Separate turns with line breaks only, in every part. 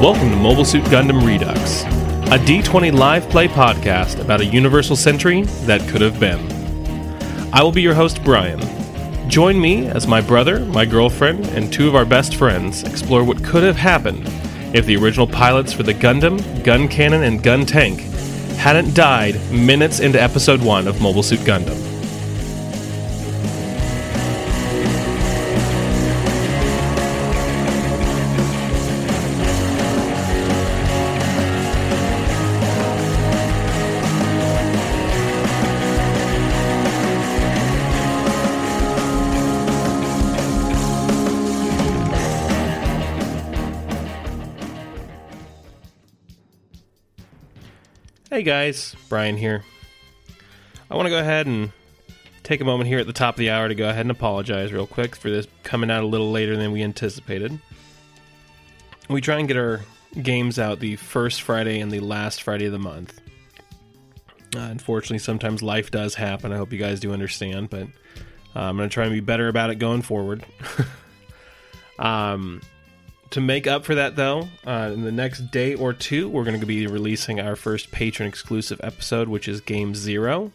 Welcome to Mobile Suit Gundam Redux, a D20 live play podcast about a universal century that could have been. I will be your host, Brian. Join me as my brother, my girlfriend, and two of our best friends explore what could have happened if the original pilots for the Gundam, Gun Cannon, and Gun Tank hadn't died minutes into episode 1 of Mobile Suit Gundam. Hey guys, Brian here. I want to go ahead and take a moment here at the top of the hour to go ahead and apologize real quick for this coming out a little later than we anticipated. We try and get our games out the first Friday and the last Friday of the month. Uh, unfortunately, sometimes life does happen. I hope you guys do understand, but uh, I'm going to try and be better about it going forward. um, to make up for that though uh, in the next day or two we're going to be releasing our first patron exclusive episode which is game zero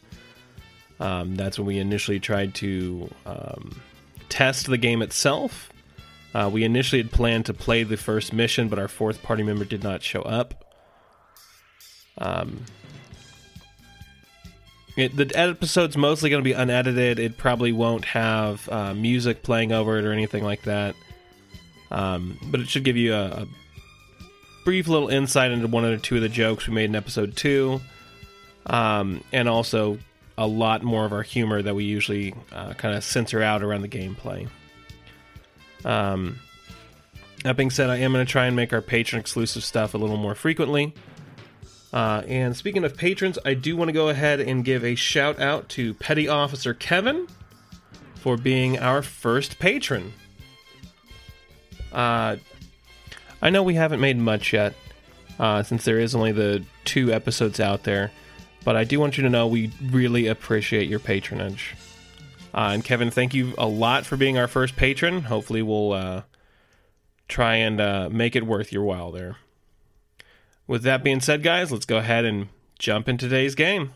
um, that's when we initially tried to um, test the game itself uh, we initially had planned to play the first mission but our fourth party member did not show up Um, It, the episode's mostly going to be unedited. It probably won't have uh, music playing over it or anything like that. Um, but it should give you a, a brief little insight into one or two of the jokes we made in episode two, um, and also a lot more of our humor that we usually uh, kind of censor out around the gameplay. Um, that being said, I am going to try and make our patron exclusive stuff a little more frequently. Uh, and speaking of patrons, I do want to go ahead and give a shout out to Petty Officer Kevin for being our first patron. Uh, I know we haven't made much yet, uh, since there is only the two episodes out there, but I do want you to know we really appreciate your patronage. Uh, and Kevin, thank you a lot for being our first patron. Hopefully, we'll uh, try and uh, make it worth your while there. With that being said, guys, let's go ahead and jump in today's game.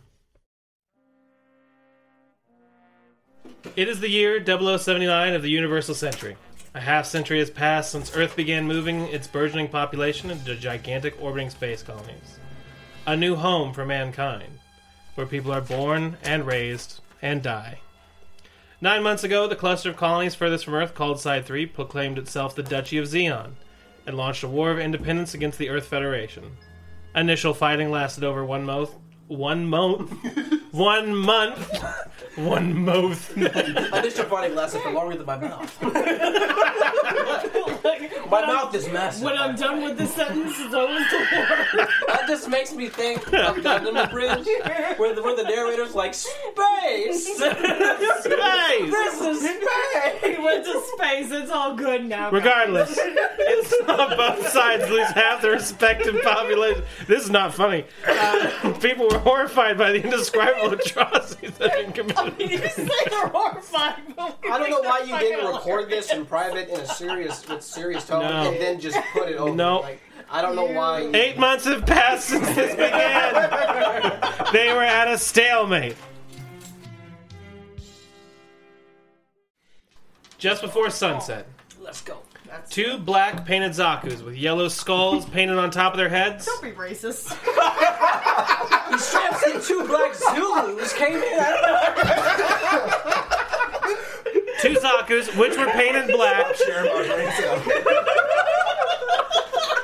It is the year 0079 of the Universal Century. A half century has passed since Earth began moving its burgeoning population into gigantic orbiting space colonies. A new home for mankind, where people are born and raised and die. Nine months ago, the cluster of colonies furthest from Earth, called Side 3, proclaimed itself the Duchy of Xeon and launched a war of independence against the Earth Federation. Initial fighting lasted over one month. One month. one month. one month.
Initial fighting lasted for longer than my mouth. my
when
mouth
I'm,
is massive.
when I'm done with this sentence, it's always the
that just makes me think of Gundam Bridge, where the, where the narrator's like, space!
Nice!
This is space!
war. Went to space. It's all good now.
Regardless, it's not both sides lose half their respective population. This is not funny. Uh, people were horrified by the indescribable atrocities that had been committed.
You say they're horrifying.
I don't know why you didn't record this in private in a serious with serious tone
No.
and then just put it over.
No.
Like, I don't know why. you-
Eight months have passed since this began. They were at a stalemate. Just before sunset,
Let's go. That's
two black painted Zaku's with yellow skulls painted on top of their heads.
Don't be racist.
he straps in two black Zulus came in. I don't
Two
know.
Zaku's, which were painted black.
Share my brain cell.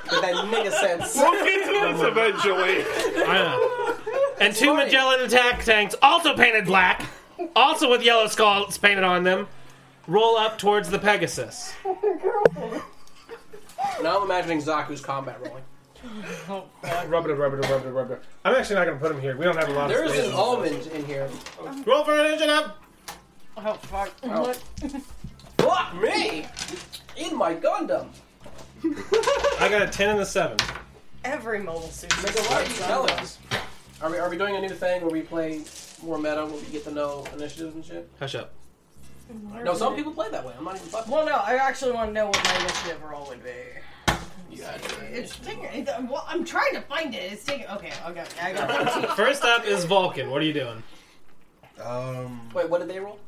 With that nigga sense.
eventually.
I know. And two Magellan attack tanks, also painted black, also with yellow skulls painted on them, roll up towards the Pegasus.
Now I'm imagining Zaku's combat rolling.
Uh, Rub it, rub it, rub it, rub it. I'm actually not going to put them here. We don't have a lot
There is an almond in here.
Roll for an engine up.
Oh fuck.
Fuck me! In my Gundam!
I got a ten and a seven.
Every mobile suit. is
Nigga, why are you
Gundam.
jealous? Are we, are we doing a new thing where we play more meta, where we get to know initiatives and shit?
Hush up.
No, some people play that way. I'm not even fucking.
Well, no. I actually want to know what my initiative roll would be.
Yeah,
It's taking. It, well, I'm trying to find it. It's taking. Okay, okay, I got it.
First up is Vulcan. What are you doing?
Um,
Wait, what did they roll?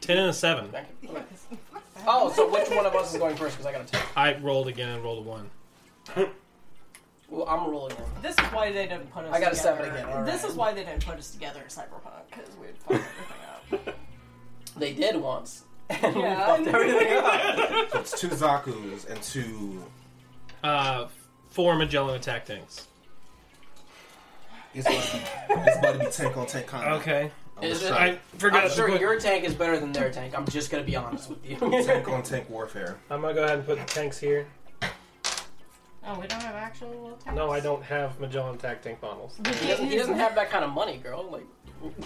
Ten and a seven.
Okay. Oh, so which one of us is going first? Because I got to tell.
I rolled again and rolled a one.
Well, I'm rolling one.
This is why they didn't put us.
I got a
together.
seven again, all
This
right.
is why they didn't put us together in Cyberpunk because we'd fuck everything up.
They did once. And we
Yeah.
fucked everything up.
so it's two Zaku's and two.
Uh, four Magellan attack tanks.
It's about to be, it's about to be tank on tank combat.
Okay.
I'm
Is
just
it-
trying-
I forgot.
I'm
to
sure
put-
your tank is better than their tank. I'm just gonna be honest with you.
Tank on tank warfare.
I'm gonna go ahead and put the tanks here.
oh, we don't have actual. Attacks.
No, I don't have Magellan attack tank models.
We
He doesn't, he
didn't-
doesn't have that kind of money, girl. Like,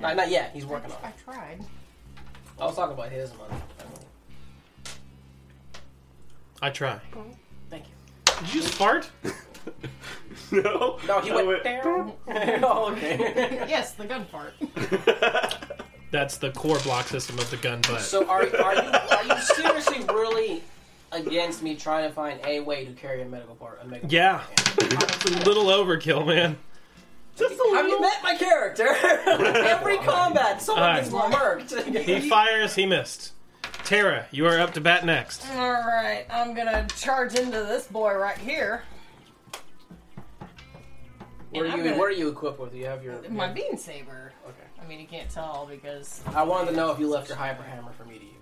not, not yet. He's working on
I
it.
tried.
I was talking about his money.
I try.
Thank you.
Did you just fart?
No.
No, he
I
went down. oh, okay.
Yes, the gun part.
That's the core block system of the gun butt.
So are, are you are you seriously really against me trying to find a way to carry a medical part? A medical
yeah. It's a little overkill, man.
Have you met my character? Every combat, someone
Alright.
gets murked.
He fires, he missed. Tara, you are up to bat next.
All right, I'm gonna charge into this boy right here.
What are
I'm
you
gonna-
What are you equipped with? You have your.
My bean saber.
Okay.
I mean, you can't tell because
I wanted to know if you left your hyper hammer for me to use.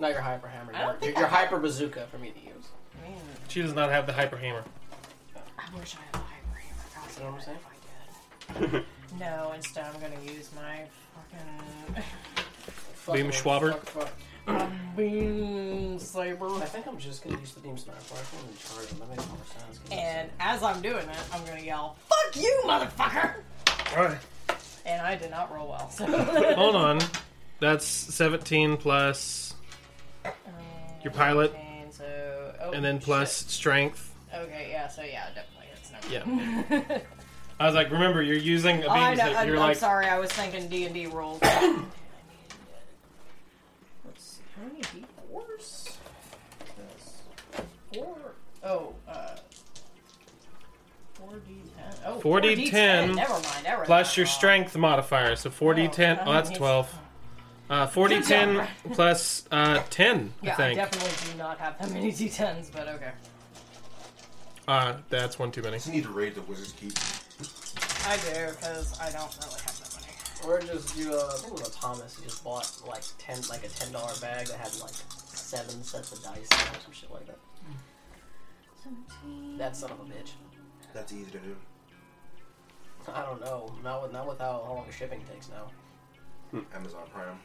Not your hyper hammer.
I don't
Your,
think
your
I-
hyper bazooka for me to use.
I mean,
She does not have the hyper hammer.
I wish I had a library. God,
You know what I'm saying?
if I did. no, instead I'm gonna use my fucking
Fuck
Beam
it,
Schwabber?
fuck, fuck.
bean saber.
I think I'm just gonna use the beam sniper rifle and charge him. That makes more sense. 'cause
And as I'm doing it, I'm gonna yell, "Fuck you, motherfucker!"
Alright.
And I did not roll well. So.
Hold on. That's 17 plus your pilot,
And so, oh,
and then plus strength.
shit. Okay, yeah. So yeah, definitely it's not.
Yeah. I was like, remember, you're using a beam.
Oh, I know,
stick.
I'm,
you're
I'm
like,
sorry. I was thinking D and D rolls. Let's see, how many D fours? Four. Oh, uh, four D ten. Oh,
4D10
Never mind. I read
plus
that
your
wrong.
strength modifier. So 4d10. Oh, that's 12. Uh, 4d10 plus uh, 10, I
Yeah, I
think.
definitely do not have that many D10s, but okay.
Uh, that's one too many.
Just need to raid the wizard's keep.
I do because I don't really have that many.
Or just do a, I think it was a Thomas. He just bought like ten, like a ten dollar bag that had like seven sets of dice in it or some shit like that. That son of a bitch.
That's easy to do.
I don't know. Not with not with how, how long the shipping takes now.
Amazon Prime.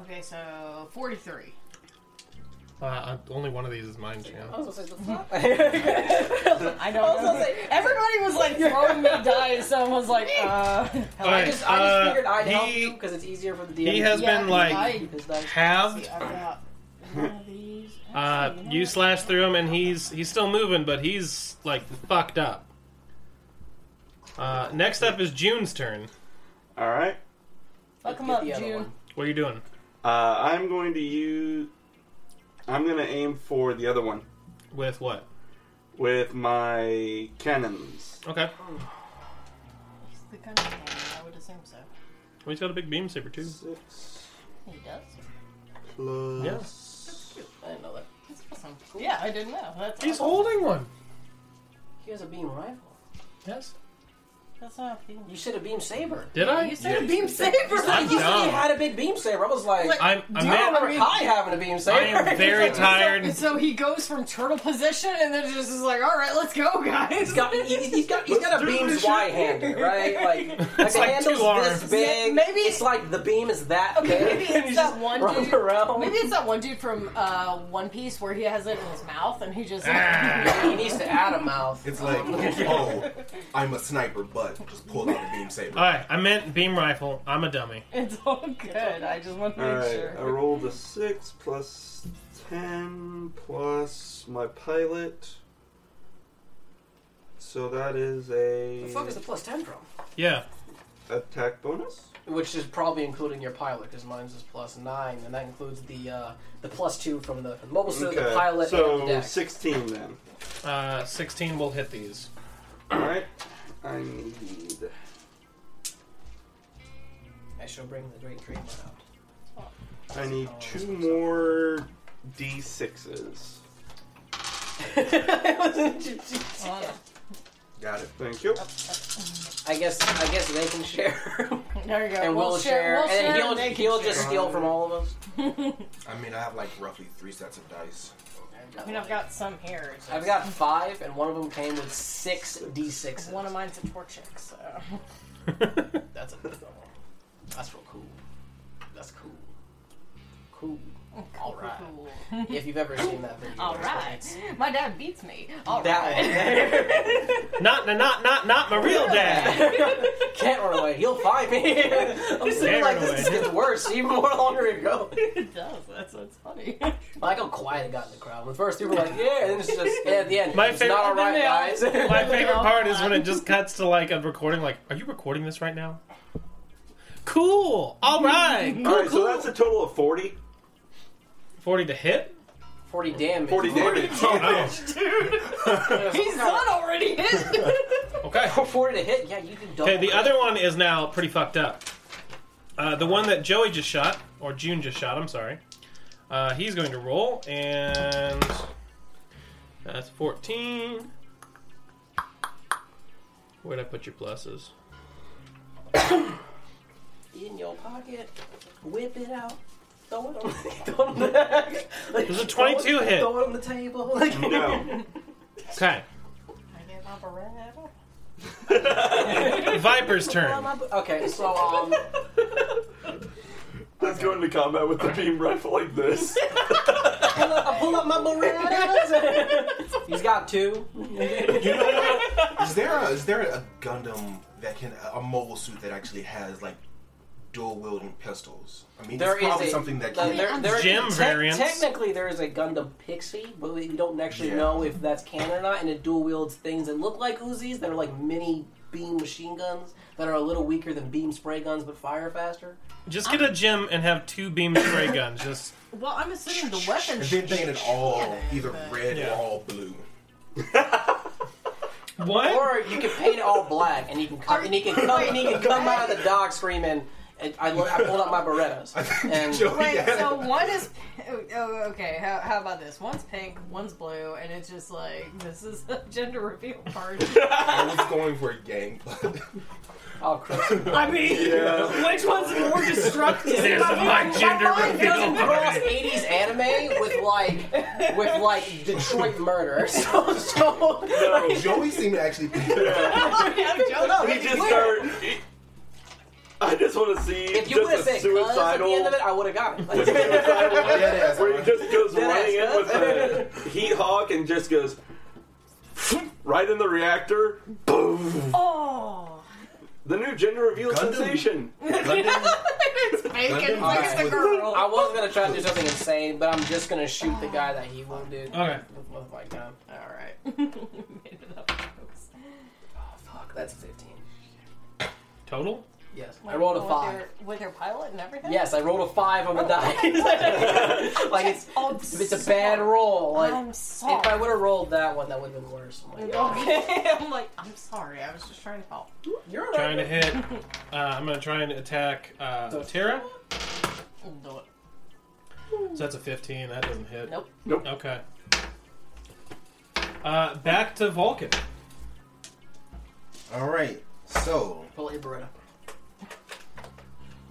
Okay, so 43.
Uh, uh, only one of these is mine, Jan.
Oh,
I was gonna say the fuck. I
I don't
was gonna say.
Everybody was like throwing me dice. Someone's like, uh.
I
Alright,
just, I just
uh,
figured I'd help
he-
you because it's easier for the DM.
He has
Yeah,
been
he
like
lied.
to keep his dice.
halved.
I've got one of these.
Uh,
Actually,
you slash through him, and he's he's still moving, but he's like fucked up. Uh, next up is June's turn.
All right.
Fuck him
Get
up,
the other
June.
one.
What are you doing?
Uh, I'm going to use. I'm going to aim for the other one
With what?
with my cannons.
Okay.
He's the kind of man, I would assume so.
Well, he's got a big beam saber too.
Six
He does.
plus.
Yeah.
I didn't know that.
That's awesome. Yeah, I didn't know. That's
He's
awesome.
holding one.
He has a beam rifle.
Yes.
That's not a
You said a beam saber.
Did I?
You said a beam saber.
I'm
You said he
dumb.
had a big beam saber. I was like,
Like,
I'm a
I don't
man.
remember Kai having a beam saber.
I am very tired.
So he goes from turtle position and then just is like, all right, let's go, guys.
He's got, he's, he's got, he's got a beam's Y handle, right? Like, like
It's
the
like
handle's
two
this
arms.
big.
Maybe-
it's like the beam is that
Okay,
big.
maybe
and
it's
you
that
just
one
run
dude.
around.
Maybe it's that one dude from uh, One Piece where he has it in his mouth and he just.
he needs to add a mouth.
It's like, oh, I'm a sniper, but just pull out a beam saber.
All
Uh,
right. I meant beam rifle. I'm a dummy.
It's all good. I just want to
All
make
right. I
sure.
rolled a six plus ten plus my pilot. So that is
the fuck is
a
the plus ten from?
Yeah.
attack bonus.
which is probably including your pilot because mine's is plus nine, and that includes the uh, the plus two from the from the mobile suit, the pilot, and the
so
deck.
16 then.
Uh, 16 will hit these.
Alright. I need.
I shall bring the great dreamer out.
I need two more d6s.
It wasn't-
Hold on.
Got it.
Thank you.
I guess I guess they can share,
There you go.
and we'll, share,
We'll
and then
share.
he'll
they can
he'll
share.
just steal from all of us.
I mean, I have like roughly three sets of dice.
I
I mean, I've got some here. so
I've got five, and one of them came with six d sixes.
One of mine's a Torchic, so.
That's a That's real cool. That's cool. Cool. All right.
Cool.
If you've ever seen that video.
All right. My dad beats me. All right.
That one.
Not, not, not, not my real dad.
Can't run away. He'll find me. I'm sitting
Can't
like
run
this is gets worse even more longer ago.
it does. That's what's funny.
I like how quiet it got in the crowd. When first people were like, yeah, and then it's just and at the end.
My
it's
favorite-
not all right, guys.
My favorite part is when it just cuts to like a recording. Like, are you recording this right now? Cool. All right. Cool,
Alright, so
cool.
that's a total of 40.
40 to hit.
40 damage.
40 damage.
He's not already hit.
Okay.
40 to hit? Yeah, you can double.
Okay. The
it.
other one is now pretty fucked up. Uh, the one that Joey just shot, or June just shot. I'm sorry. Uh, he's going to roll, and that's 14. Where'd I put your pluses?
In your pocket. Whip it out. Throw it on, throw it on the deck. Like,
There's a 22
throw it,
hit.
Throw it on the table. Like,
Oh, No.
Okay.
I gave up a red apple.
Viper's turn.
Okay, so um,
Let's go into combat with the beam rifle like this.
I pull up my Berettas. He's got two.
Is there a, is there a Gundam that can a mobile suit that actually has like dual wielding pistols? I mean,
There
there's probably
is a-
something that
Uh,
can.
there- there-
Gem
te-
variants.
Technically, there is a Gundam Pixie, but we don't actually
Yeah.
know if that's canon or not. And it dual wields things that look like Uzis that are like mini beam machine guns that are a little weaker than beam spray guns but fire faster.
Just get a gym and have two beam spray guns. Just
Well, I'm assuming the
And
weapons.
then thinking it all either red
Yeah.
or all blue.
what?
Or you can paint it all black, and he can come, and he can come, and he can come out of the dock screaming. and I, lo- I pulled out my Berettas, and
Joey
Wait,
had
so
it.
one is. Oh, okay, how, how about this? One's pink, one's blue, and it's just like, this is a gender reveal party.
I was going for a gang, but
oh, Chris,
I mean,
Yeah.
which one's more destructive?
This is my gender
mind doesn't
reveal.
cross '80s anime with like with like Detroit murder. So, so
Oh,
Joey seemed to actually.
no,
He
it's
just
weird.
started. I just want to see
If you would have
just
said "cuz" at
a
the
suicidal.
end of it, I would have got it. Like,
Dead
Where he
ass.
just goes
Dead
running
ass,
in with the heat hawk and just goes right in the reactor. Boom!
Oh,
The new gender reveal
Gundam.
sensation.
Gundam,
it's pink and
Gundam
black's the
with-
girl.
I was gonna try to do something insane, but I'm just gonna shoot the guy that he wounded
Okay.
with, with my gun.
Alright. Made it up, folks.
Oh fuck, that's 15.
Total?
Yes, I rolled a
With
five.
Their, with their pilot and everything?
Yes, I rolled a five on the die. like it's
Oh,
it's a bad roll. Like
I'm sorry.
if I would have rolled that one, that would have been worse. Oh I'm like, yeah.
Okay, I'm like, I'm sorry, I was just trying to help.
You're
Trying to hit. Uh, I'm going to try and attack uh, Tara.
Do it.
So that's a 15. That doesn't hit.
Nope.
Nope.
Okay. Uh, back to Vulcan.
All right, so
Pull a Beretta.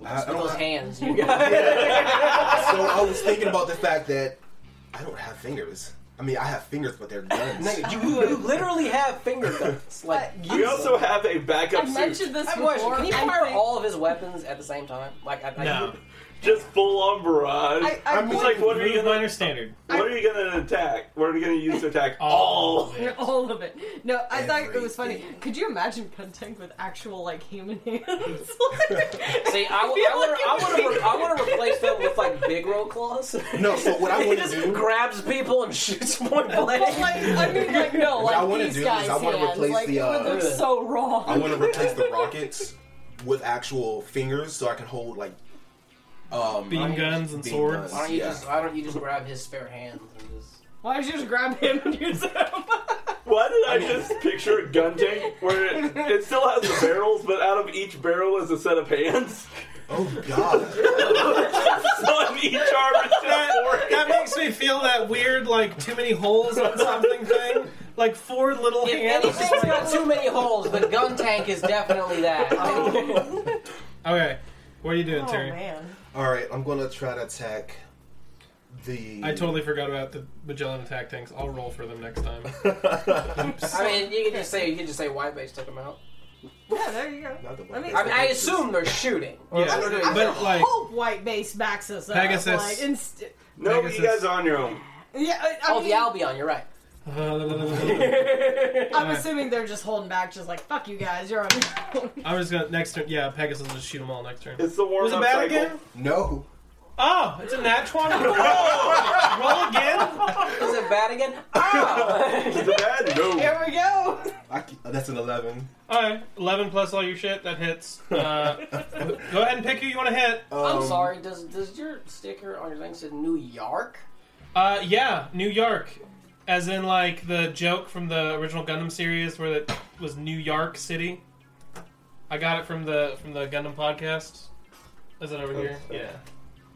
I, I
With
don't.
those
Have,
hands, you guys.
so I was thinking about the fact that I don't have fingers. I mean, I have fingers, but they're guns.
Nigga, you, you literally have finger guns. Like
We also have a backup
I
suit.
mentioned this
I have a
before.
question. Can he
I
fire
think-
all of his weapons at the same time? Like, I, I,
No.
Just full on barrage.
I, I
I'm
would,
It's like, what are you
Move
gonna?
minor standard.
What are you gonna attack? What are you gonna use to attack?
Oh. All
All.
of it.
all of it. No, I thought it was funny.
Everything.
Could you imagine Kuntank with actual like human hands? Like-
See, I,
feel like it would
would
be-
I want to replace them with like big roll claws.
No, so what I
he
want to
just
do.
grabs people and shoots point
But,
blank.
like, I mean, like no,
What I
like
wanna
these
do is
guys'
I wanna
hands,
replace
like
the,
it would
uh,
look so wrong.
I want to replace the rockets with actual fingers, so I can hold like um,
Beam guns and
beam
swords.
Why don't you
yeah.
just? Why don't you just grab his spare hand and just?
Why don't you just grab him and use him?
Why did I just picture a gun tank where it, it still has the barrels, but out of each barrel is a set of hands?
Oh god!
So on each arm is just four
That, that makes me feel that weird, like too many holes on something thing. Like four little
If
hands.
anything's got too many holes, but gun tank is definitely that.
Okay, what are you doing,
Oh
Terry?
man.
All right, I'm gonna try to attack the.
I totally forgot about the Magellan attack tanks. I'll roll for them next time.
I mean, you can just say you can just say white base took him out.
Yeah, there you go.
Not the
Let me-
one.
I mean, I assume they're shooting. Or
Yeah,
they're doing
but-
something.
like-
hope white base backs us up.
Pegasus.
Like, inst-
No,
Pegasus.
you guys are on your own.
yeah, I, I
oh,
mean,
the Albion. You're right.
I'm assuming they're just holding back, just like fuck you guys, you're on. your own."
I'm just gonna next turn. Yeah, Pegasus will just shoot them all next turn.
It's the warm
Was it
up
bad
cycle.
again?
No.
Oh, it's a nat 20. Whoa! Roll again?
Is it bad again? Ah!
Is it bad? No.
Here we go.
I, c- that's an 11.
Alright, 11 plus all your shit, that hits. Uh, go ahead and pick who you want to hit.
Oh.
I'm
Um,
sorry. Does does your sticker on your thing say New York?
Uh, yeah, New York. As in, like, the joke from the original Gundam series where it was New York City. I got it from the from the Gundam podcast. Is it
Oh,
over here? Yeah.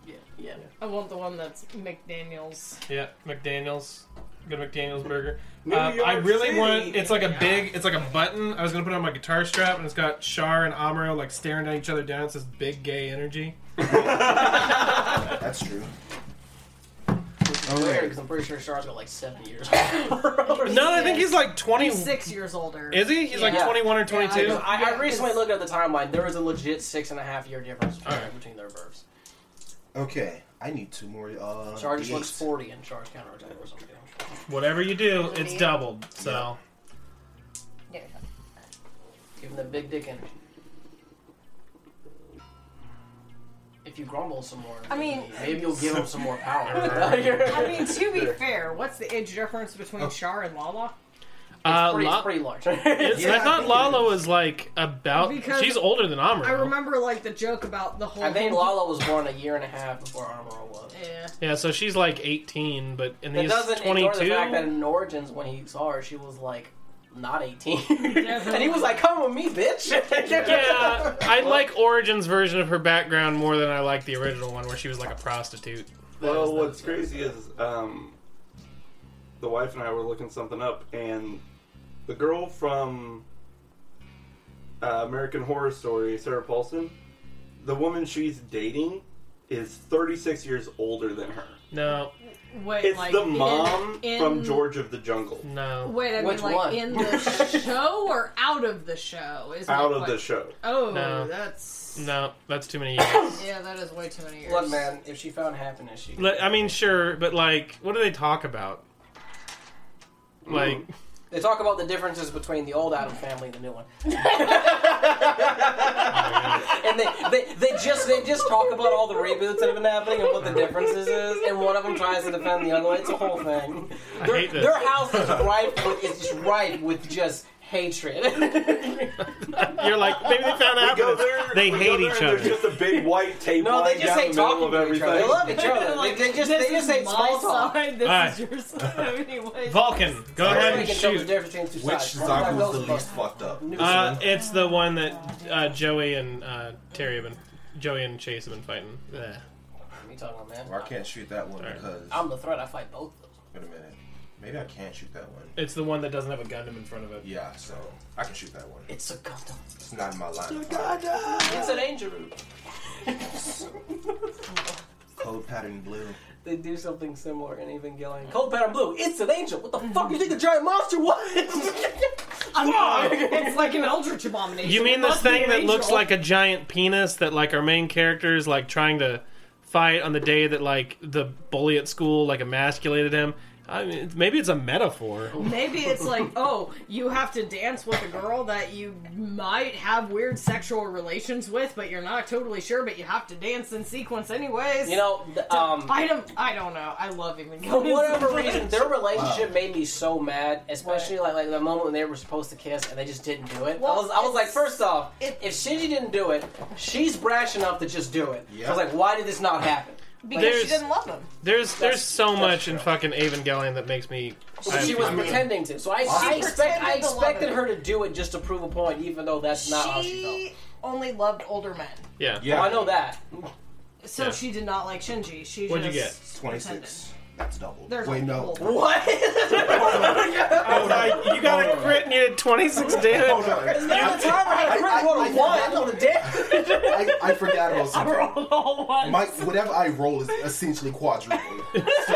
Yeah. Yeah.
I want the one that's McDaniel's.
Yeah, McDaniel's. Good McDaniel's burger.
New
Um, I
York
really
City.
want. It's like a big. It's like a button. I was gonna put it on my guitar strap, and it's got Char and Amuro like staring at each other down. It says "Big Gay Energy."
That's true.
All
All
right.
right.
Because I'm pretty sure Shar's got like seven years. no,
No, I think he's like twenty.
He's
Is
six years older.
he? He's like
Yeah.
twenty-one or twenty-two.
Yeah,
I, I
Yeah,
recently
'cause-
looked at the timeline. There was a legit six and a half year difference between,
Alright.
between their verbs.
Okay, I need two more. Uh,
Char just
D8s.
looks 40 in Char's counterattack or something.
Whatever you do, it's
Yeah.
doubled. So
Yeah.
Give him the big dick energy. If you grumble some more,
I mean-
maybe, maybe you'll give him some more power.
I mean, to be fair, what's the age difference
Oh.
between Char and Lala?
uh,
it's, pretty,
La-
it's pretty large.
it's-
Yeah,
I
I
thought
think it
Lala was like about.
Because
she's older than Amuro.
I remember like the joke about the whole.
I think Lala was born a year and a half before Armor was.
Yeah.
Yeah, so she's like eighteen, but and
That
he's
doesn't ignore the
twenty-two.
fact that in Origins, when he saw her, she was like not 18. and
Definitely.
he was like, come with me, bitch.
Yeah, I like Origin's version of her background more than I like the original one, where she was like a prostitute.
Well, what's crazy is um, the wife and I were looking something up, and the girl from uh, American Horror Story, Sarah Paulson, the woman she's dating is 36 years older than her.
No,
Wait,
It's
like
the
in-
mom
in,
from George of the Jungle.
no,
Wait, I
Which
mean, like
one?
in the show or out of the show? Is
Out
my
of the
question.
show.
Oh,
No.
that's
no. That's too many years.
yeah, that is way too many years.
Look, man, if she found happiness, she.
Like, I mean, sure, but like, what do they talk about? Like,
They talk about the differences between the old Adam family and the new one. and they, they, they just they just talk about all the reboots that have been happening and what the differences is, and one of them tries to defend the other one. It's a whole thing.
I
Their,
hate this.
their house is rife with is just rife with just hatred.
You're like, maybe they found out.
Go there,
They
we go
hate
there,
each
and
other.
There's just a big white table
no, they
lying
just
down
hate
in the middle
talking
of
to each other. They
everything.
love each other. like, they just
this
they just
is
hate
my
small talk.
side. This
Alright.
is your side. anyway.
Vulcan, go ahead
We
and
can tell the
shoot.
difference between two
Which
sides. One side
Zaku was
goes
the
above.
least fucked up?
New
Uh,
side.
it's the one that uh, Joey and uh, Terry have been, Joey and Chase have been fighting. Ugh.
What are you talking about,
Well, I
man?
can't shoot that one
Alright.
because.
I'm the threat. I fight both of them.
Wait a minute. Maybe I can't shoot that one.
It's the one that doesn't have a Gundam in front of it.
Yeah, so I can shoot that one.
It's a Gundam.
It's not in my line.
It's an angel
Code pattern blue.
They do something similar in
Mm.
Evangelion. Cold Pattern Blue, it's an angel. What the
Mm-hmm.
fuck you think the giant monster was?
it's like an eldritch abomination.
You mean this thing that looks like a giant penis that like our main character is like trying to fight on the day that like the bully at school like emasculated him
I mean, it's- maybe it's a metaphor.
Maybe it's like, oh, you have to dance with a girl that you might have weird sexual relations with, but you're not totally sure, but you have to dance in sequence anyways.
You know, th- um,
I don't, I don't know. I love even
for
going
whatever
into
reason,
it.
their relationship made me so mad. Especially like, like the moment when they were supposed to kiss and they just didn't do it.
Well,
I was, I was like,
it's-
first off,
it-
if Shinji didn't do it, she's brash enough to just do it. So I
Yeah.
was like, why did this not happen?
because she
There's-
didn't love him.
There's there's so
that's
much in
true.
fucking Evangelion that makes me.
But
I-
she was
I mean,
pretending to. So I, I,
She
expect, I
pretended to love
expected
him.
her to do it just to prove a point, even though that's not how she felt.
she only loved older men,
Yeah.
Yeah.
Oh, I know that.
so
Yeah.
she did not like Shinji. She
What'd you
just
get?
Twenty
pretended.
six. That's double.
There's
Wait,
a
no.
whole-
What?
I was like, you got a crit and you did 26
Hold
damage.
on.
Now the time I had a
I- I-
crit roll
I-
of one, I would have dead.
I, I forgot about
I
something.
rolled all one.
My whatever I roll is essentially quadruple. So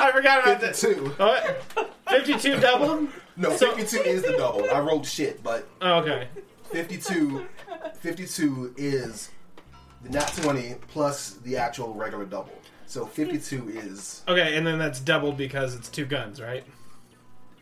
I forgot about that.
fifty-two.
What? 52 doubled?
No,
So-
fifty-two is the double. I rolled shit, but
Oh, okay.
52, 52 is the nat twenty plus the actual regular double. So fifty-two is.
Okay, and then that's doubled because it's two guns, right?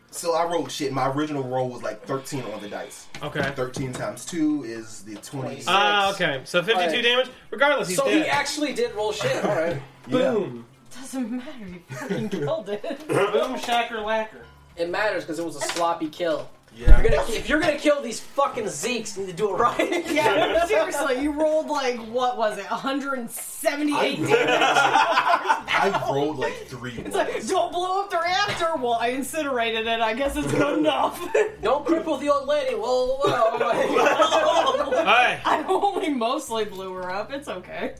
So I rolled shit. My original roll was like thirteen on the dice.
Okay.
Thirteen times two is the twenty.
Ah, okay. So 52
Right.
damage? Regardless, he's
So he
dead.
actually did roll shit.
All right.
Boom.
Doesn't matter. You fucking killed it.
Boom, shacker, lacker.
It matters because it was a sloppy kill.
Yeah.
You're gonna, if you're gonna kill these fucking Zeeks, you need to do it right.
Yeah, seriously, you rolled like what was it, 178
I-
damage?
I rolled like three.
It's like, don't blow up the reactor. Well, I incinerated it. I guess it's good enough.
Don't cripple the old lady. Whoa, whoa, whoa.
Alright,
I only mostly blew her up. It's okay.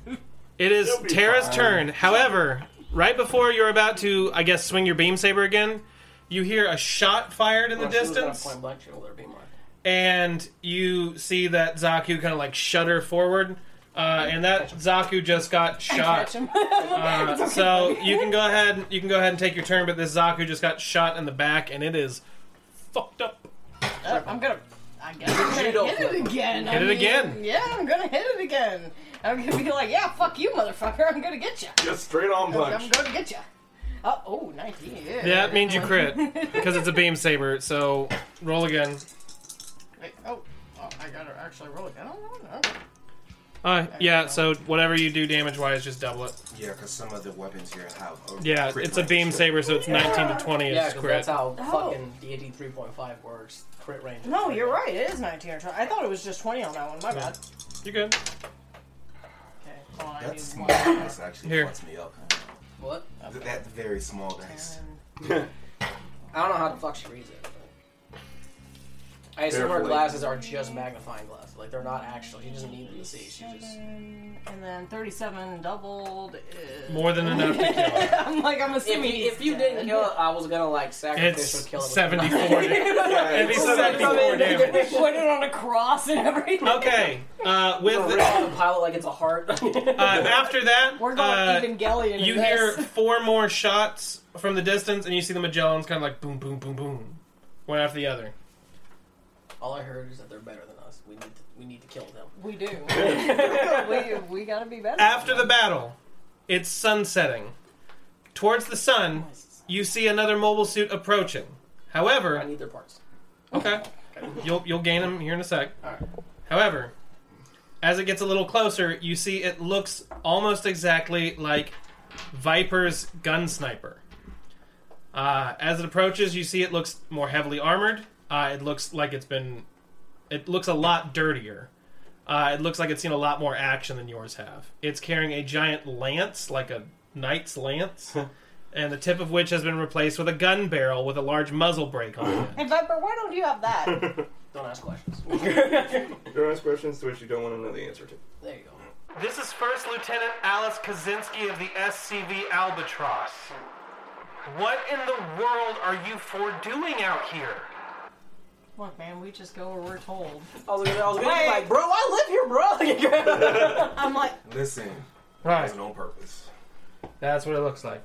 it is
He'll be
Tara's
fine.
turn. However, right before you're about to, I guess, swing your beam saber again, you hear a shot fired
Oh,
in the distance.
Point blank shoulder beam on.
and you see that Zaku kind of like shudder forward, uh, and that Zaku just got
Catch
shot.
him.
Uh, so you can go ahead, you can go ahead and take your turn. But this Zaku just got shot in the back, and it is fucked up.
I'm gonna. I guess I'm gonna
Judo
hit it
flip.
again.
Hit
I
it
mean,
again.
Yeah, I'm gonna hit it again. I'm gonna be like, yeah, fuck you, motherfucker. I'm gonna get you.
Just straight on
I'm
punch.
gonna get you. Oh, oh, 19. Yeah.
Yeah, that means you crit because it's a beam saber. So roll again.
Wait, oh, oh, I gotta actually roll again. Oh, no, no.
Uh, yeah, so whatever you do damage wise, just double it.
Yeah, because some of the weapons here have. A
Yeah,
crit
it's a
range.
beam saber, so it's 19 to 20
Yeah,
is
because
crit.
that's how
Oh.
fucking D&D 3.5 works. Crit range. is
No,
pretty
you're
good.
right. It is 19 or 20. I thought it was just 20 on that one. My bad.
You're good.
Okay, hold on. I
That small
need one.
dice actually
Here.
fucks me up.
What?
Th- That very small dice.
I don't know how the fuck she reads it. but- I assume her
Carefully.
glasses are just magnifying glasses. Like, they're not actual. She doesn't need them to see. She just...
And then 37 doubled. Is...
More than enough to kill.
I'm like, I'm
If
assuming
you, if you didn't kill it, I was gonna, like, sacrificial
It's
kill it. with
74. It'd be
it's
74 damage.
They put it on a cross and everything.
Okay. Uh, with
Rip
uh,
off the pilot like it's a heart.
after that,
We're going
uh,
Evangelion. in
you
this.
hear four more shots from the distance, and you see the Magellan's kind of like boom, boom, boom, boom, one after the other.
All I heard is that they're better than us. We need to, we need to kill them.
We do. we, we gotta be better.
After the battle, it's sunsetting. Towards the sun, you see another mobile suit approaching.
I
However,
need their parts.
okay, you'll you'll gain them here in a sec.
Alright.
However, as it gets a little closer, you see it looks almost exactly like Viper's gun sniper. Uh, as it approaches, you see it looks more heavily armored. Uh, it looks like it's been. It looks a lot dirtier. Uh, it looks like it's seen a lot more action than yours have. It's carrying a giant lance, like a knight's lance, and the tip of which has been replaced with a gun barrel with a large muzzle brake on it.
Hey, Viper, why don't you have that?
Don't ask questions.
Don't ask questions to which you don't want to know the answer to.
There you go.
This is First Lieutenant Alice Kaczynski of the SCV Albatross. What in the world are you for doing out here?
Look, man, we just go where we're told.
I was gonna, I was gonna
Wait.
be like, bro, I live here, bro.
I'm like,
Listen,
Right,
that's on purpose.
that's what it looks like.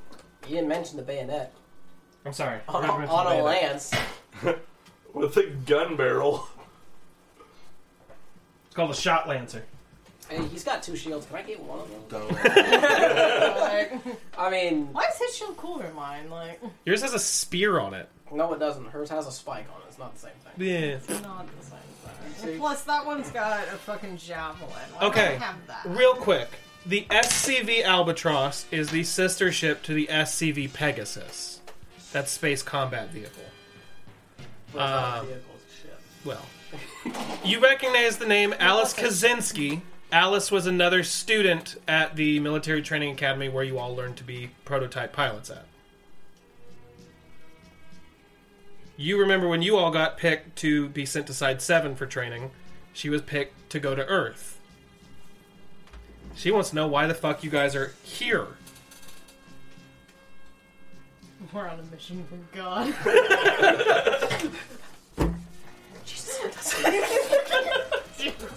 you didn't mention the bayonet
I'm sorry.
on,
Remember
on,
to say
a
that.
lance.
With a gun barrel.
It's called a shot lancer.
Hey, he's got two shields. Can I get one of them?
Don't.
like,
I mean,
why is his shield cooler than mine? Like,
Yours has a spear on it.
no, it doesn't. Hers has a spike on it. It's not the same thing.
Yeah.
it's not the same thing.
See?
And Plus, that one's got a fucking javelin. Why
Okay.
do I have that?
Real quick, the SCV Albatross is the sister ship to the SCV Pegasus. That's space combat vehicle.
But it's not
Um,
vehicles. Shit.
Well, you recognize the name Alice Kaczynski. Alice was another student at the Military Training Academy where you all learned to be prototype pilots at. You remember when you all got picked to be sent to Side 7 for training, she was picked to go to Earth. She wants to know why the fuck you guys are here.
We're on a mission from God.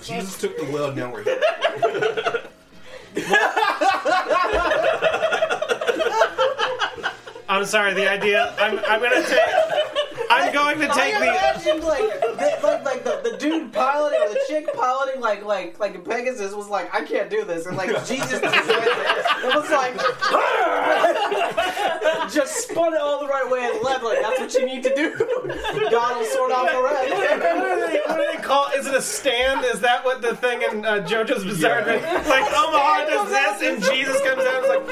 Jesus took the well, now we're here.
I'm sorry, the idea. I'm, I'm gonna take. I'm going to take
I
the.
imagined like, the, like, like the, the dude piloting or the chick piloting like, like, like Pegasus was like, I can't do this, and like Jesus just went there. It was like, just spun it all the right way and left. Like that's what you need to do. God will sort out the rest.
What do they- what do they call? Is it a stand? Is that what the thing in uh, JoJo's Bizarre
Yeah.
Adventure? Like Omaha does this, and Jesus comes out. and is like,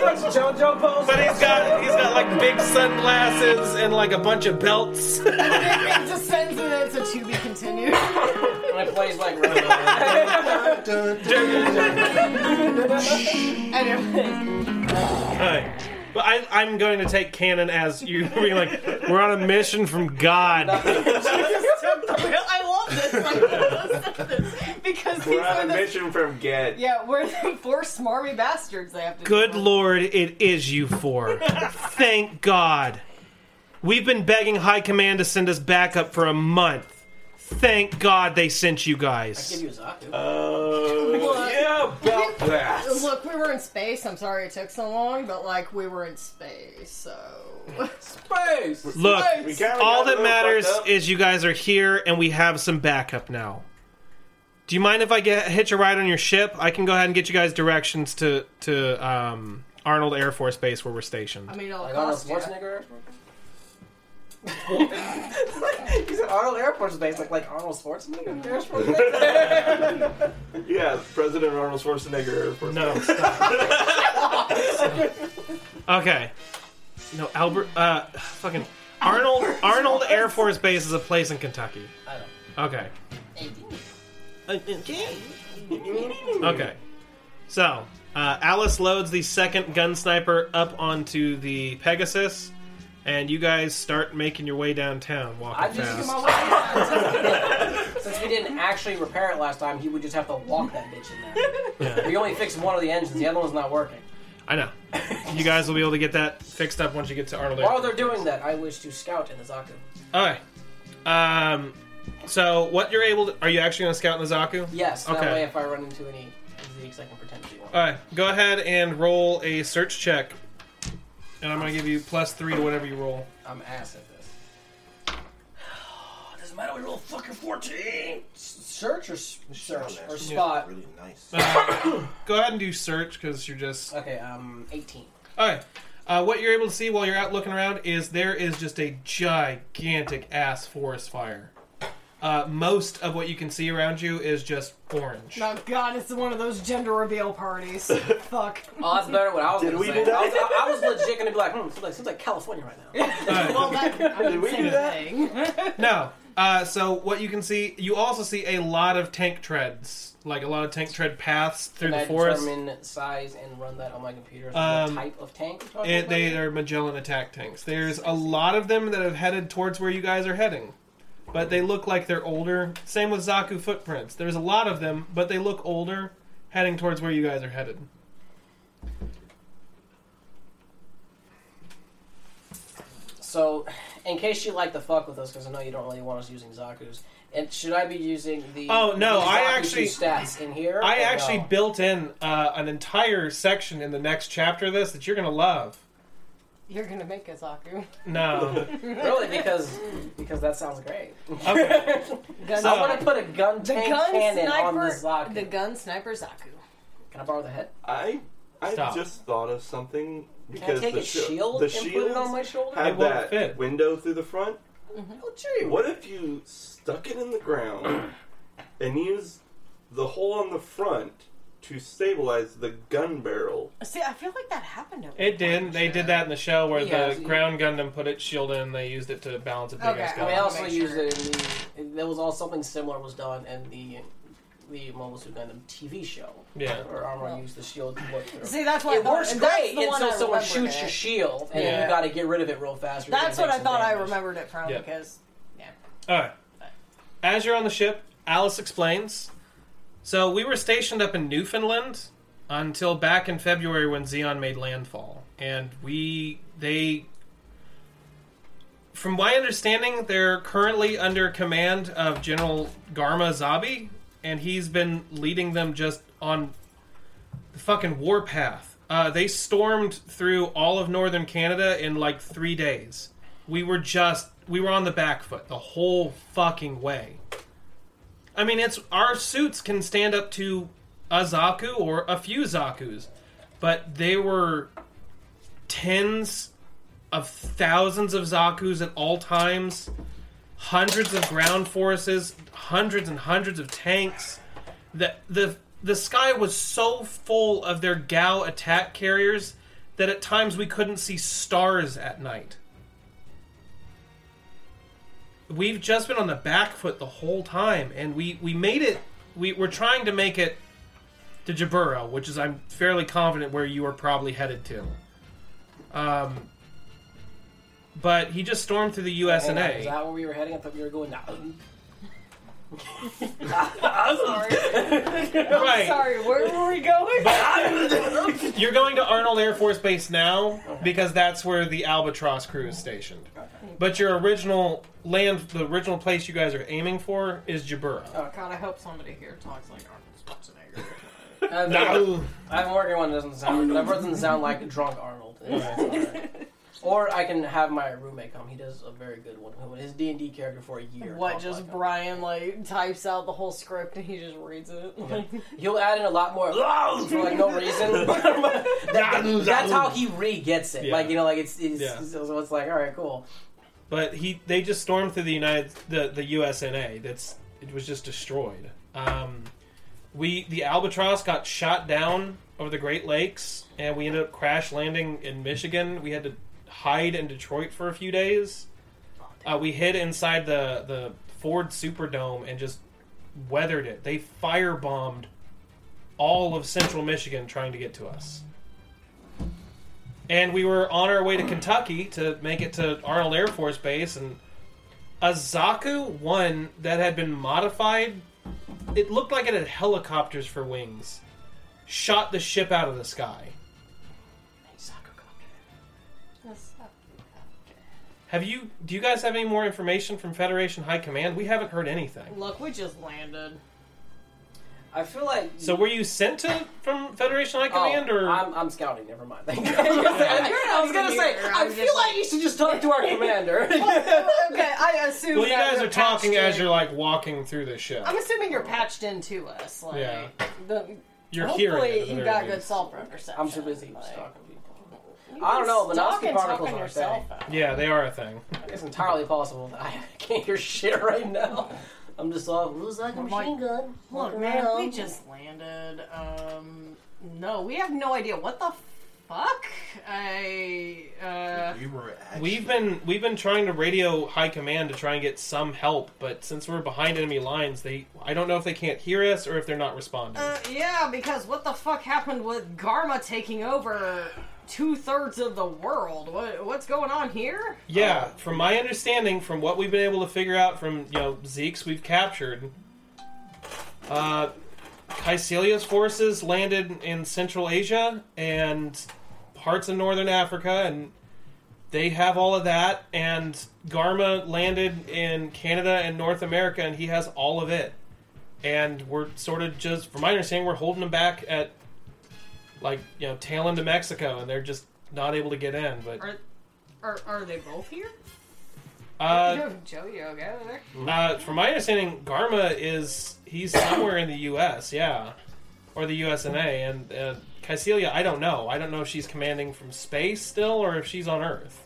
That's JoJo pose.
but he's got he's got like big sunglasses and like a bunch of belts.
it descends and it's a to be continued.
And it plays like. Robo.
Dun, dun.
Anyway,
Alright. But I, I'm going to take canon as you being like, we're on a mission from God.
I love this. because these
We're
are
on a
the
mission from Get.
Yeah, we're the four smarmy bastards they have to
Good
deal with.
Lord, it is you four. Thank God. We've been begging High Command to send us back up for a month. Thank God they sent you guys.
Give you Zaku.
Oh, yeah, about that.
Look, we were in space. I'm sorry it took so long, but like we were in space, so.
Space.
Look,
We kinda
all that
got a little
matters
fucked up.
is you guys are here and we have some backup now. Do you mind if I get hitch a ride on your ship? I can go ahead and get you guys directions to to um, Arnold Air Force Base where we're stationed.
I mean, it'll
Like Arnold
cost you.
oh, Schwarzenegger. He's at Arnold Air Force Base, like like Arnold Schwarzenegger. Air Force Base.
Yeah, President Arnold Schwarzenegger. For
No. okay. No, Albert. Uh, fucking Arnold. Arnold Air Force Base is a place in Kentucky.
I don't.
Okay.
Okay.
Okay. So, uh, Alice loads the second gun sniper up onto the Pegasus, and you guys start making your way downtown,
I
walking
just
fast.
since we didn't actually repair it last time, he would just have to walk that bitch in there.
Yeah.
We only fixed one of the engines; the other one's not working.
I know. You guys will be able to get that fixed up once you get to Arnold. Air
While
Force.
they're doing that, I wish to scout in the Zaku.
Okay. Um. So, what you're able to? Are you actually going to scout Nazaku?
Yes, that
Okay.
way if I run into any Zeeks, I can pretend to be one.
All right, go ahead and roll a search check, and I'm gonna give you plus three to whatever you roll.
I'm ass at this. Doesn't matter what you roll, fucking 14! Search or s- search? Or spot?
Really nice.
Go ahead and do search because you're just
Okay, um, 18.
all right. Uh, what you're able to see while you're out looking around is there is just a gigantic ass forest fire. Uh, most of what you can see around you is just orange.
Oh god, it's one of those gender reveal parties. Fuck.
Oh, that's better than what I was
Did
gonna
we
say.
do that?
I was, I, I was legit gonna be like, hmm, seems like, seems like California right now.
Well, that, I mean,
we
same
do that?
thing.
No. Uh, so what you can see, you also see a lot of tank treads, like a lot of tank tread paths through
Can
the
I
forest.
determine size and run that on my computer?
Um,
what type of tank we're talking
It,
about?
they are Magellan attack tanks. There's a lot of them that have headed towards where you guys are heading, but they look like they're older. Same with Zaku footprints. There's a lot of them, but they look older, heading towards where you guys are headed.
So, in case you like to fuck with us, because I know you don't really want us using Zaku's, and should I be using the
Oh, no,
the
I
Zaku
actually-
stats in here?
I
or
actually
no?
built in uh, an entire section in the next chapter of this that you're gonna love.
You're gonna make us, Aku.
No.
Really, because because that sounds great.
Okay.
Gun,
I want to put a gun
the
tank
gun
cannon on
sniper.
this Zaku.
The gun sniper Zaku.
Can I borrow the head?
I I
Stop.
just thought of something
Can I
because
take
the
a
shi-
shield
the
and put it on
shields
my shoulder?
had
It won't
that
fit.
window through the front.
Oh, gee.
What if you stuck it in the ground and used the hole on the front to stabilize the gun barrel?
See, I feel like that happened to me.
It did. They did that in the show where
Yeah,
the
so you-
ground Gundam put its shield in. They used it to balance a big
Okay,
ass
I
And
gun.
we
I'll
also
make
used
sure.
it in the. and There was all something similar was done in the the Mobile Suit Gundam TV show.
Yeah.
Or Armor
Oh.
used the shield to look through.
See, that's what I
it
thought-
works
and that's
great
the one
until
I
someone
remembered
shoots
it.
your shield, and
Yeah.
you got to get rid of it real fast. or you're
That's
gonna
what I
take
thought
some
I
damage.
remembered it from
Yeah.
because
All right. As you're on the ship, Alice explains. So we were stationed up in Newfoundland until back in February when Xeon made landfall, and we they. From my understanding, they're currently under command of General Garma Zabi, and he's been leading them just on the fucking warpath. Uh, they stormed through all of northern Canada in like three days. We were just we were on the back foot the whole fucking way. I mean, it's our suits can stand up to a Zaku or a few Zaku's, but they were tens of thousands of Zaku's at all times, hundreds of ground forces, hundreds and hundreds of tanks the the the sky was so full of their Gao attack carriers that at times we couldn't see stars at night. We've just been on the back foot the whole time, and we we made it. We we're trying to make it to Jaburo, which is I'm fairly confident where you are probably headed to. Um, but he just stormed through the U.S.
Hang
and
on, Is
A.
Oh, that where we were heading? I thought we were going. Uh, Nah.
Right.
sorry, where were we going?
You're going to Arnold Air Force Base now because that's where the Albatross crew is stationed. But your original land, the original place you guys are aiming for, is Jabura.
Oh, God, I hope somebody here talks like Arnold Schwarzenegger.
I've been,
No.
I've been working one that doesn't sound. That doesn't sound like drunk Arnold. It's alright. Or I can have my roommate come. He does a very good one. His D and D character for a year.
What?
talks
Just
like him.
Brian like types out the whole script and he just reads it. Like,
He'll add in a lot more
Oh!
for like no reason. That- that's how he re gets it.
Yeah.
Like you know, like it's, it's
Yeah.
so it's like all right, cool.
But he, they just stormed through the United, the the USNA. That's it was just destroyed. Um, we the Albatross got shot down over the Great Lakes, and we ended up crash landing in Michigan. We had to hide in Detroit for a few days. Uh, we hid inside the the Ford Superdome and just weathered it. They firebombed all of Central Michigan trying to get to us. And we were on our way to Kentucky to make it to Arnold Air Force Base, and a Zaku one that had been modified, it looked like it had helicopters for wings, shot the ship out of the sky. Have you? Do you guys have any more information from Federation High Command? We haven't heard anything.
Look, we just landed.
I feel like
So were you sent to from Federation High
Oh,
Command, or
I'm, I'm scouting. Never mind. I was gonna say.
You're-
I
I'm
feel
just-
like you should just talk to our commander.
Okay, I assume.
well, you
that
guys
we're
are talking
patched
as
in.
you're like walking through the ship.
I'm assuming you're patched into us. Like,
Yeah.
The,
You're hearing it. at
hopefully
the
you
very
got
least.
good cell phone reception.
I'm too busy
like,
stalking people.
you
I
can
don't know, but
stalk
Nazi
and talk
particles
on
are
your
a
cell
thing.
phone.
Yeah, they are a thing.
It's entirely possible that I can't hear shit right now. I'm just all who's like a machine gun?
Look, man, we just landed. Um, no, we have no idea what the fuck. I uh,
We were actually,
We've been we've been trying to radio high command to try and get some help, but since we're behind enemy lines, they I don't know if they can't hear us or if they're not responding.
uh, yeah, because what the fuck happened with Garma taking over two thirds of the world? What what's going on here?
yeah, from my understanding, from what we've been able to figure out from you know Zeke's we've captured, uh, Caecilia's forces landed in Central Asia and parts of Northern Africa, and they have all of that. And Garma landed in Canada and North America, and he has all of it. And we're sort of just, from my understanding, we're holding them back at like you know tail end of Mexico, and they're just not able to get in. But
Are Are, are they both here?
Uh,
Jojo, get over there.
uh, from my understanding, Garma is he's somewhere in the U.S. Yeah, or the USNA, and uh, Caecilia, I don't know. I don't know if she's commanding from space still, or if she's on Earth.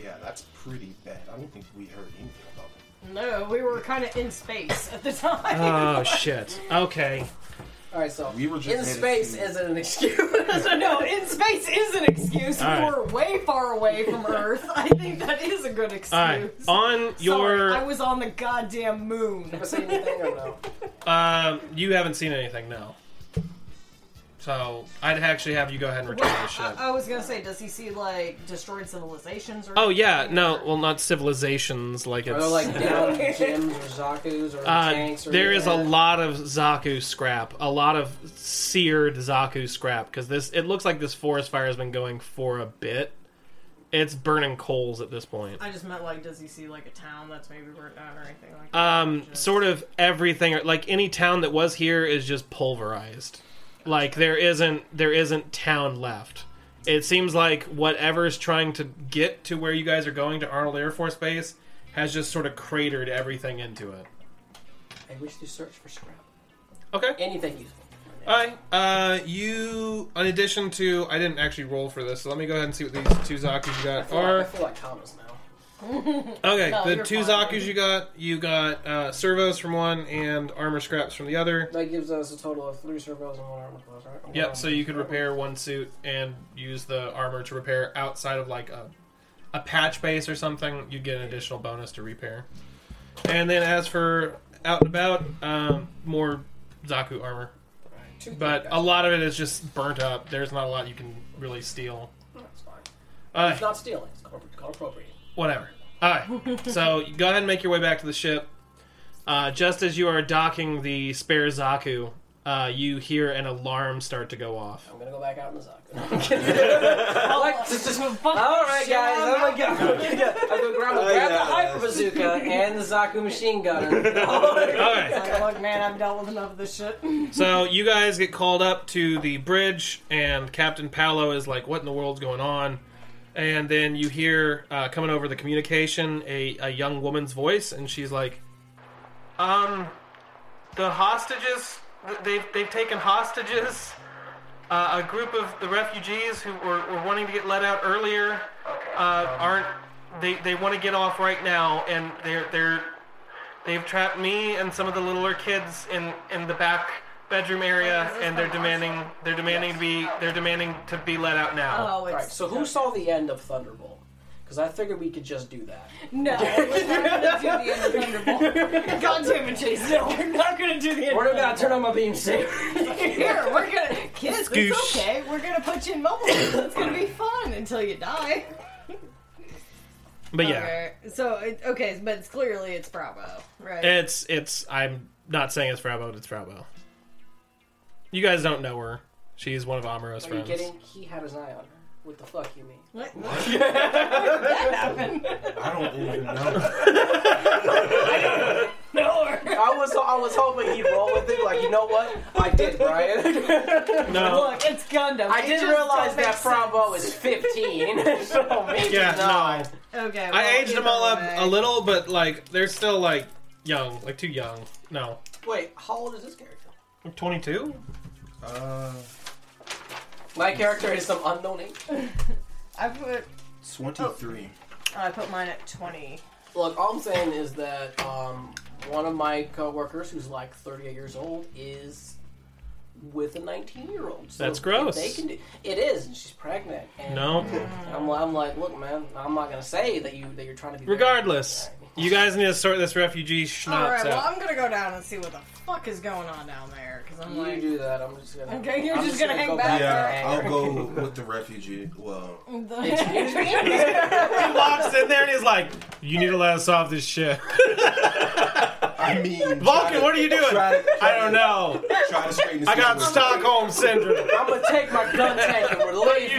Yeah, that's pretty bad. I don't think we heard anything about that.
No, we were kind of in space at the time.
Oh shit. Okay.
All right, so
We were just
in
headed
space
to-
isn't an excuse.
no, in space is an excuse.
All right.
We're way far away from Earth. I think that is a good excuse.
All right. On
Sorry,
your,
I was on the goddamn moon.
Ever say anything or no?
um, you haven't seen anything no.
So I'd actually have you go ahead and return
Well, uh,
the ship.
I, I was gonna say, does he see like destroyed civilizations or?
Oh yeah,
anything?
no. Well, not civilizations like
Are
it's.
there like down gems or zaku's or
uh,
tanks or
there is a
anything?
lot of Zaku scrap, a lot of seared Zaku scrap, because this it looks like this forest fire has been going for a bit. It's burning coals at this point.
I just meant like, does he see like a town that's maybe burnt down or anything like that?
Um, sort of everything, or- like any town that was here is just pulverized. Like there isn't there isn't town left.
It seems like whatever's trying to get to where you guys are going to Arnold Air Force Base has just sort of cratered everything into it.
I wish to search for scrap.
Okay.
Anything useful.
Alright, uh, you, in addition to, I didn't actually roll for this, so let me go ahead and see what these two Zakus you
I
got
feel, like, I
are.
feel like Thomas now.
Okay,
No,
the
you're
two
fine.
Zakus you got, you got, uh, servos from one and armor scraps from the other.
That gives us a total of three servos and one armor class, right? One armor
Yep, so you could
class.
repair one suit and use the armor to repair outside of like a, a patch base or something. You'd get an additional bonus to repair. And then as for out and about, um, more Zaku armor.
Alright, two
But
guys.
a lot of it is just burnt up. There's not a lot you can really steal.
That's fine.
Uh,
It's not stealing. It's called, called appropriating.
whatever. All right. so you go ahead and make your way back to the ship. Uh, just as you are docking the spare Zaku, uh, you hear an alarm start to go off.
I'm gonna go back out in the sock. I'm kidding. I like- just- just- All right, guys. oh I'm gonna go. I'm gonna go- I'm gonna grab,
Oh,
grab
yeah,
the hyper
that's-
bazooka and the Zaku machine gun. Oh,
All right.
Like, look, man, I've dealt with enough of this shit.
So you guys get called up to the bridge, and Captain Paolo is like, "What in the world's going on?" And then you hear uh, coming over the communication a, a young woman's voice, and she's like, "Um, the hostages th- they've they've taken hostages. Uh, a group of the refugees who were, were wanting to get let out earlier uh, aren't they? They want to get off right now, and they're they're They've trapped me and some of the littler kids in in the back bedroom area, and they're demanding they're demanding to be they're demanding to be let out now.
Oh,
All
it's
right. So who saw the end of Thunderbolt? Because I figured we could just do that.
no. We're not gonna do the end of Thunderbolt. God damn it, Chase! No, we're not gonna do the end.
We're
of
gonna turn on my beam saber.
Here, we're gonna kiss. It's okay. We're gonna put you in mobile. suits. It's gonna be fun until you die.
But yeah,
Okay. So it, okay, but it's clearly it's Bravo, right?
Eh.
it's it's. I'm not saying it's Fraubo, it's Fraubo.
You guys don't know her. She's one of Amura's
Are you
friends.
kidding? He had his eye on her. What the fuck you mean?
what? How did that happened.
I don't even know.
No.
I was I was hoping he'd roll with it. Like you know what? I did, Brian.
No.
Look, it's Gundam.
I
It
didn't
just
realize
don't make
that Bravo
sense.
is 15. so maybe
Yeah,
not.
no.
Okay. well,
I aged them
either
all up
way.
a little, but like they're still like young, like too young. No,
Wait, how old is this character?
twenty two.
Uh,
My character is some unknown age.
I put
23.
I put mine at twenty.
Look, all I'm saying is that um, one of my coworkers, who's like 38 years old, is with a 19 year old. So
That's
if
gross.
They can do, it is, and she's pregnant. And
No.
I'm, li- I'm like, look, man, I'm not gonna say that you that you're trying to be. very-
Regardless, you guys need to sort this refugee
All
schnapps
right. Well,
uh,
out.
I'm gonna go down and see what the fuck is going on down there because I'm
You
like.
do that. I'm just gonna.
Okay, you're
I'm
just gonna hang
go
back
Yeah,
to
I'll
anger.
go with the refugee. Well,
Excuse me?
He walks in there and he's like, "You need to let us off this ship."
I mean,
Vulcan, what are you doing?
Try to,
I don't know.
Try to straighten this
I got
situation.
Stockholm syndrome.
I'm gonna take my gun tank and we're leaving.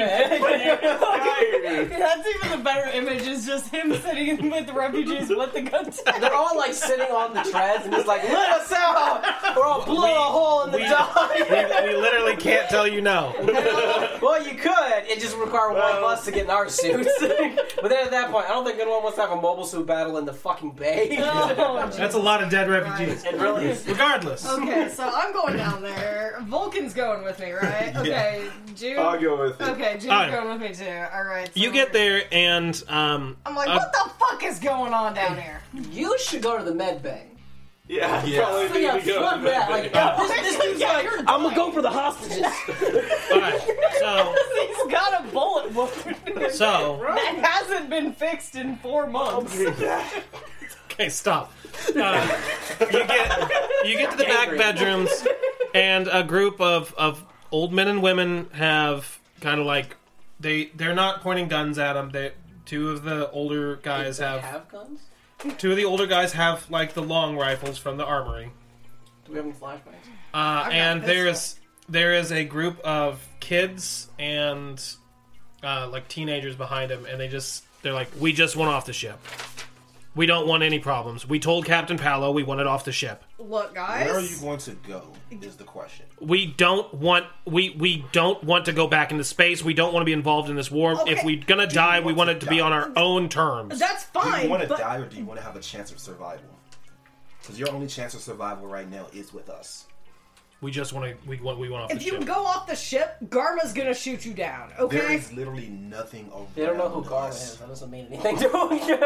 That's even the better image is just him sitting with the refugees with the gun.
They're all like sitting on the treads and it's like, let us out! We're all blow a hole in the
we-
dog.
We, we literally can't tell you no.
Well, you could. It just require one
Well-
of us to get in our suits. but then at that point, I don't think anyone wants to have a mobile suit battle in the fucking bay.
Oh,
That's a lot of dead refugees.
It really is.
Regardless.
Okay, so I'm going down there. Vulcan's going with me, right? Okay, June.
I'll go with you.
Okay, June's
Alright.
going with me too. All right. so
You get
we're-
there and um,
I'm like,
uh,
what the fuck is going on down here?
You should go to the med bay.
Yeah,
Yeah.
probably
So, yeah,
need to go.
fuck that. Like, this, this dude's like, I'm gonna go for the hostages.
all right, so
He's got a bullet wound
so
that hasn't been fixed in four months.
okay, stop. Uh, you get you get to the back
Angry.
bedrooms, and a group of of old men and women have kind of like they they're not pointing guns at them. They two of the older guys
have,
have
guns?
two of the older guys have like the long rifles from the armory.
Do we have any flashbangs?
Uh,
got
and
a
there
pistol.
is there is a group of kids and uh, like teenagers behind him, and they just they're like, "We just want off the ship. We don't want any problems. We told Captain Palo we wanted off the ship.
Look, guys.
Where are you going to go? Is the question.
We don't want we we don't want to go back into space. We don't want to be involved in this war. If
Okay.
we're gonna die, we
want
want
to
it to be
die?
on our own terms."
That's
Do
fine.
you want to
but
die or do you want to have a chance of survival? Because your only chance of survival right now is with us.
we just want to we want we want off
if
the
you
ship.
go off the ship, Garma's gonna shoot you down.
There
Okay.
is literally nothing around
They don't know who Garmin
us.
is. That doesn't mean anything to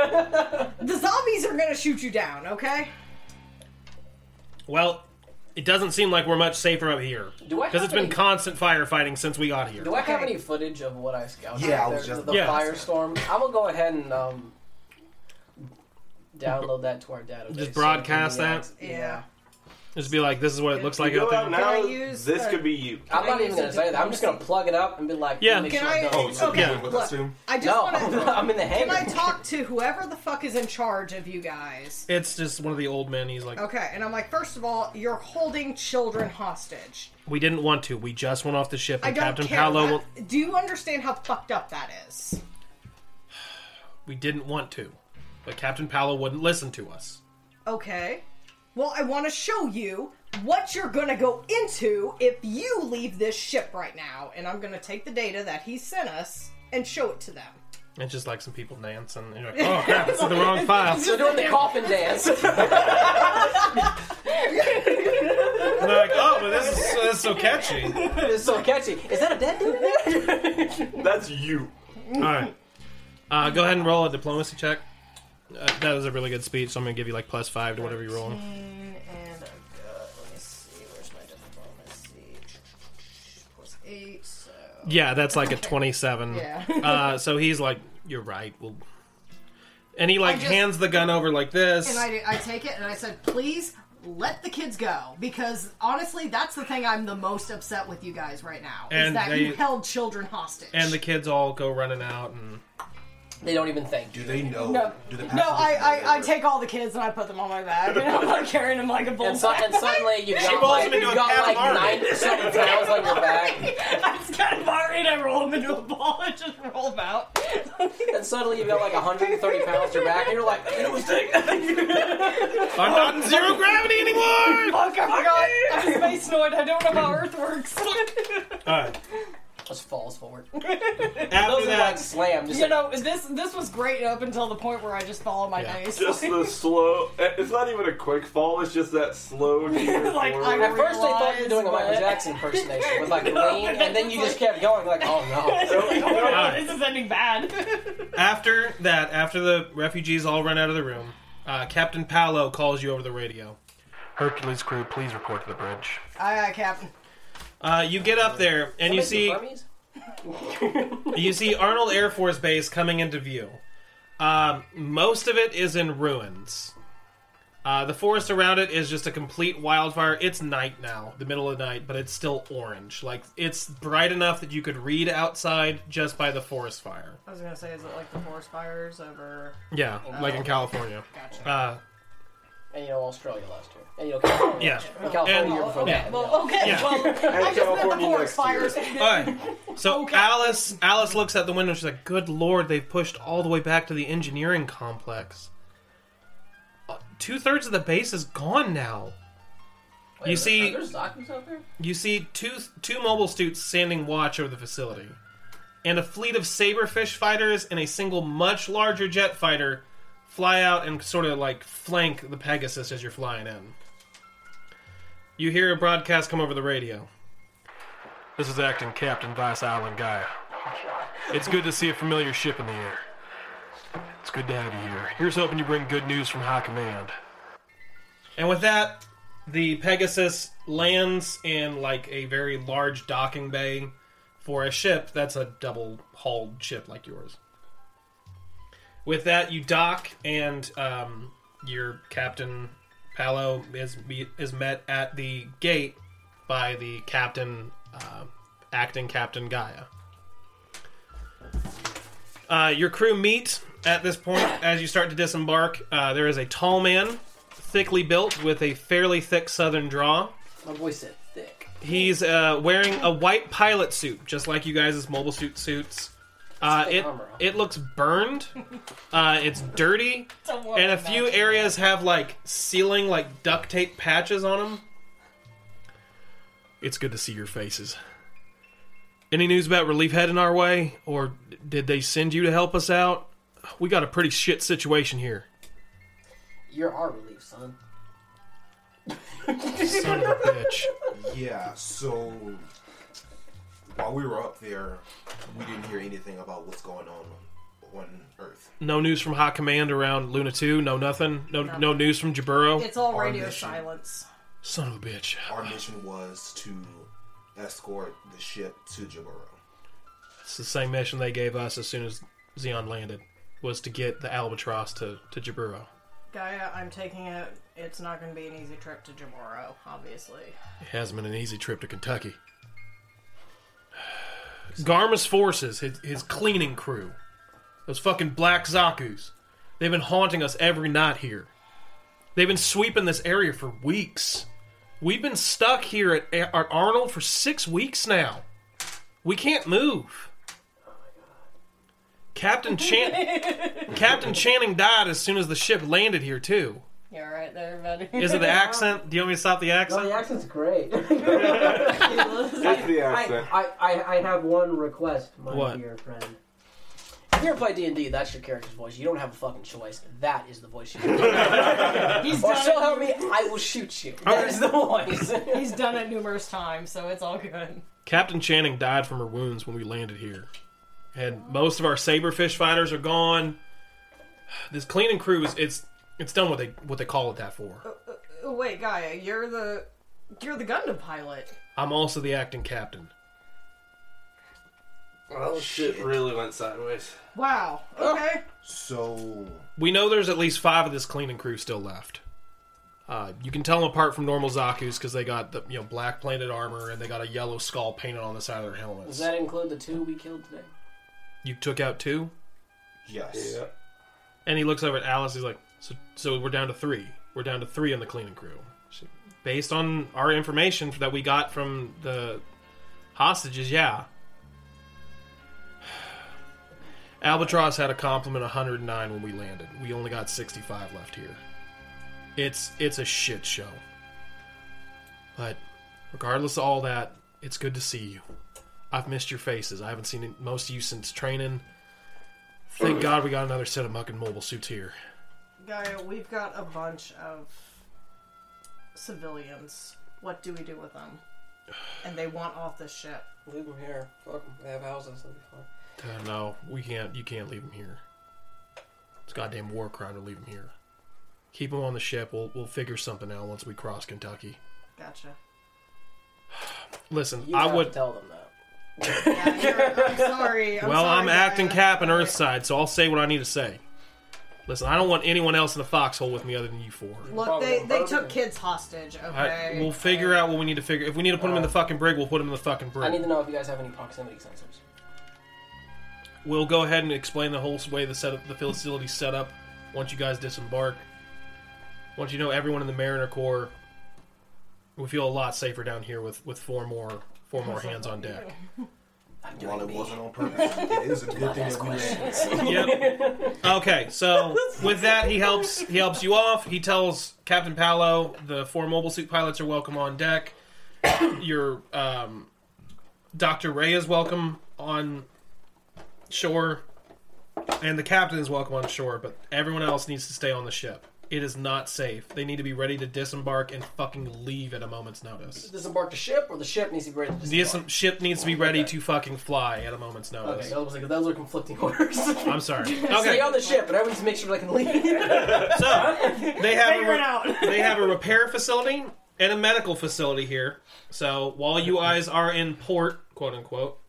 them.
The zombies are gonna shoot you down. Okay.
well, it doesn't seem like we're much safer up here
Do I
because
have
it's been
any-
constant firefighting since we got here.
Do I have
Okay.
any footage of what I scouted?
Yeah, I
there?
was just-
the
Yeah.
firestorm. I'm gonna go ahead and um, download that to our database.
Just broadcast
so we can,
that?
yeah.
Yeah.
Just be like, this is what it looks like
You
out
go
there.
out
Can I
now.
use
This
the-
could be you.
I'm not
Can I
even gonna
use
say
a
that. I'm just gonna
diplomacy?
plug it up and be like,
Yeah.
Make
Can
sure
I-
done.
Oh, so
Okay,
you're with us
look.
too?
I just
No,
want to.
I'm in the hangar.
Can I talk to whoever the fuck is in charge of you guys?
It's just one of the old men. He's like,
Okay, and I'm like, first of all, you're holding children hostage.
we didn't want to. We just went off the ship,
I
and
don't
Captain
care.
Paolo.
I-
Will...
Do you understand how fucked up that is?
We didn't want to, but Captain Paolo wouldn't listen to us.
Okay. Well, I want to show you what you're going to go into if you leave this ship right now. And I'm going to take the data that he sent us and show it to them.
It's just like some people dance, and you're like, oh crap, it's in the wrong file.
They're doing the coffin dance.
And they're like, oh, but this is, this is so catchy. All
it's so catchy. Is that a dead dude? in there?
That's you.
right, uh, go ahead and roll a diplomacy check. Uh, that was a really good speech, so I'm gonna give you like plus five to whatever you're rolling.
And I've got, let me see, where's my diplomacy? Plus eight, so.
Yeah, that's like a 27.
Yeah.
Uh, so he's like, you're right. We'll... And he like
I just-
hands the gun over like this.
And I, I take it and I said, please let the kids go. Because honestly, that's the thing I'm the most upset with you guys right now. is
And
that
they-
you held children hostage.
and the kids all go running out and
they don't even think.
Do they know?
No,
do the
no, I,
passengers know
I, I
where-
take all the kids and I put them on my back, and I'm like carrying them like a bull.
And, so, and suddenly you've
rolls
got like,
him into
you've
a
got
cat
like
army.
97 pounds on your back.
I just got of and I roll them into a ball and just roll them out.
And suddenly you've got like 130 pounds on your back, and you're like, I made a mistake.
I'm not in zero gravity anymore.
Fuck, I forgot. Oh, I'm a space noid. I don't know how Earth works.
All right.
Just falls forward.
After
Those are like
that,
slam. Just
you
like,
know, this this was great up until the point where I just fall on my
Yeah.
face.
Just the slow. It's not even a quick fall. It's just that slow. deer
Like,
forward.
I-
At first, they thought you were doing a Michael
Realize, but-
Jackson impersonation with like
No,
lean,
but
and then you
it's
just kept going like, oh no.
Alright.
"Oh, This is ending bad.
after that, after the refugees all run out of the room, uh, Captain Paolo calls you over the radio. Hercules crew, please report to the bridge.
Aye, aye, Oh, Captain.
Uh, you get up there and you see
Hermes?
you see Arnold Air Force Base coming into view. Um, most of it is in ruins. Uh, the forest around it is just a complete wildfire. It's night now, the middle of the night, but it's still orange. Like it's bright enough that you could read outside just by the forest fire.
I was gonna say, is it like the forest fires over?
Yeah, like in California.
Gotcha.
Uh,
and you know Australia last year, and you know California.
Yeah.
last year. And California
And-
year before
yeah.
that.
Well, okay.
Yeah.
Well, I just meant the
California
forest
next
fires.
all right. So Alice, Alice looks out the window. She's like, "Good lord, they've pushed all the way back to the engineering Uh, complex. Two thirds of the base is gone now.
Wait,
You
are
see-
there- are there Zaku's out there?
You see two two mobile suits standing watch over the facility, and a fleet of saberfish fighters and a single much larger jet fighter fly out and sort of like flank the Pegasus as you're flying in. You hear a broadcast come over the radio. This is acting Captain Vice Island Gaia. It's good to see a familiar ship in the air. It's good to have you here. Here's hoping you bring good news from High Command. And with that, the Pegasus lands in like a very large docking bay for a ship that's a double hauled ship like yours. With that, you dock, and um, your captain Palo is me- is met at the gate by the captain, uh, acting captain Gaia. Uh, your crew meet at this point as you start to disembark. Uh, there is a tall man, thickly built, with a fairly thick southern draw.
My boy said thick.
He's uh, wearing a white pilot suit, just like you guys' mobile suit suits. Uh,
thick
it,
armor.
it looks burned. Uh, it's dirty,
Oh,
and a few areas have like ceiling like duct tape patches on them. It's good to see your faces. Any news about relief heading our way, or did they send you to help us out? We got a pretty shit situation here.
You're our relief, son.
Son of a bitch.
Yeah, so while we were up there, we didn't hear anything about what's going on on Earth.
No news from High Command around Luna Two. No nothing. No no, news from Jaburo.
It's all
Our
radio
mission.
silence.
Son of a bitch.
Our mission was to escort the ship to Jaburo.
It's the same mission they gave us as soon as Xeon landed, was to get the albatross to, to Jaburo.
Gaia, I'm taking it. It's not going to be an easy trip to Jamoro, obviously.
It hasn't been an easy trip to Kentucky. Garma's forces, his, his cleaning crew, those fucking black Zakus, they've been haunting us every night here. They've been sweeping this area for weeks. We've been stuck here at, at Arnold for six weeks now. We can't move. Captain Chan- Captain Channing died as soon as the ship landed here too.
You're right there, buddy.
Is it the accent? Do you want me to stop the accent?
No, the accent's great.
That's the
I,
accent.
I, I, I have one request, my
What?
dear friend. If you ever play D and D, that's your character's voice. You don't have a fucking choice. That is the voice you.
He's
or
done
so
it-
help me, I will shoot you. That is the voice.
He's done it numerous times, so it's all good.
Captain Channing died from her wounds when we landed here. And most of our saberfish fighters are gone. This cleaning crew is it's it's done what they what they call it that for.
Oh, wait, Gaia, you're the you're the Gundam pilot.
I'm also the acting captain.
Well, Oh, shit really went sideways.
Wow. Okay.
So
We know there's at least five of this cleaning crew still left. Uh, you can tell them apart from normal Zaku's because they got the you know black plated armor and they got a yellow skull painted on the side of their helmets.
Does that include the two we killed today?
you took out two,
yes,
Yeah.
and he looks over at Alice. He's like, "So so we're down to three. We're down to three on the cleaning crew." based on our information that we got from the hostages, yeah. Albatross had a complement 109 when we landed. We only got 65 left here. It's it's a shit show. But regardless of all that, it's good to see you. I've missed your faces. I haven't seen most of you since training. Thank God we got another set of mucking mobile suits here.
Gaia, we've got a bunch of civilians. What do we do with them? And they want off this ship.
Leave them here. Fuck them. They have houses. They'll be fine.
Uh, no, we can't. You can't leave him here. It's a goddamn war crime to leave him here. Keep him on the ship. We'll we'll figure something out once we cross Kentucky.
Gotcha.
Listen,
You
I
have
would.
to tell them that.
Yeah, you're- I'm sorry. I'm
well,
sorry,
I'm acting
Gaia.
cap and Earthside, so I'll say what I need to say. Listen, I don't want anyone else in the foxhole with me other than you four.
Look, they, they took kids hostage. Okay.
I, we'll figure out what we need to figure. If we need to put him in the fucking brig, we'll put him in the fucking
I need
brig.
to know if you guys have any proximity sensors.
We'll go ahead and explain the whole way the setup, the facility's set up. Once you guys disembark, once you know everyone in the Mariner Corps, we feel a lot safer down here with with four more four more hands on deck.
I'm doing
While it
me.
wasn't on purpose, it is a good thing that we ran.
Yep. Okay, so with that, he helps he helps you off. He tells Captain Palo the four mobile suit pilots are welcome on deck. Your um, Doctor Ray is welcome on shore, and the captain is welcome on shore. But everyone else needs to stay on the ship. It is not safe. They need to be ready to disembark and fucking leave at a moment's notice.
Disembark the ship, or the ship needs to be ready to
The
disembark.
dis- ship needs to be ready to fucking fly at a moment's notice.
Okay, I was like, those are conflicting orders.
I'm sorry.
Stay
Okay,
on the ship, but everyone needs to make sure that I can leave.
so they have
Figure
a
it
re-
out.
they have a repair facility and a medical facility here. So while you guys are in port, quote unquote,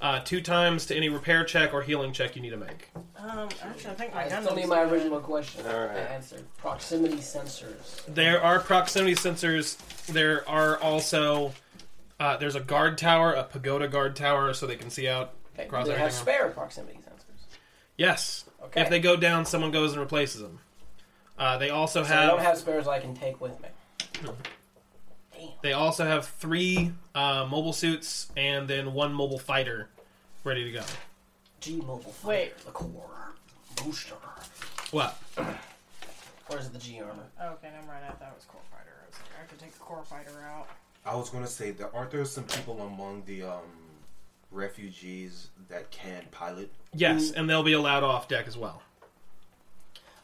uh, two times to any repair check or healing check you need to make.
Um, actually, I think
I
my gun
still
is-
need my original question
All right.
answered. Proximity sensors.
There are proximity sensors. There are also uh, there's a guard tower, a pagoda guard tower, so they can see out.
Okay,
Cross
they have
everything off.
spare proximity sensors.
Yes,
Okay.
if they go down, someone goes and replaces them. Uh, they also
So I don't have spares I can take with me.
They also have three uh, mobile suits and then one mobile fighter ready to go.
G Mobile. Fighter,
Wait.
The core. Booster.
What?
Where's the G armor?
Oh, Okay, never mind. I thought it was core fighter. I was like, I could take the core fighter out.
I was gonna say that aren't there some people among the um, refugees that can pilot?
Yes,
Mm.
and they'll be allowed off deck as well.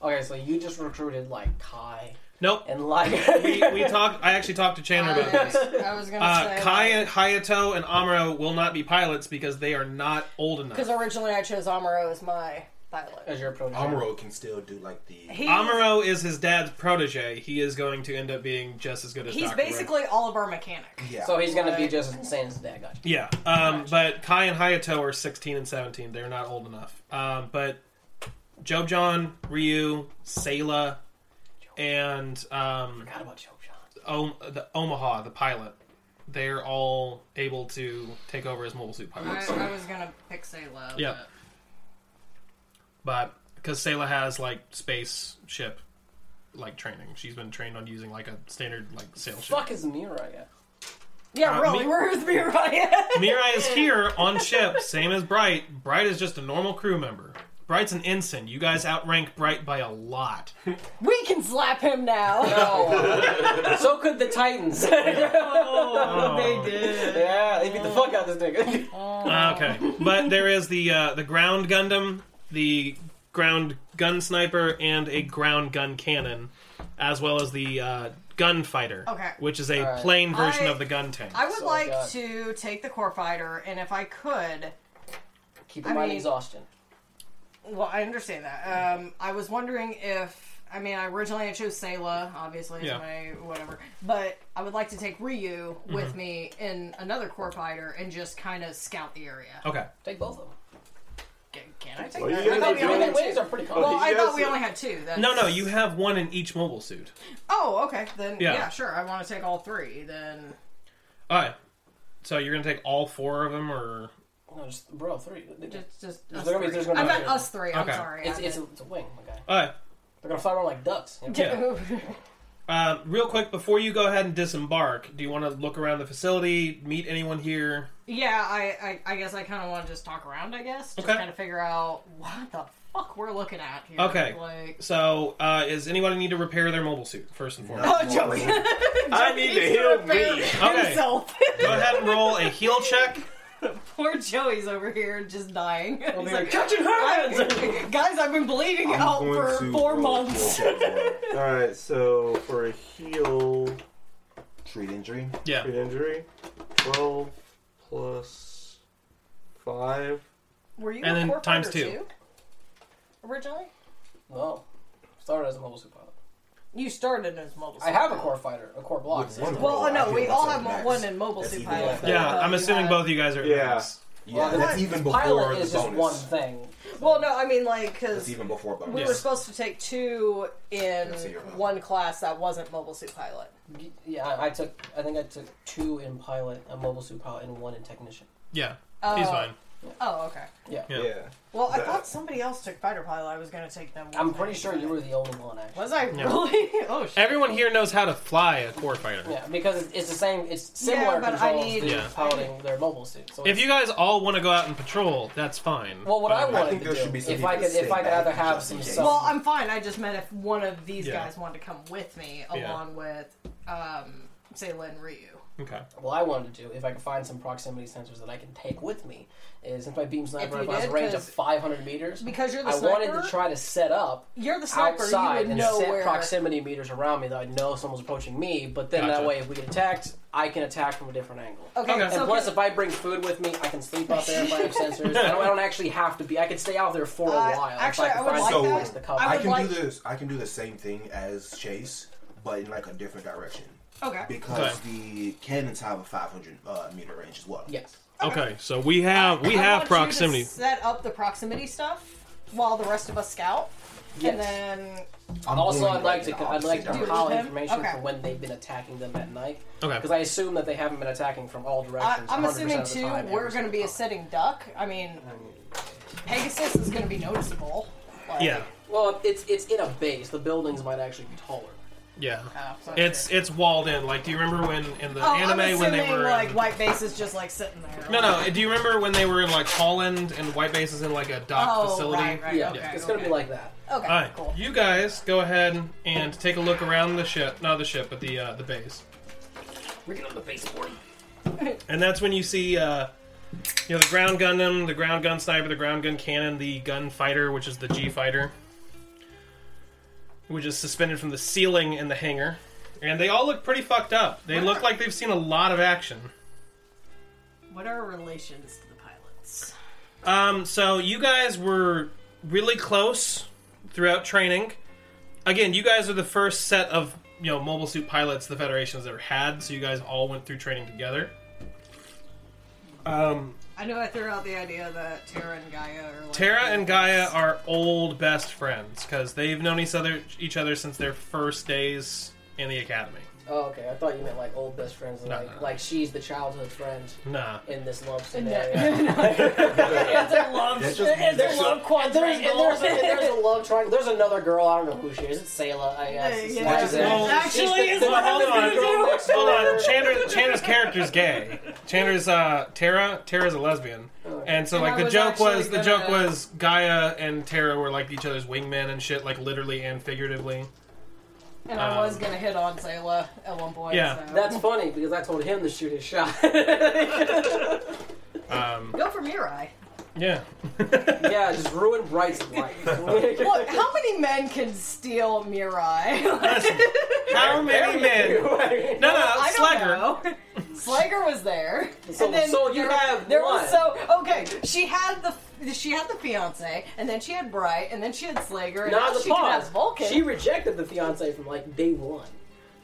Okay, so you just recruited like Kai
Nope.
and like.
We, we talked. I actually talked to Chandler about this.
I was gonna
Uh,
say
Kai, Hayato, and Amuro will not be pilots because they are not old enough.
because originally I chose Amuro as my pilot.
as your pronoun.
Amuro can still do like the.
He,
Uh, Amuro is his dad's protege. He is going to end up being just as good as.
he's
Dr. Ray.
basically all of our mechanic.
Yeah.
So he's gonna be
Right.
just as insane as dad. Gotcha.
Yeah, um, but Kai and Hayato are 16 and 17. They're not old enough. Um, but Jojon, Ryu, Sayla, and um,
Forgot about Chopin.
o- the Omaha, the pilot, they're all able to take over as mobile suit pilots.
I, I was gonna pick Sayla.
Yeah. But because Sayla has like spaceship like training, she's been trained on using like a standard like sail ship.
Fuck is Mirai.
But... Yeah,
Uh,
really.
me-
Where's Mirai?
Mirai is here on ship, same as Bright. Bright is just a normal crew member. Bright's an ensign. You guys outrank Bright by a lot.
we can slap him now.
Oh. so could the Titans.
Oh.
did.
yeah, they beat the fuck out of this nigga.
Okay, but there is the uh, the ground Gundam, the ground gun sniper, and a ground gun cannon, as well as the uh, gunfighter,
Okay.
which is a
Alright.
plain version
I-
of the gun tank.
I would
So
like
God.
to take the core fighter, and if I could,
Keep
I
in mind
mean-
exhaustion.
well, I understand that. Um, I was wondering if, I mean, I originally I chose Sayla, obviously, as
Yeah.
my whatever, but I would like to take Ryu with me in another core fighter and just kind of scout the area.
Okay,
Take both of them.
Can, can I take
Well,
that?
you
I
I
thought
guys
we
mean,
are
only
doing
had
the wings
two.
are pretty common.
Well, I
Yes.
thought we only had two. That's...
no, no, you have one in each mobile suit.
Oh, okay. Then
Yeah.
yeah, sure. I want to take all three. Then
All right, so you're gonna take all four of them, or
No, just bro, three.
just just
There's
us
gonna be-
three.
there's gonna
I
be
meant
three.
us three. I'm
Okay.
sorry.
It's
I
it's a,
meant-
it's a wing, my guy.
all right.
They're gonna fly around like ducks. you know?
Yeah. Uh, real quick, before you go ahead and disembark, do you want to look around the facility, meet anyone here?
yeah. I, I I guess I kind of want to just talk around. I guess just
Okay.
kind of figure out what the fuck we're looking at here.
Okay.
Like
So, uh, is anybody need to repair their mobile suit first and foremost?
oh, Joey.
I need to heal me.
Okay.
himself.
Go ahead and roll a heal check.
Poor Joey's over here just dying. He's
They're
like,
catching hands.
"I- guys, I've been bleeding
I'm
out
going
for
to
four
roll
months.
for a
All right, so for a heal
Treat injury.
Yeah.
treat injury, twelve plus five.
Were you
And
a
then
core
times
fighter
two.
too, Originally,
No, started as a mobile suit pilot.
you started as mobile.
I have a core fighter, a core block.
With one
system.
of
Well,
Oh,
uh, no,
I
we
think
all
that's
have
a max.
one in mobile
That's
suit
even
pilot.
better.
but,
Yeah,
uh,
I'm
you
assuming
have-
both you guys are.
Yeah.
advanced.
Yeah,
Well,
that's
the
even before
pilot
the
is just
bonus.
one thing.
Well, no, I mean like because
That's even before bonus.
we
Yeah.
were supposed to take two in
That's a year.
one class that wasn't mobile suit pilot.
Yeah, I, I took. I think I took two in pilot, a mobile suit pilot, and one in technician.
Yeah.
Oh.
He's fine.
Oh, okay.
Yeah.
Well, I
That-
thought somebody else took fighter pilot. I was gonna take them.
I'm pretty sure you were the only one, actually.
Was I really? oh shit.
Everyone here knows how to fly a core fighter.
Yeah, because it's- it's the same. It's similar
Yeah, but I
controls
need-
to
Yeah.
piloting their mobile suit. So
If
it's-
you guys all want to go out and patrol, that's fine.
well, what I
But-
wanted
Uh, think
to
there
do,
should be some
if I
people
could,
to
if I
sit
could either
back
have
just
some
in case.
self,
Well, I'm fine. I just meant if one of these
Yeah.
guys wanted to come with me,
Yeah.
along with, um, say, Len Ryu.
Okay.
what I wanted to do, if I could find some proximity sensors that I can take with me, is since my beam
If
sniper
you
rifle has a
did,
range of
'cause-
500 meters,
Because you're the
I
sniper.
wanted to try to set up
You're the sniper.
outside
you would
and
know
set
where.
proximity meters around me that I know someone's approaching me. But then
Gotcha.
that way, if we get attacked, I can attack from a different angle.
Okay.
Okay.
And
So
plus, if I bring food with me, I can sleep out there if I have sensors. I don't, I don't actually have to be. I can stay out there for a
Uh,
while. if
actually,
I, can
I would
find
like
some
that.
place to cover.
I
I,
would
can
like-
do this. I can do the same thing as Chase, but in like a different direction
okay.
because
Okay.
the cannons have a 500 uh, meter range as well.
yes.
Okay. So Uh, we have we
I
have
want you to
proximity.
set up the proximity stuff while the rest of us scout,
Yes.
and then
I'm
Also,
going,
I'd like to
in the
I'd like to
opposite
Do it
compile
with him?
information
Okay.
for when they've been attacking them at night.
Okay.
Because I assume that they haven't been attacking from all
I,
directions.
I'm
100%
assuming
of the
too
time, every
we're going to
single
be a
time.
sitting duck. I mean, Pegasus is going to be noticeable. Like,
Yeah.
Well, it's it's in a base. The buildings might actually be taller.
Yeah.
Oh, so
It's it's walled in. Like, do you remember when in the
Oh,
anime
I'm
when they
assuming,
were in-
like White Base is just like sitting there.
No, no. Do you remember when they were in like Holland and White Base is in like a dock
Oh,
facility?
right, right.
Yeah,
okay,
it's going to be
okay.
like that.
Okay,
All right.
cool.
You guys go ahead and take a look around the ship. Not the ship, but the uh, the base.
We're getting on the baseboard.
And that's when you see, uh, you know, the ground Gundam, the ground gun sniper, the ground gun cannon, the gun fighter, which is the G fighter, which is suspended from the ceiling in the hangar. And they all look pretty fucked up. They look like they've seen a lot of action.
What are our relations to the pilots?
Um, so you guys were really close throughout training. Again, you guys are the first set of you know mobile suit pilots the Federation has ever had. So you guys all went through training together. Um,
I know I threw out the idea that Terra and Gaia are. Like
Tara and Gaia are old best friends because they've known each other each other since their first days in the academy.
Oh, okay. I thought you meant like old best friends. Like,
no, no.
like she's the childhood friend
Nah.
in this love
No,
scenario.
Their love,
That's just-
their
that's
love
And there's, and there's, and there's a love triangle. There's another girl. I don't know who she is. It's Sayla, I guess. It's
Yeah,
not
yeah.
Giselle.
Well,
She's the-
actually,
the-
it's what I was
the
gonna
girl
do.
next
Hold on,
door.
Chandra, Chandra's character's gay. Chandra's uh, Tara. Tara's a lesbian, and so
And
like
I
the
was
joke was
actually
the joke
gonna-
was Gaia and Tara were like each other's wingmen and shit, like literally and figuratively.
and I was
um,
gonna hit on Zayla at one point.
Yeah.
so.
That's funny because I told him to shoot his shot.
Um,
go for Mirai.
yeah,
yeah, just ruin Bright's life.
Look, how many men can steal Mirai?
how many men? No, no,
I
Slugger.
don't know. Slager was there.
So- so you have
there
one.
was so okay. She had the she had the fiance, and then she had Bright, and then she had Slager, and
Now
now
the
she can
pause.
have Vulcan.
She rejected the fiance from like day one.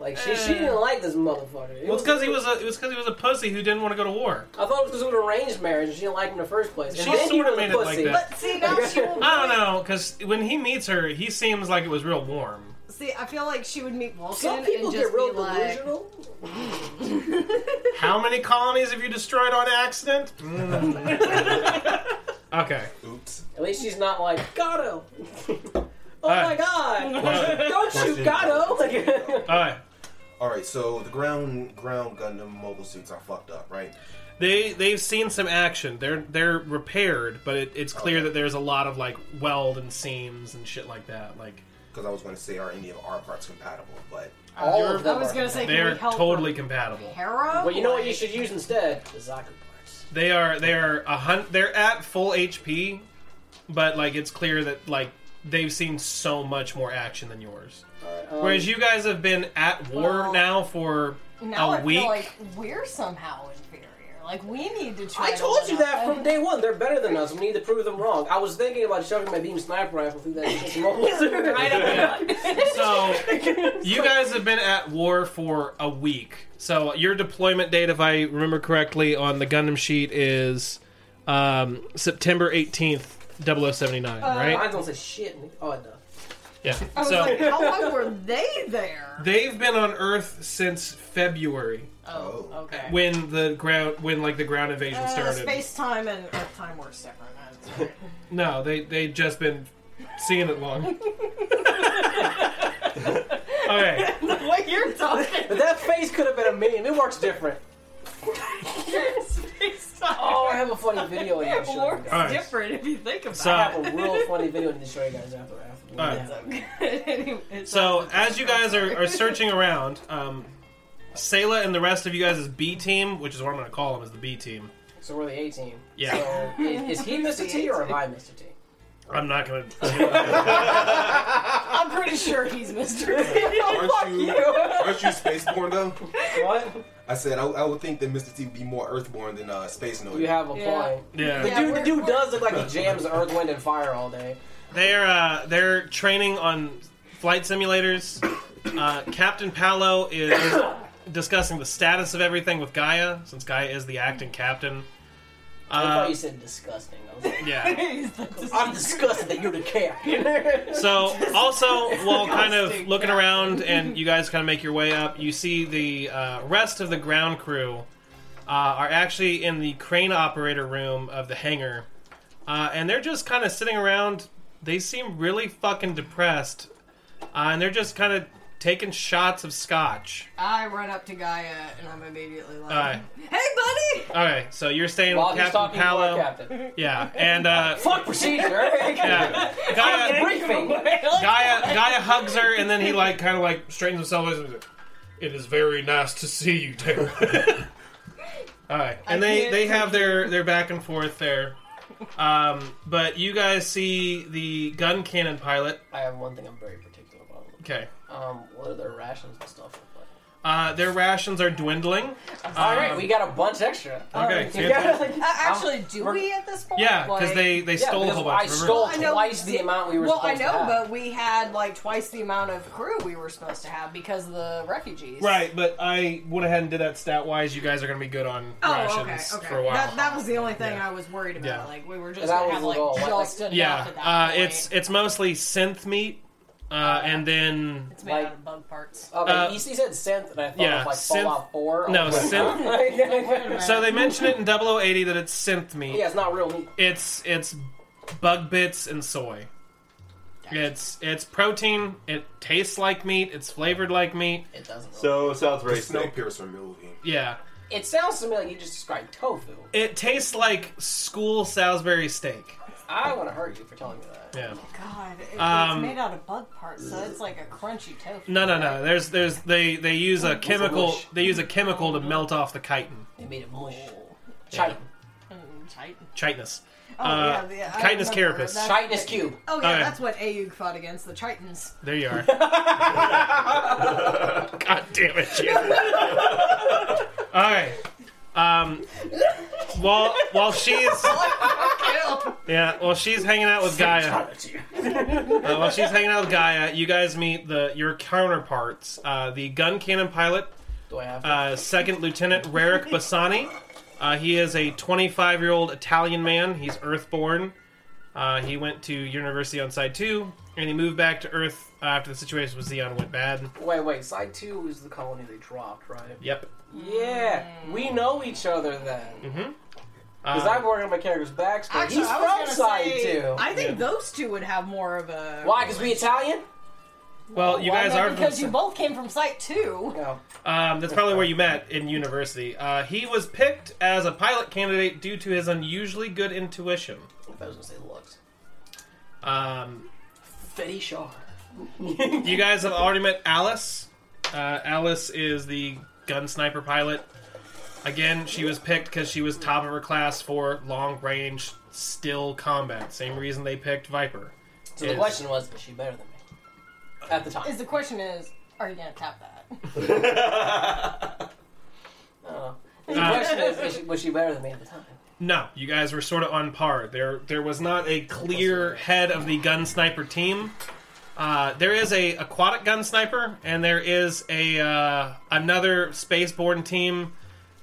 Like she,
Eh.
she didn't like this motherfucker. It
Well, it's because he was a it was because he was a pussy who didn't want to go to war.
I thought it was because of an arranged marriage and she didn't like him in the first place. And
She
then he
sorta
was a
made it like
pussy.
that.
but see now she will.
I don't know because when he meets her, he seems like it was real warm.
See, I feel like she would meet Vulcan
Some people
and
get
just
real
be like,
delusional.
How many colonies have you destroyed on accident? Mm. okay.
Oops.
At least she's not like Gato. oh my
Alright.
god! Don't shoot
Question.
Gato! Like,
All right.
All right, so the ground ground Gundam mobile suits are fucked up, right?
They they've seen some action. They're they're repaired, but it, it's clear that there's a lot of like weld and seams and shit like that. Like
Because I was going to say, are any of our parts compatible? But
all
You're-
of them
I was
are-
gonna say can
they're
we help
totally
with
compatible.
Hera.
Well, you know what you should use instead? The Zaku parts.
They are they are a hun- They're at full HP, but like it's clear that like they've seen so much more action than yours.
Um,
Whereas you guys have been at war
Well,
now for
now
a
I
week.
feel like we're somehow inferior. Like we need to try.
I
to
told you
one-up
that
them.
from day one. They're better than us. We need to prove them wrong. I was thinking about shoving my beam sniper rifle through that shit's mobile suit.
Right up there.
So you guys have been at war for a week. So your deployment date, if I remember correctly, on the Gundam sheet is um, September eighteenth, 0079, right?
Mine's don't say shit. nigga. Oh, it does.
Yeah.
Uh, I was
so
like, how long were they there?
they've been on Earth since February
Oh,
Oh.
okay.
when the ground when like the ground invasion
Uh,
started.
space time and Earth time were separate. I'm sorry.
No, they they just been seeing it long. okay.
what you're talking
But that face could have been a meme. It works different.
space time.
Oh, I have a funny video I need to show you
works
guys.
Alright.
different if you think about
So-
I have a real funny video I need to show you guys after. after
Alright.
Yeah.
it. Anyway, it's
So
not-
as you guys are, are searching around, um, Sayla and the rest of you guys is B team, which is what I'm going to call them is the B team.
So we're the A team.
Yeah.
So is, is he Mr. T or am I Mr. T?
I'm not going to.
I'm pretty sure he's Mr.
Aren't you, aren't you spaceborn though?
What?
I said I, I would think that Mr. T would be more earthborn than uh, space noid.
You have a
Yeah.
point. The
Yeah.
Yeah,
dude, the
we're-
dude
we're-
does look like he jams the earth, wind, and fire all day.
They're uh, they're training on flight simulators. Uh, Captain Palo is discussing the status of everything with Gaia, since Gaia is the acting captain.
I
Uh,
thought you said disgusting. I was like,
yeah.
I'm disgusted that you're the captain.
So, also, while kind of looking around and you guys kind of make your way up, you see the uh, rest of the ground crew uh, are actually in the crane operator room of the hangar. Uh, and they're just kind of sitting around. They seem really fucking depressed. Uh, and they're just kind of taking shots of scotch.
I run up to Gaia and I'm immediately like,
Alright.
"Hey, buddy!"
Okay, so you're staying
While
with
he's
Captain
talking to our
Palo.
captain.
Yeah, and. Uh,
Fuck procedure.
yeah. Gaia-
Briefing.
Gaia, Gaia hugs her, and then he like kind of like straightens himself. up and he's like, It is very nice to see you, Tara. All right, and they
can't
they have their their back and forth there. Um, but you guys see the gun cannon pilot.
I have one thing I'm very particular about.
Okay,
Um, what are their rations and stuff look like?
uh, their rations are dwindling.
All right, we got a bunch extra.
Oh,
Okay,
You
fantastic.
gotta-
Uh, actually, do
we're-
we at this point?
yeah, because
Like-
they they
Yeah,
stole a
because
whole bunch.
I
remember?
stole
I know-
twice the amount we were
Well, I
supposed to
know,
have.
but we had like twice the amount of crew we were supposed to have because of the refugees.
Right, but I went ahead and did that stat wise. You guys are going to be good on
Oh,
rations
okay, okay.
for a while.
That, that was the only thing
Yeah.
I was worried about.
Yeah.
Like we were just
that
gonna
was
have
the
like
goal, wasn't
just enough
yeah,
at that
uh,
point.
it's it's mostly synth meat, uh, and then
It's made
like- Oh.
out of bug parts.
Okay,
uh,
he, he said synth, and I thought
yeah,
of like
synth-
Fallout 4.
No,
synth.
So they mention it in 0080 that it's synth meat.
yeah, it's not real meat.
It's it's bug bits and soy. It's it's protein. It tastes like meat. It's flavored like meat.
It doesn't. Really.
So it sounds
the
very sick.
Snowpiercer movie.
Yeah.
It sounds to me like you just described tofu.
It tastes like school Salisbury steak.
I want to hurt you for telling me that.
Yeah.
God, it-
Um,
it's made out of bug parts, so it's like a crunchy tofu.
No, no, no. There's there's they they use a chemical.
mush?
They use a chemical to melt off the chitin.
They made it mush. Chitin.
Mm, Chitin.
Chitinous.
Oh
Uh,
yeah, yeah. I
chitinous
remember.
carapace.
That's-
Chitin is cube.
Oh yeah,
Okay.
that's what Aug fought against the Tritons.
There you are. God damn it, you. All right. Um, while while she's yeah, while she's hanging out with Gaia, uh, while she's hanging out with Gaia, you guys meet the your counterparts, uh, the gun cannon pilot,
Do I have to?
uh, Second Lieutenant Rarick Bassani. Uh, he is a 25 year old Italian man. He's Earthborn. Uh, he went to University on Side 2, and he moved back to Earth uh, after the situation with Xeon went bad.
wait, wait. Side 2 is the colony they dropped, right?
Yep.
Yeah. We know each other then. Because I'm
Uh,
working on my character's backstory.
Actually,
He's
I was
from
gonna
Side
say,
2.
I think
Yeah.
those two would have more of a.
Why? Because we Italian?
well, you
Well,
guys
no,
are
because you
from,
both came from Site Two.
No.
um, that's probably where you met in university. Uh, he was picked as a pilot candidate due to his unusually good intuition.
I was going to say looks.
Um,
Fetty Shaw.
you guys have already met Alice. Uh, Alice is the gun sniper pilot. Again, she was picked because she was top of her class for long range still combat. Same reason they picked Viper.
So the
Is-
question was, is she better than me? At the time.
Is the question is, are you gonna tap that?
Oh.
Uh,
The question is, is she, was she better than me at the time?
No, you guys were sort of on par. There, there was not a clear head of the gun sniper team. Uh, there is a aquatic gun sniper, and there is a uh, another spaceborne team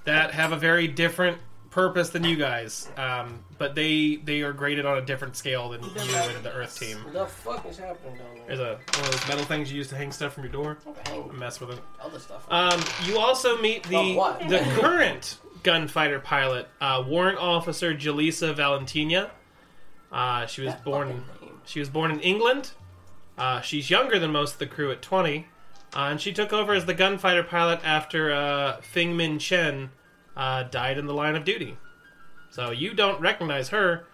that have a very different purpose than you guys, um, but they they are graded on a different scale than you and the Earth team.
What the fuck is happening down there?
There's a one of those metal things you use to hang stuff from your door. I mess with it.
Other stuff.
Um, you also meet
Oh,
the
what?
the current gunfighter pilot, uh, Warrant Officer Jaleesa Valentina. Uh, she was
That
born
fucking name.
she was born in England. Uh, she's younger than most of the crew at twenty, uh, and she took over as the gunfighter pilot after uh, Fing Min Chen uh, died in the line of duty. So you don't recognize her.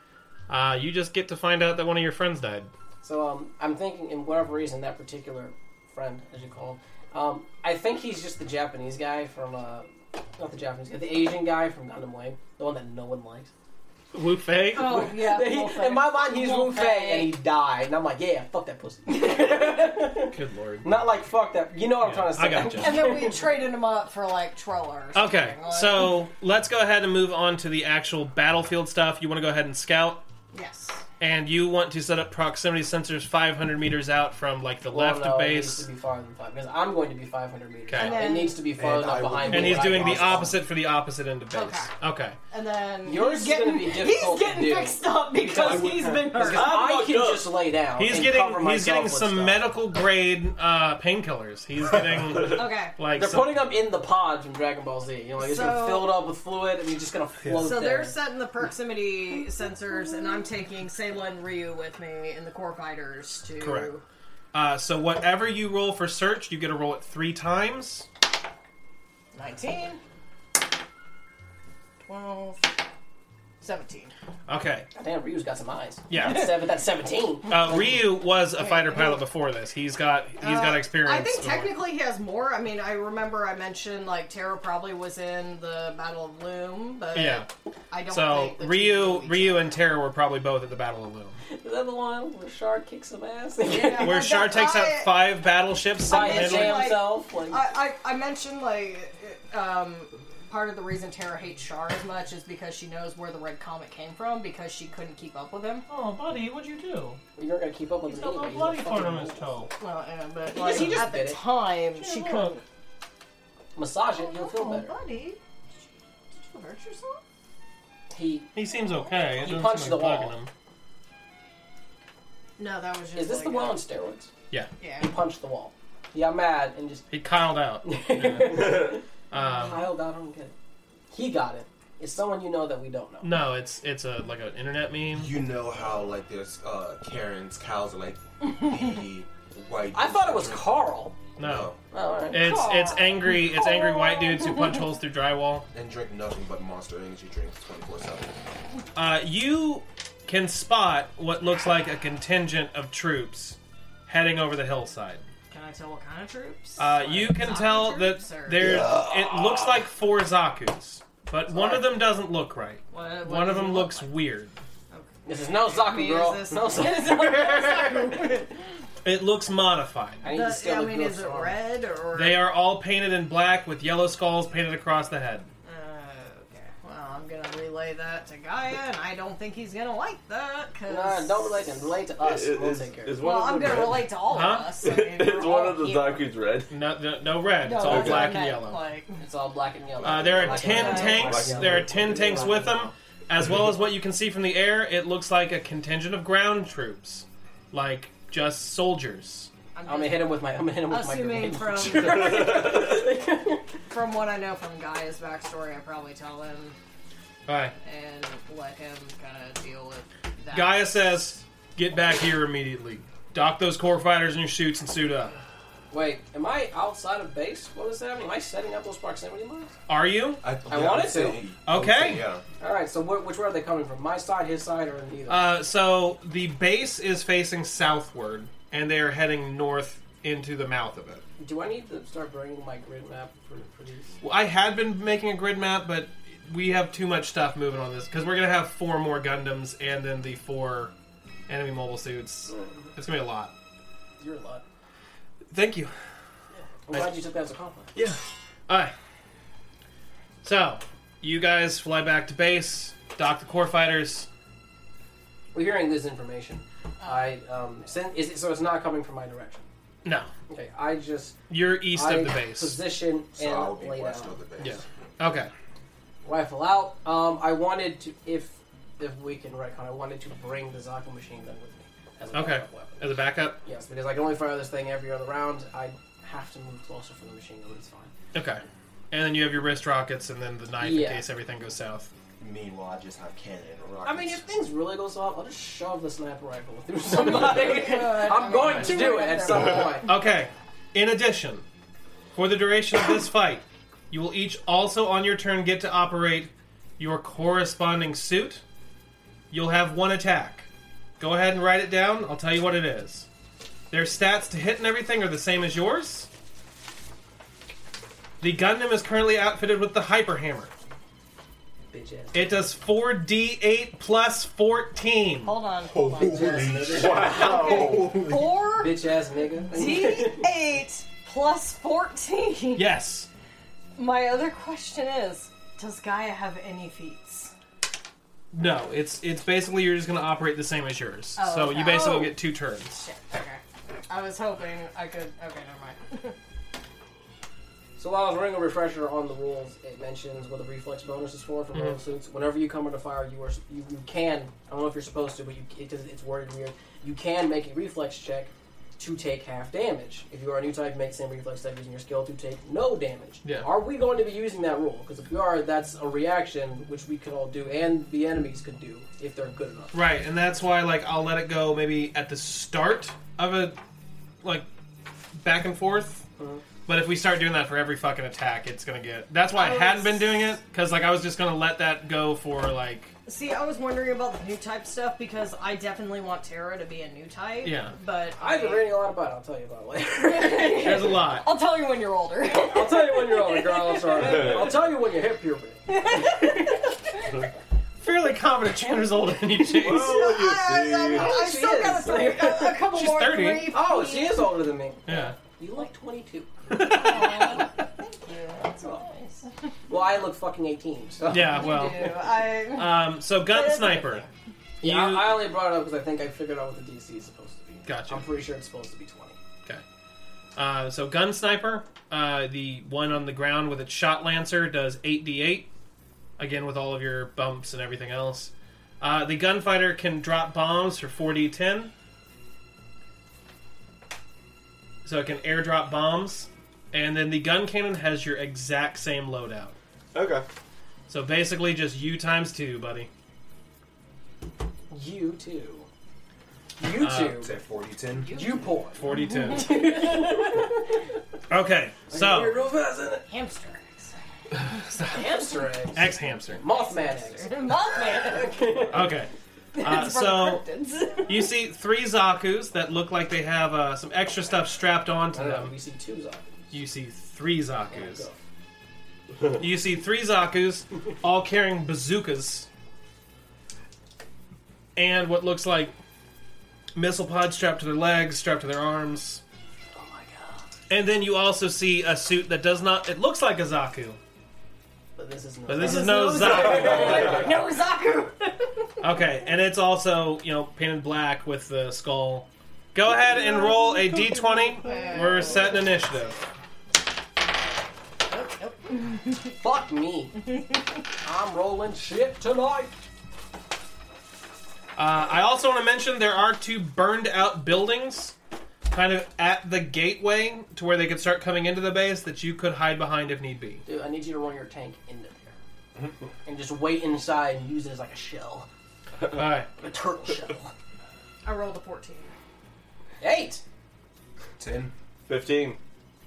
Uh, you just get to find out that one of your friends died.
So um, I'm thinking, in whatever reason, that particular friend, as you call him, um, I think he's just the Japanese guy from, uh, not the Japanese guy, the Asian guy from Gundam Wing, the one that no one likes.
Wu Fei.
Oh yeah.
He-
Wolfie.
in my mind, he's Wu
Wolfie.
Fei, and he died, and I'm like, yeah, fuck that pussy.
Good lord.
not like fuck that. You know what
Yeah,
I'm trying to say?
I gotcha.
And then we traded him up for like Troller. Or something.
Okay,
like-
so let's go ahead and move on to the actual battlefield stuff. You want to go ahead and scout,
yes,
and you want to set up proximity sensors 500 meters out from like the
Well,
left
Oh, no,
of
It needs
base,
to be farther than five because I'm going to be 500 meters.
Okay.
out.
And
it needs to be far
And
enough
I will-
behind.
and
me
he's
that I
doing the
can-
opposite for the opposite end of base. Okay.
and then
Yours
he's
is gonna
getting
be
he's
difficult to
getting
do.
fixed up because he's been hurt.
I can just lay down.
He's
and cover
getting he's
myself
getting
with
some
stuff.
medical grade uh, painkillers. He's getting
Okay.
like
They're
some-
putting them in the pod from Dragon Ball Z. You know, like it's
So-
gonna fill it up with fluid, and you're just gonna float
So
there.
they're setting the proximity sensors, and I'm taking Sayla and Ryu with me and the core fighters to.
Correct. uh, so whatever you roll for search, you get to roll it three times.
19, 12, 17.
Okay,
Damn, Ryu's got some eyes.
Yeah.
that's, seven, that's 17.
uh, Ryu was a fighter pilot before this. He's got he's got
Uh,
experience.
I think
with-
technically he has more. I mean, I remember I mentioned like Terra probably was in the Battle of Loom, but
Yeah.
I don't
So
think the two
Ryu,
know each
Ryu, and Terra were probably both at the Battle of Loom,
Is that the one where Shard kicks some ass?
Yeah.
where
Like
Shar
that
takes
guy-
out five battleships.
By
single-handedly.
his
Handling-
damn self. Like,
I, I, I mentioned like um, part of the reason Tara hates Shar as much is because she knows where the red comet came from because she couldn't keep up with him.
Oh, buddy, what'd you do?
you're gonna keep up with him. anyway. He's a fucking wolf.
toe.
Well, yeah, but
He
like,
just- he just
at the
did it.
time she couldn't.
Massage it, you'll feel better.
buddy, did you, did you hurt yourself?
He
He seems okay. It
He
doesn't
punched
seem
the
like
wall.
bugging him.
No, that was just.
is this
like
the one
a-
on steroids?
Yeah,
Yeah.
He punched the wall. He got mad and just
he kiled out. Um,
piled out. I don't get it. He got it. It's someone you know that we don't know.
no, it's it's a like an internet meme.
You know how like there's uh, Karen's cows are like the white.
I thought it was Carl.
No,
Oh, all right.
it's it's angry it's angry white dudes who punch holes through drywall.
and drink nothing but Monster Energy drinks 24 seven.
Uh, you can spot what looks like a contingent of troops heading over the hillside.
Can I tell what kind of troops?
Uh, you can tell that there's. It looks like four Zaku's, but one of them doesn't look right. One of them looks weird.
This is no soccer,
Maybe is
girl.
this-
No soccer.
It looks modified.
I need to steal
I
a
mean,
good
is it
song.
red or?
They are all painted in black with yellow skulls painted across the head.
Uh, okay. Well, I'm gonna relay that to Gaia, and I don't think he's gonna like that. Cause
Nah, don't relate to him. Relate to us.
Is-
we'll
is-
take care.
is
of it.
one
Well,
of
I'm
the
gonna
red-
relate to all of
Huh?
us. I mean,
It's
we're
one
all
of the
here.
Zaku's red.
No, no, no red. It's
No,
all black
that's what I
and
meant,
yellow.
Like,
It's all black and yellow.
Uh, there are
Black and
ten
yellow.
tanks.
Black and
There are
yellow.
ten tanks with them, as well as what you can see from the air. It looks like a contingent of ground troops, like just soldiers.
I'm
I'm gonna
just
hit him with my. I'm gonna hit him with
assuming
my
from from what I know from Gaia's backstory, I probably tell him
All right.
and let him kind of deal with that.
Gaia says, "Get back here immediately. Dock those core fighters in your suits and suit up."
Wait, am I outside of base? What is happening? Am I setting up those proximity mines?
Are you?
I,
I
would
wanted
say-
to.
I would say,
Okay.
yeah.
All right. So wh- which way are they coming from? My side, his side, or neither?
Uh, so the base is facing southward, and they are heading north into the mouth of it.
Do I need to start bringing my grid map for, for these?
Well, I had been making a grid map, but we have too much stuff moving on this because we're gonna have four more Gundams and then the four enemy mobile suits. It's gonna be a lot.
You're a lot.
Thank you.
I'm glad you took that as a compliment.
Yeah. All right. So you guys fly back to base, dock the core fighters.
We're hearing this information. I um send is it, so it's not coming from my direction.
No,
Okay, I just
you're east
I
of the base.
position
So I would
and
be
lay
west
down.
of the base.
Yeah. Okay.
rifle out. Um, I wanted to, if if we can retcon, I wanted to bring the Zaka machine gun with me as a
Okay.
backup weapon.
As a backup?
Yes, because I can only fire this thing every other round. I have to move closer for the machine gun. It's fine.
Okay. And then you have your wrist rockets and then the knife
Yeah.
in case everything goes south.
Meanwhile, I just have cannon and rockets.
I mean, if things really go south, I'll just shove the sniper rifle through somebody. I'm
uh,
going to do it at some point.
Okay. In addition, for the duration of this fight, you will each also on your turn get to operate your corresponding suit. You'll have one attack. Go ahead and write it down. I'll tell you what it is. Their stats to hit and everything are the same as yours. The Gundam is currently outfitted with the Hyper Hammer.
Bitch ass.
It does 4d8 plus 14.
Hold on. Hold
Holy
on.
Oh,
wow!
Four
Bitch ass nigga.
D eight plus fourteen.
Yes.
My other question is, does Gaia have any feats?
No, it's it's basically you're just gonna operate the same as yours.
Oh,
so
okay.
you basically
Oh.
get two turns.
Shit. Okay. I was hoping I could. Okay, never mind.
so while I was running a refresher on the rules, it mentions what the reflex bonus is for for
Mm-hmm.
rolling suits. Whenever you come under fire, you are you, you can. I don't know if you're supposed to, but you, it does, it's worded weird. You can make a reflex check to take half damage. If you are a new type, make the same reflex check using your skill to take no damage.
Yeah.
Are we going to be using that rule? Because if we are, that's a reaction which we could all do, and the enemies could do if they're good enough.
Right, and that's why like I'll let it go maybe at the start of a like back and forth.
Uh-huh.
But if we start doing that for every fucking attack, it's gonna get. That's why I,
I
hadn't been
was-
doing it because like I was just gonna let that go for like
See, I was wondering about the new type stuff because I definitely want Terra to be a new type.
Yeah.
But
I've been reading a lot about it. I'll tell you about it later.
there's a lot.
I'll tell you when you're older.
I'll tell you when you're older, girl. I'm sorry. I'll tell you when you hit puberty.
Fairly confident Chandler's older than you, Chase.
Oh,
I still
she
got
is.
a, three, a, a couple
She's
more
30.
three
Oh,
feet.
she is older than me.
yeah.
You look 22.
Aw, Thank you. That's
all.
nice.
Well, I look fucking 18. So.
Yeah.
You
Well.
do. I,
Um. So gun
But-
sniper.
Yeah, I-
You-
I only brought it up because I think I figured out what the DC is supposed to be.
Gotcha.
I'm pretty sure it's supposed to be 20.
Okay. Uh, so gun sniper, uh, the one on the ground with its shot lancer does 8d8. Again, with all of your bumps and everything else. Uh, the gunfighter can drop bombs for 4d10. So it can airdrop bombs. And then the gun cannon has your exact same loadout.
Okay.
So basically just you times two, buddy.
You too. You
Uh,
too.
Is that 40 10?
you poor.
4010. okay,
You're
so.
real fast, isn't it?
hamster.
Hamster eggs.
X hamster.
Mothman eggs.
Mothman.
Okay. Uh,
It's for
so.
the cryptids.
You see three Zaku's that look like they have uh, some extra stuff strapped onto
I don't know.
them.
We see two
Um,
zombies.
You see three Zaku's.
Go.
You see three Zaku's, all carrying bazookas, and what looks like missile pods strapped to their legs, strapped to their arms.
Oh my god.
And then you also see a suit that does not. It looks like a Zaku,
But this is no.
but this is no Zaku.
no, Zaku.
Okay, and it's also you know painted black with the skull. Go ahead and roll a d20. We're setting initiative.
Fuck me. I'm rolling shit tonight.
Uh, I also want to mention there are two burned out buildings kind of at the gateway to where they could start coming into the base that you could hide behind if need be.
Dude, I need you to run your tank into there. and just wait inside and use it as like a shell.
All right.
A turtle shell.
I rolled a 14.
Eight!
10.
15.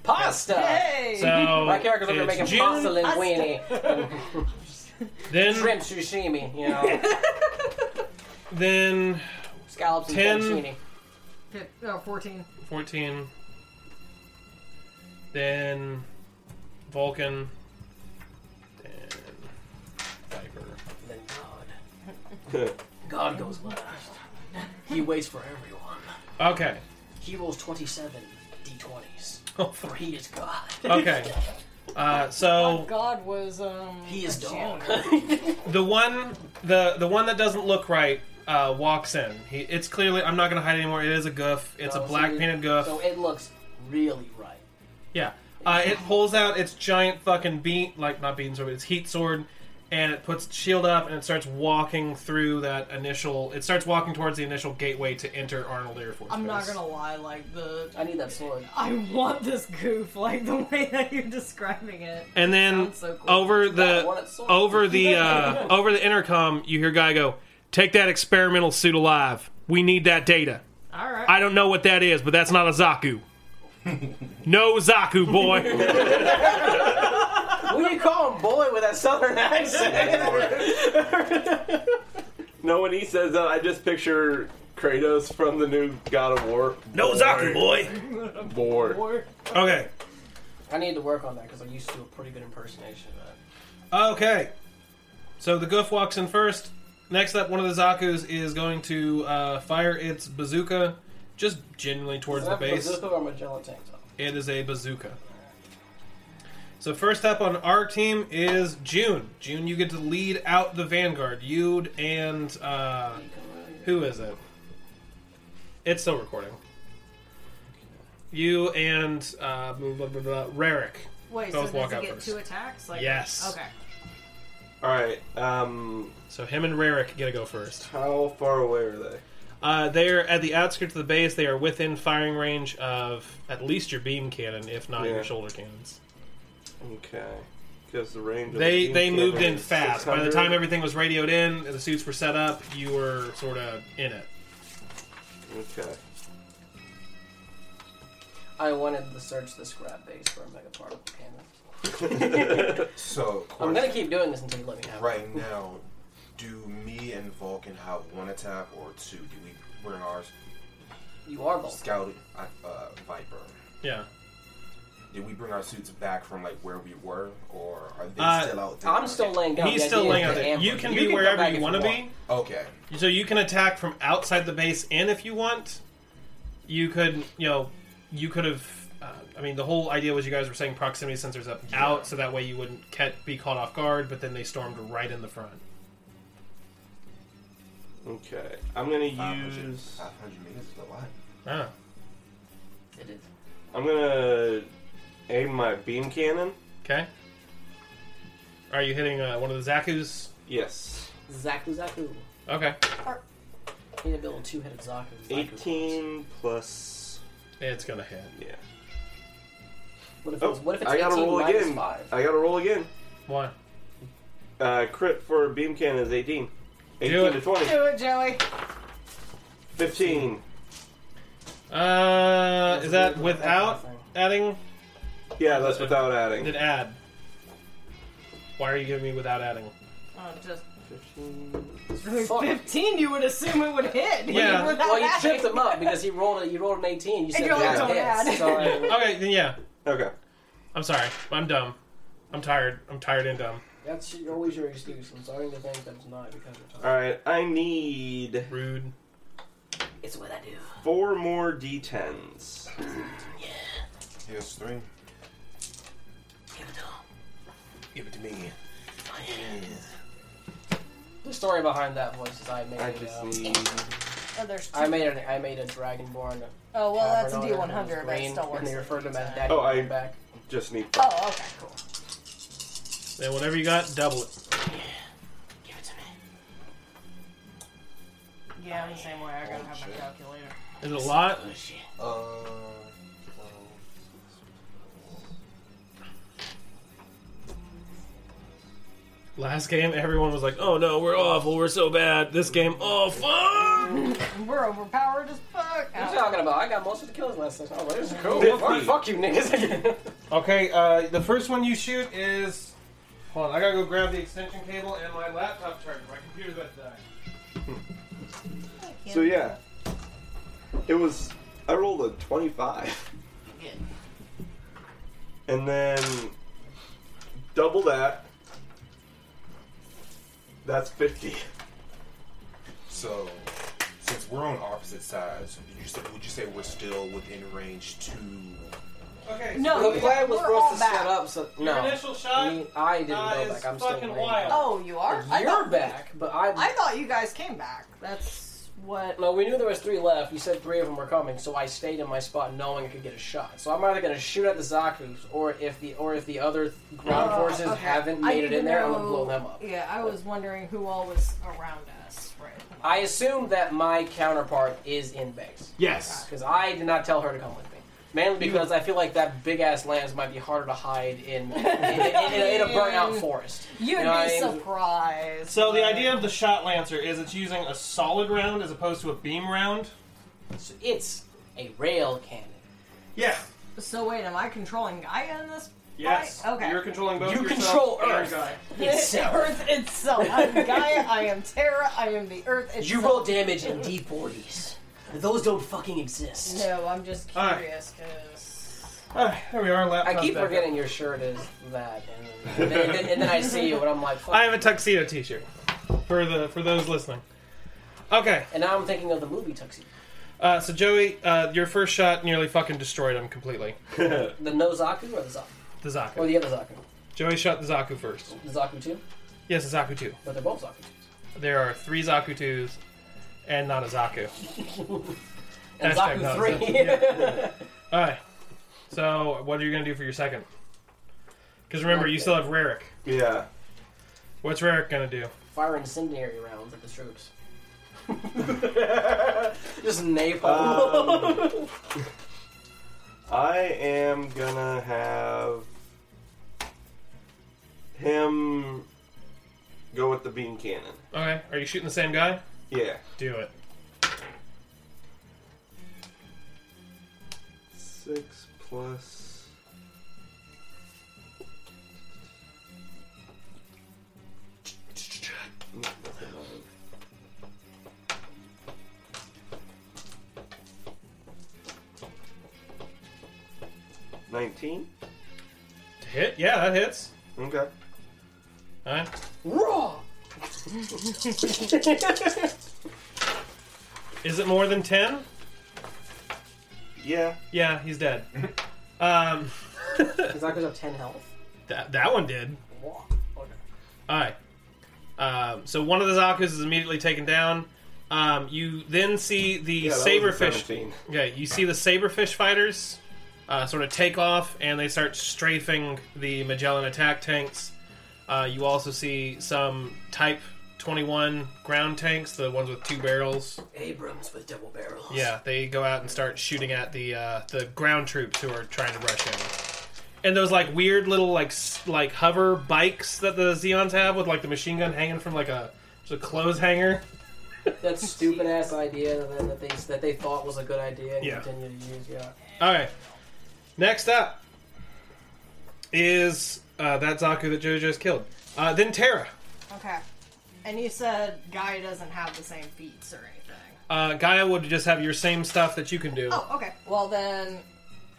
Pasta!
Hey!
Uh, So
My character's over there
it's
making
June,
pasta linguine,
then
shrimp sashimi, you know,
then
scallops
Ten.
and fettuccine.
Fif- oh, no, 14.
14 then Vulcan then Viper.
Then God. God goes last. He waits for everyone.
Okay.
He rolls 27 d20s. For he is God.
Oh, Okay. Uh, so
God was, um.
He is
a
dog.
janitor.
The one, the the one that doesn't look right, uh, walks in. He, it's clearly I'm not gonna hide anymore. It is a goof. It's
So,
a black
so-
painted goof.
So it looks really right.
yeah. Uh, it pulls out its giant fucking bean, like not bean sword, but its heat sword, and it puts its shield up and it starts walking through that initial. It starts walking towards the initial gateway to enter Arnold Air Force.
I'm not
Base.
gonna lie, like the
I need that sword.
I want this goof, like the way that you're describing it.
And then
Sounds so cool.
over
I want
the
it sword.
over the uh, over the intercom, you hear guy go, "Take that experimental suit alive. We need that data.
All right.
I don't know what that is, but that's not a Zaku. no Zaku boy.
What do you call him, boy, with that southern accent?
No, when he says that, I just picture Kratos from the new God of War.
no Zaku boy.
Bored.
Okay.
I need to work on that because I'm used to a pretty good impersonation of that.
Okay. So the goof walks in first. Next up, one of the Zaku's is going to uh, fire its bazooka, just generally towards
Is
the
that
base.
Bazooka or Magellan tank top?
It is a bazooka. So first up on our team is June. June, you get to lead out the vanguard. You and uh, who is it? It's still recording. You and uh, blah, blah, blah, blah, Rarick.
Wait,
Both
so
walk
does
out
he get
first.
two attacks? Like,
Yes.
Okay.
Alright, um,
So him and Rarick get to go first.
how far away are they?
Uh, they are at the outskirts of the base. They are within firing range of at least your beam cannon, if not
Yeah.
your shoulder cannons.
Okay. Because the range. of
They
the
they
beam
moved
cannon
in
is
fast. By the time
600.
everything was radioed in, and the suits were set up, you were sort of in it.
Okay.
I wanted to search the scrap base for a megaparticle cannon.
So,
I'm gonna keep doing this until you let me know.
right now, do me and Vulcan have one attack or two? Do we bring our
You are Vulcan.
scout uh, uh, Viper?
Yeah.
Did we bring our suits back from like where we were, or are they
Uh,
still out there?
I'm still laying down.
He's
the
still
idea
laying
of
out
the
there.
ambush.
You can be
come
wherever
back
you
if
want to be.
Okay.
So you can attack from outside the base in if you want. You could, you know, you could have. Uh, I mean, the whole idea was you guys were saying proximity sensors up out, so that way you wouldn't ca- be caught off guard. But then they stormed right in the front.
Okay. I'm gonna
500,
use.
500 meters is a lot.
Ah.
It is.
I'm gonna aim my beam cannon.
Okay. Are you hitting uh, one of the Zaku's?
Yes.
Zaku Zaku.
Okay.
Need to build a two-headed Zaku. Zaku.
18 plus.
It's gonna hit.
Yeah.
What if
Oh,
it's, what if it's
I gotta
18
roll
minus
again.
Five?
I gotta roll again.
One.
Uh, crit for beam cannon is 18. 18
Do it.
to 20.
Do it, Joey.
15.
Uh, is that
That's a weird
without
thing.
adding?
Yeah, that's without adding.
Did add? Why are you giving me without adding?
Oh, just
15.
Fuck.
15. You would assume it would hit.
Yeah.
Without
Well, you
that.
tripped him up because he rolled. A, you rolled an 18. You said
you're like,
that
don't
hits,
add.
so-
Okay, then yeah.
Okay.
I'm sorry. I'm dumb. I'm tired. I'm tired and dumb.
That's always your excuse. I'm starting to think that's not because of time.
Alright, I need
Rude.
It's what I do.
four more d10s.
Here's three.
Give it to him.
Give it to me.
Oh,
The story behind that voice is I made.
I
a,
just
uh,
need.
Oh, there's two.
I made an I made a dragonborn.
oh, well, that's a
cavern owner who was
D100, but it
green,
still works.
And they referred to him as Daddy
Oh, I-
Back.
Just need.
Oh, okay, cool.
Then whatever you got, double it.
Give it to me.
Yeah, I'm the same way. I gotta
Oh,
have my
shit.
calculator.
Is it a lot?
Oh shit.
Uh,
Last game, everyone was like, "Oh no, we're awful. We're so bad." This game, oh fuck.
We're overpowered as fuck.
What are you
Ow.
talking about? I got most of the kills last session. Oh, this is cool.
Fifty.
Fuck, fuck you, niggas.
Okay. Uh, the first one you shoot is. Hold on, I gotta go grab the extension cable and my laptop charger. My computer's about to die.
So yeah, it was. I rolled a twenty-five,
Good.
and then double that. That's fifty.
so, since we're on opposite sides, would you, say, would you say we're still within range to?
Okay.
No,
the plan was
we're
for
all
us to
back.
set up. So
Your
no,
initial shot.
I mean, I didn't
uh,
go
is
back. I'm still
fucking
waiting.
wild.
Oh, you are? I
You're
thought,
back, but I.
I thought you guys came back. That's What?
No, we knew there was three left. You said three of them were coming, so I stayed in my spot knowing I could get a shot. So I'm either going to shoot at the Zaku's, or if the or if the other th- ground
Uh,
forces
okay.
haven't
I
made it
need to
in there, I'm going to
know-
blow them up.
Yeah, I was wondering who all was around us. Right.
I assume that my counterpart is in base
Yes.
because I did not tell her to come with me. Mainly because I feel like that big ass lance might be harder to hide in in, in, in a burnout forest.
You'd
You know what I
be
mean?
surprised.
So the idea of the shot lancer is it's using a solid round as opposed to a beam round.
So it's a rail cannon.
Yeah.
So wait, am I controlling Gaia in this?
Yes.
Right? Okay.
You're controlling both.
You
yourself
control
and
Earth.
Gaia.
It's Earth itself. I'm Gaia. I am Terra. I am the Earth itself.
You roll damage in d40s. Those don't fucking exist.
No, I'm just
All right.
curious because
Ah, there we are.
I
Laptop
keep
back up.
forgetting your shirt is that, and then, and then, and then I see you, and I'm like, fuck.
I have a tuxedo T-shirt for the for those listening. Okay.
and now I'm thinking of the movie Tuxie.
Uh, so Joey, uh, your first shot nearly fucking destroyed him completely.
The no Zaku or the Zaku?
The
Or
Zaku.
the other Zaku?
Joey shot the Zaku first.
The Zaku 2?
Yes, a Zaku two.
But they're both Zaku.
There are three Zaku twos, and not a Zaku.
And
Hashtag
Zaku
not
3.
All right. So what are you gonna do for your second? Because remember, you still have Rarick.
Yeah.
What's Rarick gonna do?
Fire incendiary rounds at the troops. Just napalm.
Um, I am gonna have him go with the beam cannon.
Okay. Are you shooting the same guy?
Yeah.
Do it.
Six plus. Nineteen.
To hit? Yeah, that hits.
Okay.
All right.
Raw!
Is it more than ten?
Yeah.
Yeah, he's dead. um,
Zaku's up 10 health.
that that one did.
Raw. Okay.
All right. Um, so one of the Zakus is immediately taken down. Um, you then see the
yeah that was a
saberfish.
17.
Yeah, you see the saberfish fighters uh, sort of take off and they start strafing the Magellan attack tanks. Uh, you also see some Type 21 ground tanks, the ones with two barrels.
Abrams with double barrels.
Yeah, they go out and start shooting at the uh, the ground troops who are trying to rush in. And those like weird little like s- like hover bikes that the Zeons have with like the machine gun hanging from like a just a clothes hanger.
That stupid ass idea that, that, they, that they thought was a good idea and
Yeah.
continue to use, yeah.
All right. Next up is uh, that Zaku that Jojo just killed. Uh, then Terra.
okay. And you said Gaia doesn't have the same feats or anything.
Uh, Gaia would just have your same stuff that you can do.
Oh, okay. Well then,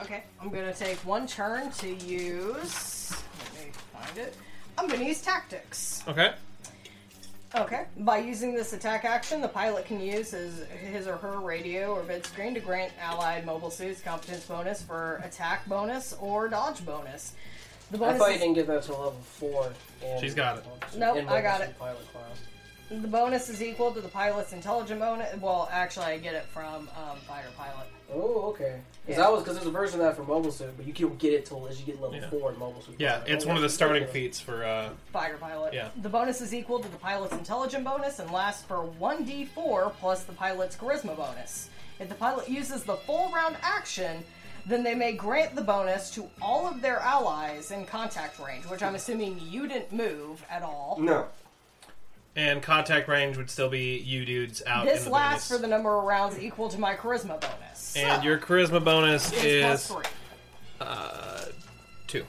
okay. I'm gonna take one turn to use. Let me find it. I'm gonna use tactics.
Okay.
Okay. By using this attack action, the pilot can use his, his or her radio or vid screen to grant allied mobile suits competence bonus for attack bonus or dodge bonus. The
I
bonus,
thought you
is,
didn't get that to level four. In,
She's got it.
Nope,
in
I got
Robinson
it.
Pilot class.
the bonus is equal to the pilot's intelligent bonus. Well, actually, I get it from um, fighter pilot.
Oh, okay. Because
Yeah.
that was because there's a version of that for mobile suit, but you can't get it till as you get level
Yeah.
four in mobile suit.
Yeah, it's one of the starting feats for. Uh,
Fighter pilot.
Yeah.
The bonus is equal to the pilot's intelligent bonus and lasts for 1d4 plus the pilot's charisma bonus. If the pilot uses the full round action, then they may grant the bonus to all of their allies in contact range, which I'm assuming you didn't move at
Mm,
all.
No.
and contact range would still be you dudes out. in
This
the
lasts
bonus.
for the number of rounds equal to my charisma bonus.
And your charisma bonus
It's
is
plus three.
two,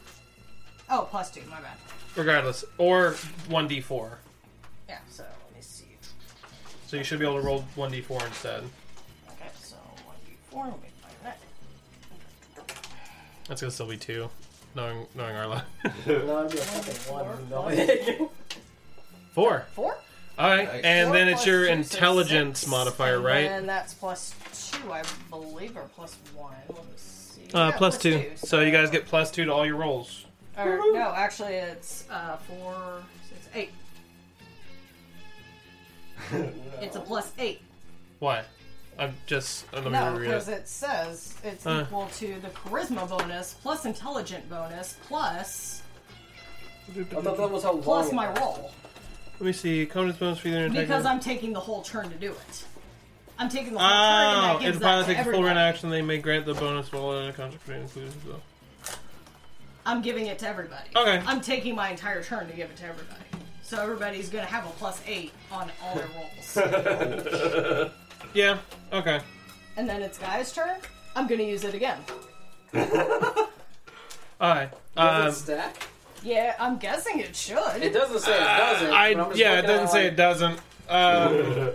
Oh, plus two, my bad.
regardless, or one d four.
Yeah, so let me see.
So you should be able to roll one d four instead.
Okay, so 1d4, let me find that.
That's gonna still be two, knowing knowing our luck.
No, it'd be a fucking one. No.
four.
Four?
All right,
Nice.
and
Four
then it's
plus
your
two, so
intelligence
six.
modifier,
and
right?
And that's plus two, I believe, or plus one. Let me see.
Uh,
Yeah,
plus two. So you guys get plus two to all your rolls.
Or, no, actually, it's uh, four, six, eight. it's a plus eight.
Why? I'm just. uh, I don't
No,
remember.
because
it.
it says it's
Uh.
equal to the charisma bonus plus intelligent bonus plus
I thought that was how long.
plus
it
my
was.
roll
Let me see. Components bonus for either attack.
because I'm taking the whole turn to do it. I'm taking the whole turn
Oh,
and that
if
gives
the
that
pilot
to
takes a full run
everyone.
action, they may grant the bonus while in a contract rate included as well.
I'm giving it to everybody.
Okay.
I'm taking my entire turn to give it to everybody. So everybody's gonna have a plus eight on all their rolls.
Yeah. Okay.
and then it's guy's turn. I'm gonna use it again.
All right. Um,
Does
uh,
it stack?
Yeah, I'm guessing it should.
It doesn't say it doesn't. but
I
I'm just
yeah. It
looking
doesn't
at,
say it
like,
doesn't. Um,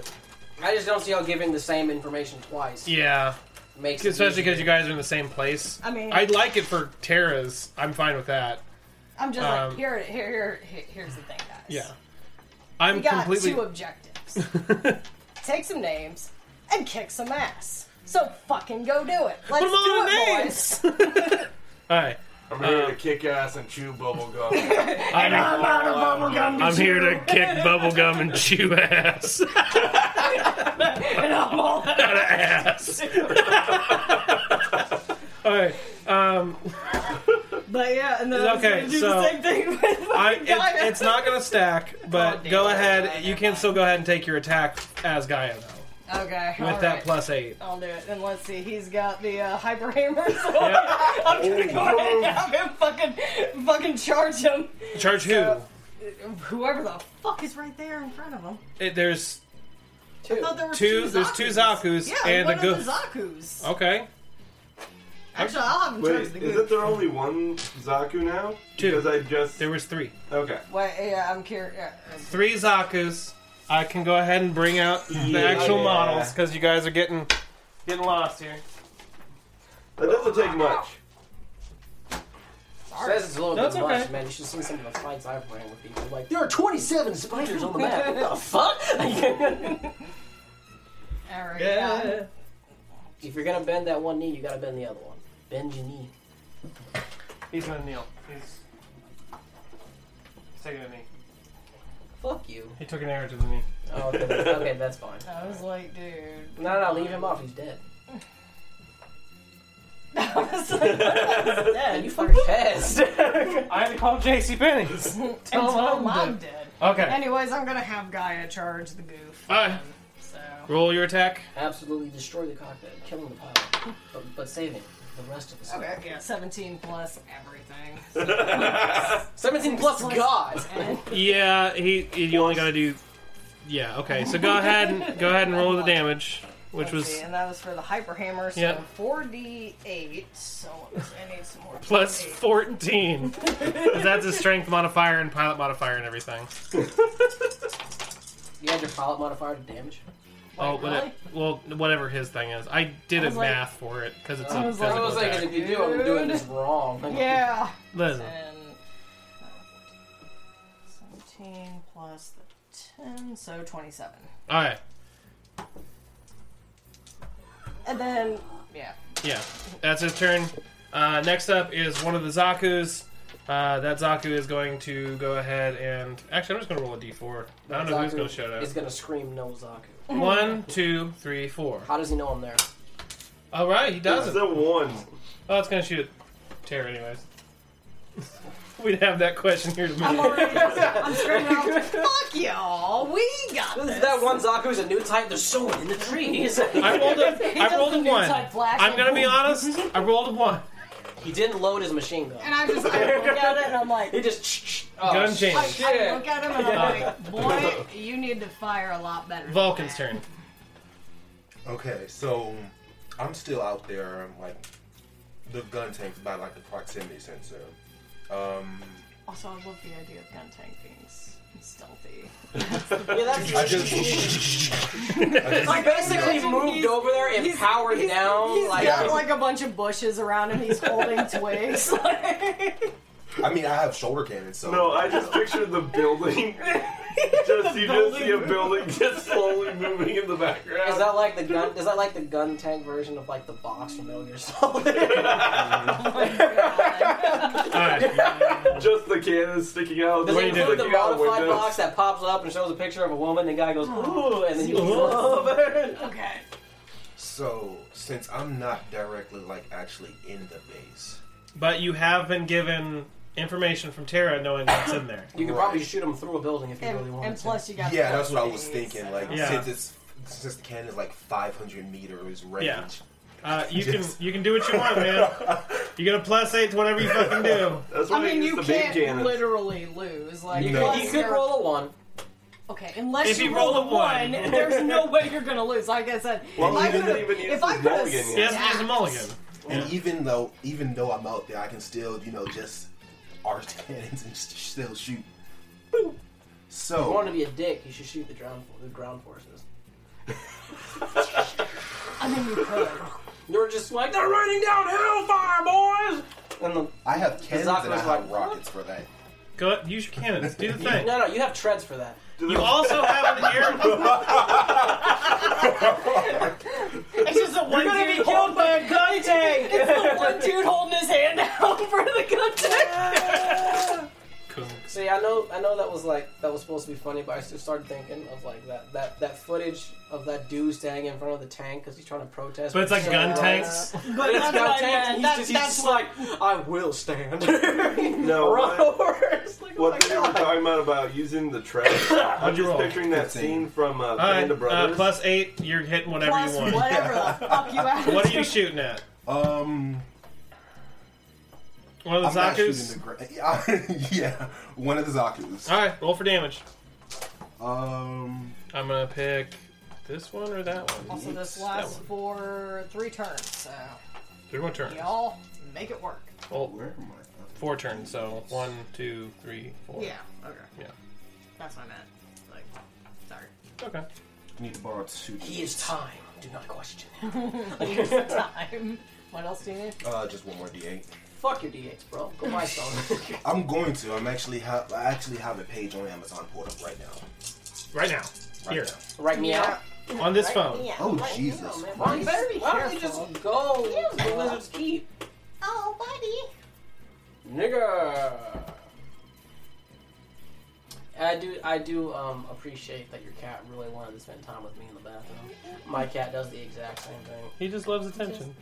I just don't see how giving the same information twice
yeah.
makes it
Especially because you
easier.
guys are in the same place.
I mean-
I'd like it for Terra's. I'm fine with that.
I'm just
Um,
like here, here, here, here- here's the thing, guys.
Yeah. I'm
We got
completely.
two objectives: take some names and kick some ass. So fucking go do it. Let's
them all
do
in
it,
names.
boys.
All right.
I'm here
Um,
to kick ass and chew bubble gum.
I'm,
out of bubble gum.
I'm here to kick bubblegum and chew ass.
and I'm all out.
ass.
All right. Um,
But yeah, and then I was
Okay,
gonna do
so-
the same thing with
I,
fucking
it,
Gaia.
it's not going to stack,
Oh,
but
damn.
go ahead. You can still go ahead and take your attack as Gaia, though, with
Okay. all
that
right.
plus eight.
I'll do it. And let's see, he's got the uh, hyper hammer, so I'm gonna go ahead and
Oh.
have him fucking, fucking charge him.
Charge who?
Whoever the fuck is right there in front of him.
It- there's
Two.
Thought there was
Two-
two
there's two Zaku's
yeah,
and
one
a Oh.
of
goof.
the Zaku's.
okay.
Actually, I'll have him
Wait,
charge the goof.
isn't there only one Zaku now?
Two.
Because I just
There was three,
okay.
Wait, yeah, I'm curious.
three Zaku's. I can go ahead and bring out the
Yeah.
actual models because you guys are getting getting lost here.
That doesn't take much.
Says it's a little
That's
bit
okay.
much, man. You should see some of the fights I've ran with people. Like there are 27 spiders on the map. What the fuck?
All right.
Yeah.
if you're gonna bend that one knee, you gotta bend the other one. Bend your knee.
He's gonna kneel. He's, he's taking a knee.
Fuck you.
He took an arrow to the knee.
Oh, okay, okay, that's fine.
I was like, dude.
No, no, no, leave him off. He's dead.
I was like, what
And
dead?
you fucking pissed.
I had to call J.C. Penney's.
Until
I'm
I'm dead.
okay.
Anyways, I'm gonna have Gaia charge the goof.
All right.
So.
Roll your attack.
Absolutely destroy the cockpit, killing the pilot, but, but saving the rest of us.
Okay, yeah, 17 plus everything.
17 plus God.
And
Yeah, he. he- You only gotta do. Yeah. Okay. So go ahead and go ahead and roll the damage, which
Let's see,
was
and that was for the hyper hammer. So
Yeah.
4d8. So I need some more.
plus
D8.
fourteen. 'Cause that's his strength modifier and pilot modifier and everything.
You had your pilot modifier to damage.
oh,
Wait,
but it-
really?
well, whatever his thing is. I did
I
a
was like-
math for it because it's a
I
physical
was like, I was
attack.
like, if you do, I'm doing this wrong.
Yeah.
Listen,
And uh, 17 plus the 10, so 27.
all right,
And then, yeah.
yeah, that's his turn. Uh, next up is one of the Zaku's. Uh, that Zaku is going to go ahead and actually, I'm just gonna roll a D4. I don't know who's gonna show
He's
up.
gonna scream no Zaku.
One, two, three, four.
How does he know I'm there?
All right, he
It's
doesn't.
the one.
Oh, it's gonna shoot at Tara anyways. We'd have that question here
I'm
tomorrow.
already. I'm screaming out, fuck y'all. We got
This is
this.
that one Zaku's a new type. There's so many in the trees.
I rolled a, I
does
rolled a
the
one.
inside flash
I'm
and
gonna be
boom.
honest. I rolled a one.
he didn't load his machine gun.
And I just I look at it and I'm like,
He just. Oh,
Gun
shit.
change.
I, I look at him and I'm like, boy, you need to fire a lot better. than
Vulcan's
that."
turn.
Okay, so I'm still out there. I'm like the gun tank's by like the proximity sensor. Um,
Also, I love the idea of gun tank things. stealthy.
Yeah, that's.
I just
He basically moved over there and powered down.
He's
like,
got like a bunch of bushes around him. He's holding twigs. like-
I mean, I have shoulder cannons, so
No, I just pictured the building Just you just see a
building.
building just slowly moving in the background.
Is that like the gun? Is that like the gun tank version of like the box from Metal Gear Solid?
All right.
just the cannon sticking out?
Does
the
it
you
include the
sticking out
modified
windows?
box that pops up and shows a picture of a woman? The guy goes ooh, and then you love
okay.
So, since I'm not directly like actually in the base,
But you have been given information from Tara knowing what's in there.
You could probably
Right.
shoot him through a building if you
And,
really wanted
and
to.
plus, you got.
yeah,
the
that's what I was
subsidies
thinking. Like,
and-
Yeah.
since it's since the cannon is like 500 meters range,
Yeah. Uh, you can
Yes.
you can do what you want, man. You get a plus eight to whatever you fucking do.
That's why
I
they
mean,
use
you
the big
can't
cannon.
literally lose. Like,
You
plus
could-
He could
there-
roll a one.
Okay, unless
If
you
you
roll,
roll a
a
one.
one, there's no way you're gonna lose. Like I said,
Well,
if I
he didn't
could've-
even use
if I
his
could have,
mulligan yet.
Yes, it's a mulligan.
And even though even though I'm out there, I can still you know just arch cannons and st- still shoot. Boop.
If you
So
wanted to be a dick, you should shoot the ground the ground forces.
I mean, you could.
They were just like they're raining down hellfire, boys. And the,
I have cannons and I
Zaku's
have
like,
rockets for that.
Go use your cannons. Do the thing.
no, no, you have treads for that.
You also have an air.
It's just the one
You're gonna
dude
be killed by a gun tank.
holding- the one dude holding his hand out for the gun tank.
See, I know, I know that was like that was supposed to be funny, but I just started thinking of like that that that footage of that dude standing in front of the tank because he's trying to protest.
But it's like gun tanks.
But it's
that's
gun
what I
tanks.
meant.
and He's,
That's-
just, he's
that's
just like, I will stand.
No,
Run
what-
over. It's like, oh my
What they were
God.
talking about about using the trash. I'm
What'd you
just
roll?
picturing that
Fifteen.
scene from uh,
All right,
Band of Brothers.
uh, plus eight. You're hitting whatever
Plus
you want.
whatever the fuck you have.
What are you shooting at?
Um,
One of
I'm
the
not shooting
Zaku's.
the gra- yeah, yeah, one of the Zaku's.
All right, roll for damage.
Um,
I'm gonna pick this one or that one.
Also, this
That
lasts
one.
for three turns, so
Three more turns.
y'all make it work.
Well,
where am I?
four turns. So one, two, three, four.
Yeah. Okay.
Yeah.
That's what I meant. Like, sorry.
Okay.
I need to borrow two.
He is time. Do not question him.
Time. What else do you need?
Uh, just one more D8.
Fuck your d8s, bro. Go buy some.
I'm going to. I'm actually have. I actually have a page on Amazon pulled up right now.
Right now.
Right
Here.
now.
Right me out.
On this phone.
Oh Jesus!
Why don't you,
better be
why don't you
careful.
just go to
Ew.
Lizard's Keep?
Oh, buddy.
Nigga. I do, I do um, appreciate that your cat really wanted to spend time with me in the bathroom. My cat does the exact same thing.
He just loves attention.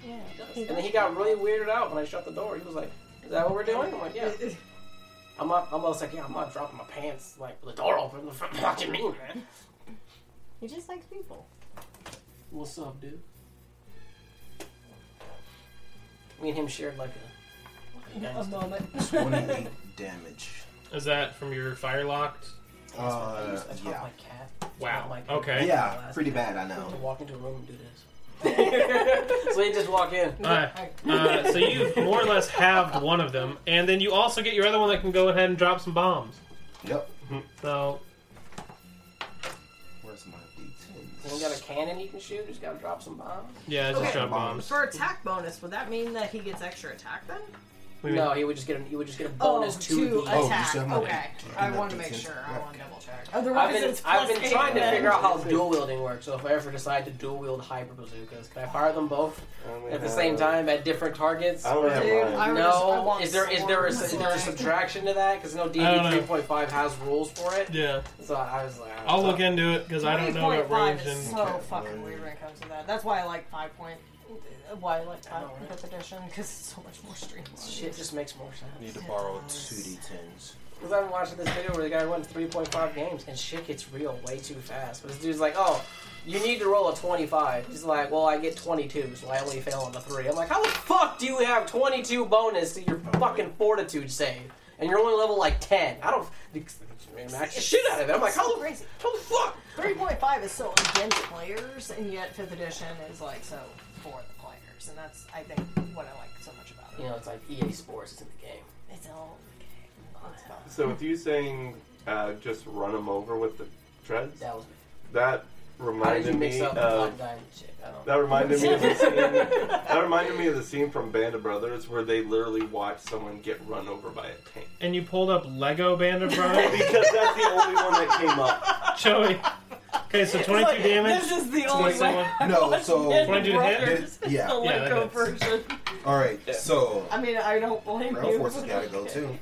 And then he got really weirded out when I shut the door. He was like, "Is that what we're doing?" I'm like, "Yeah." I'm not, I'm almost like, "Yeah, I'm not dropping my pants like with the door open." What do you mean, man?
He just likes people.
What's up, dude? Me and him shared like a.
A moment.
28 damage.
Is that from your fire locked?
Uh,
That's not
yeah.
my cat.
Oh
not
Wow.
like-
Okay.
Yeah, pretty bad. I
To
know.
walk into a room and do this. so he just walk in.
All right. Uh, so you've more or less halved one of them, and then you also get your other one that can go ahead and drop some bombs.
Yep.
So
Where's my
You ain't
D10?
got a cannon you can shoot. You just gotta drop some bombs.
yeah, just
Okay.
drop bombs.
For attack bonus, would that mean that he gets extra attack then?
We
No, he would just get a, he would just get a bonus
oh,
to
two
the.
Oh,
attack.
you said my
okay.
attack.
I
And
want
that
to make
doesn't-
sure. I
yeah.
want to double check. Otherwise,
I've been,
it's
I've
plus
been
eight
trying to
then.
figure out how dual wielding works. So if I ever decide to dual wield hyper bazookas, can I fire them both
I only
at the
have-
same time at different targets?
I only have
Dude,
mine.
I would just- I
No,
want
is there is there a, is there a
swords.
subtraction to that? Because no, D
I don't know.
three point five has rules for it.
Yeah,
So I was like, I don't
I'll
know.
look into it because I don't know about
3.5
range
is
and
so
Okay.
fucking weird when it comes to that. That's why I like five point. Why I like five point fifth edition because it's so much more streamlined.
Shit just makes more sense.
Need to borrow two D10s.
Because I'm watching this video where the guy won 3.5 games and shit gets real way too fast. But this dude's like, oh, you need to roll a 25. He's like, well, I get 22, so I only fail on the 3. I'm like, how the fuck do you have 22 bonus to your fucking fortitude save? And you're only level like 10. I don't. I max the shit out of it. I'm like, how, the- how the fuck?
Three point five is so against players, and yet fifth edition is like so for the players, and that's I think what I like so much about it.
You know, it's like EA Sports is in the game.
It's all okay. It's fun.
So with you saying uh, just run them over with the treads,
That was
that
How did you
reminded
mix
me
up
uh,
the Blood
of
Diamond shit? I don't know.
That reminded me of the scene. that reminded me of the scene from Band of Brothers where they literally watch someone get run over by a tank.
And you pulled up Lego Band of Brothers,
Because that's the only one that came up.
Joey. Okay, so 22
Like,
damage.
This is the only way.
27.
I
No,
watched
so-
Ned
Wanna do the hit?
Rogers, The
Yeah.
Yeah, that
Lego
hits.
version.
All right, so
I mean, I don't blame
ground
you.
forces
but
gotta go
okay.
too.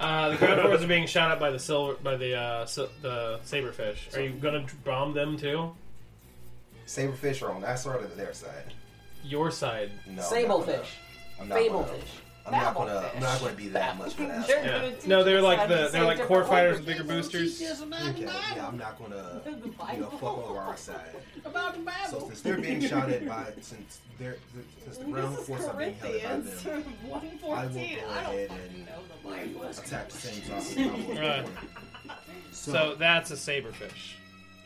Uh, the ground forces are being shot up by the silver, by the uh, sil- the saberfish. Are you gonna d- bomb them too?
Saberfish are on our side or their side?
Your side.
No,
Sablefish.
I'm not gonna.
Fablefish.
I'm not gonna.
Babelfish.
I'm not gonna, I'm not gonna be that much of an
They're
asshole.
Yeah.
gonna teach
No, they're
us
like
how to
the-
say
they're like
different
core fighters
languages
with bigger
and
boosters.
teach us about the
Okay, yeah,
Bible.
I'm not gonna
The
you know, fuck over
Bible.
our side.
About the
So
Bible.
since they're being shot at by since they're since the ground
This is
force are being held by
Corinthians
them,
one
I will go
fourteen. I don't
ahead
fucking
and
know the Bible.
attack the same zombie.
Right.
So,
So that's a saberfish.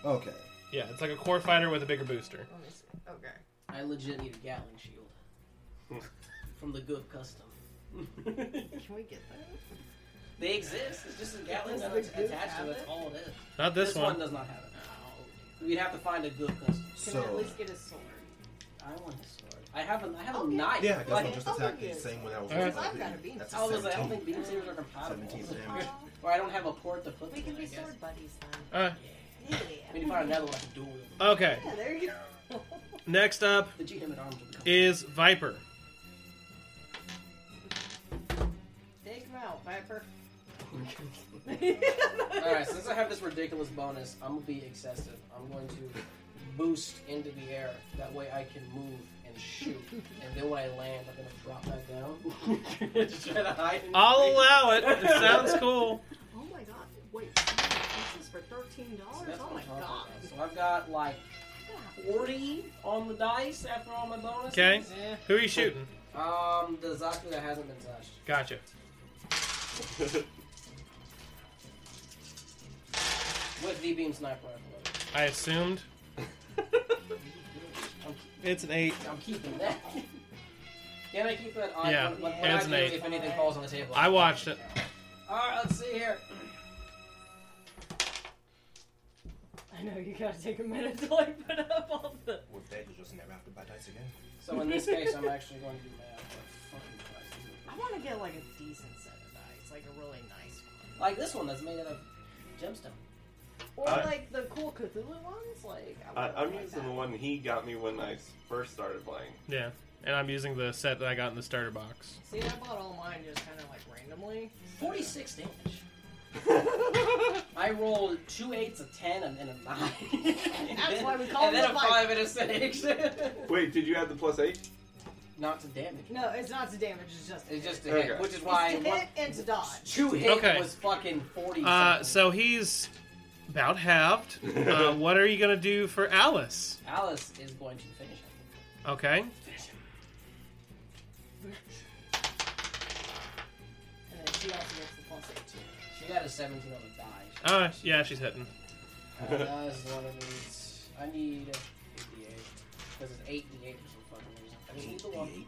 okay,
Yeah, it's like a core fighter with a bigger booster.
Let me see. Okay.
I legit need a Gatling shield from the good custom.
Can we get that?
they exist. It's just a Gatling
Does
gun
the
that's
good
attached to
have
it. That's
it?
all it is.
Not this, one.
does not have it. We'd have to find a good custom.
Can I at
so
least get a sword?
I want a sword. I have a, I have a
I'll get it.
knife.
yeah, I guess
Like-
I'll just attack the same one that was.
Alright.
I've got a beam.
That's a
I was like, I don't
17.
think beam sabers are compatible.
17 damage.
or I don't have a port to put
We
them
can
in, I
be
guess.
sword buddies then.
Uh,
Yeah.
We need to find another one to duel with them.
okay.
Yeah, there you go.
Next up
The G-Him at arms would become...
is Viper.
Take him out, Viper.
Alright, since I have this ridiculous bonus, I'm going to be excessive. I'm going to boost into the air. That way I can move and shoot. And then when I land, I'm going to drop back down. Just try to hide. in
I'll
the-
allow it. It sounds cool.
Oh my god. Wait, this is for thirteen
So
dollars?
that's
Oh
what
my
I'm talking
god.
about. So I've got like 40 on the dice after all my bonuses.
Okay.
Yeah.
Who are you shooting?
Um, the Zaku that hasn't been touched.
Gotcha.
With the beam sniper rifle.
I assumed. It's an eight.
I'm keeping that. Can I keep that? I,
Yeah,
What, what
it's
I
an
do
eight.
if anything falls on the table?
I watched it.
Alright, let's see here.
I know you gotta take a minute to like put up all the.
With that, you just never have to buy dice again.
So in this case, I'm actually going to do math. But fucking Christ, this is-
I want to get like a decent set of dice, like a really nice one,
Like this one that's made out of gemstone.
or
I-
like the cool Cthulhu ones. Like I
I,
would
I'm
like
using
that.
the one he got me when I first started playing.
Yeah. And I'm using the set that I got in the starter box.
See, I bought all mine just kind of like randomly.
46 damage. I rolled two eights, a ten, and then a nine.
That's why we call
and
it
then
a
a
fight.
five and a six.
Wait, did you add the plus eight?
Not to damage.
No, it's not to damage. It's just to
It's
hit.
just a hit,
Okay.
which is
It's
why
it's to
one-
hit and to dodge.
two hit
Okay.
was fucking forty.
Uh,
something.
so he's about halved. Uh, what are you gonna do for Alice?
Alice is going to finish him.
Okay.
Finish him.
And then she also gets the plus eight too.
She got a seventeen on the die.
Oh, yeah, she's hitting.
Uh, that's one of these. I need a d8 because it's eight d8 for some fucking reason. I need the one.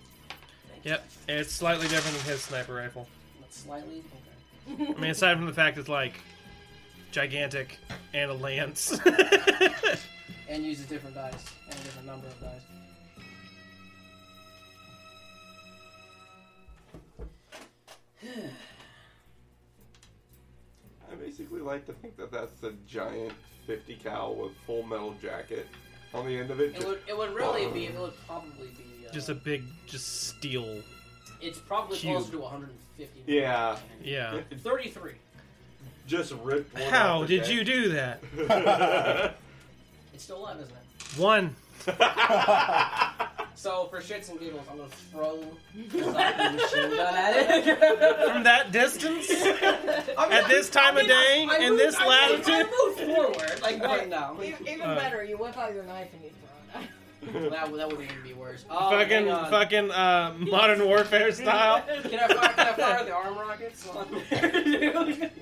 Yep. It's slightly different than his sniper rifle.
That's slightly. Okay.
I mean, aside from the fact it's like gigantic and a lance.
And uses different dice and a different number of dice.
I basically like to think that that's a giant 50 cal with full metal jacket on the end of it.
It would. It would really be. It would probably be. Uh,
just a big, just steel.
It's probably
cube.
closer to one hundred and fifty.
Yeah.
Yeah.
Thirty-three.
Just ripped. One
How
off the
did
deck.
you do that?
It's still alive, isn't it?
One.
So for shits and giggles, I'm gonna throw the zombie machine gun at it.
From that distance? At this time of day?
I
In
moved-
this
I moved-
latitude?
I moved forward, like going down.
E- Even
Uh,
better, you whip out your knife and you throw it.
That, would- that would even be worse. Oh,
fucking
hang on.
fucking uh, modern warfare style.
Can I, fire, can I fire the arm rockets? on there?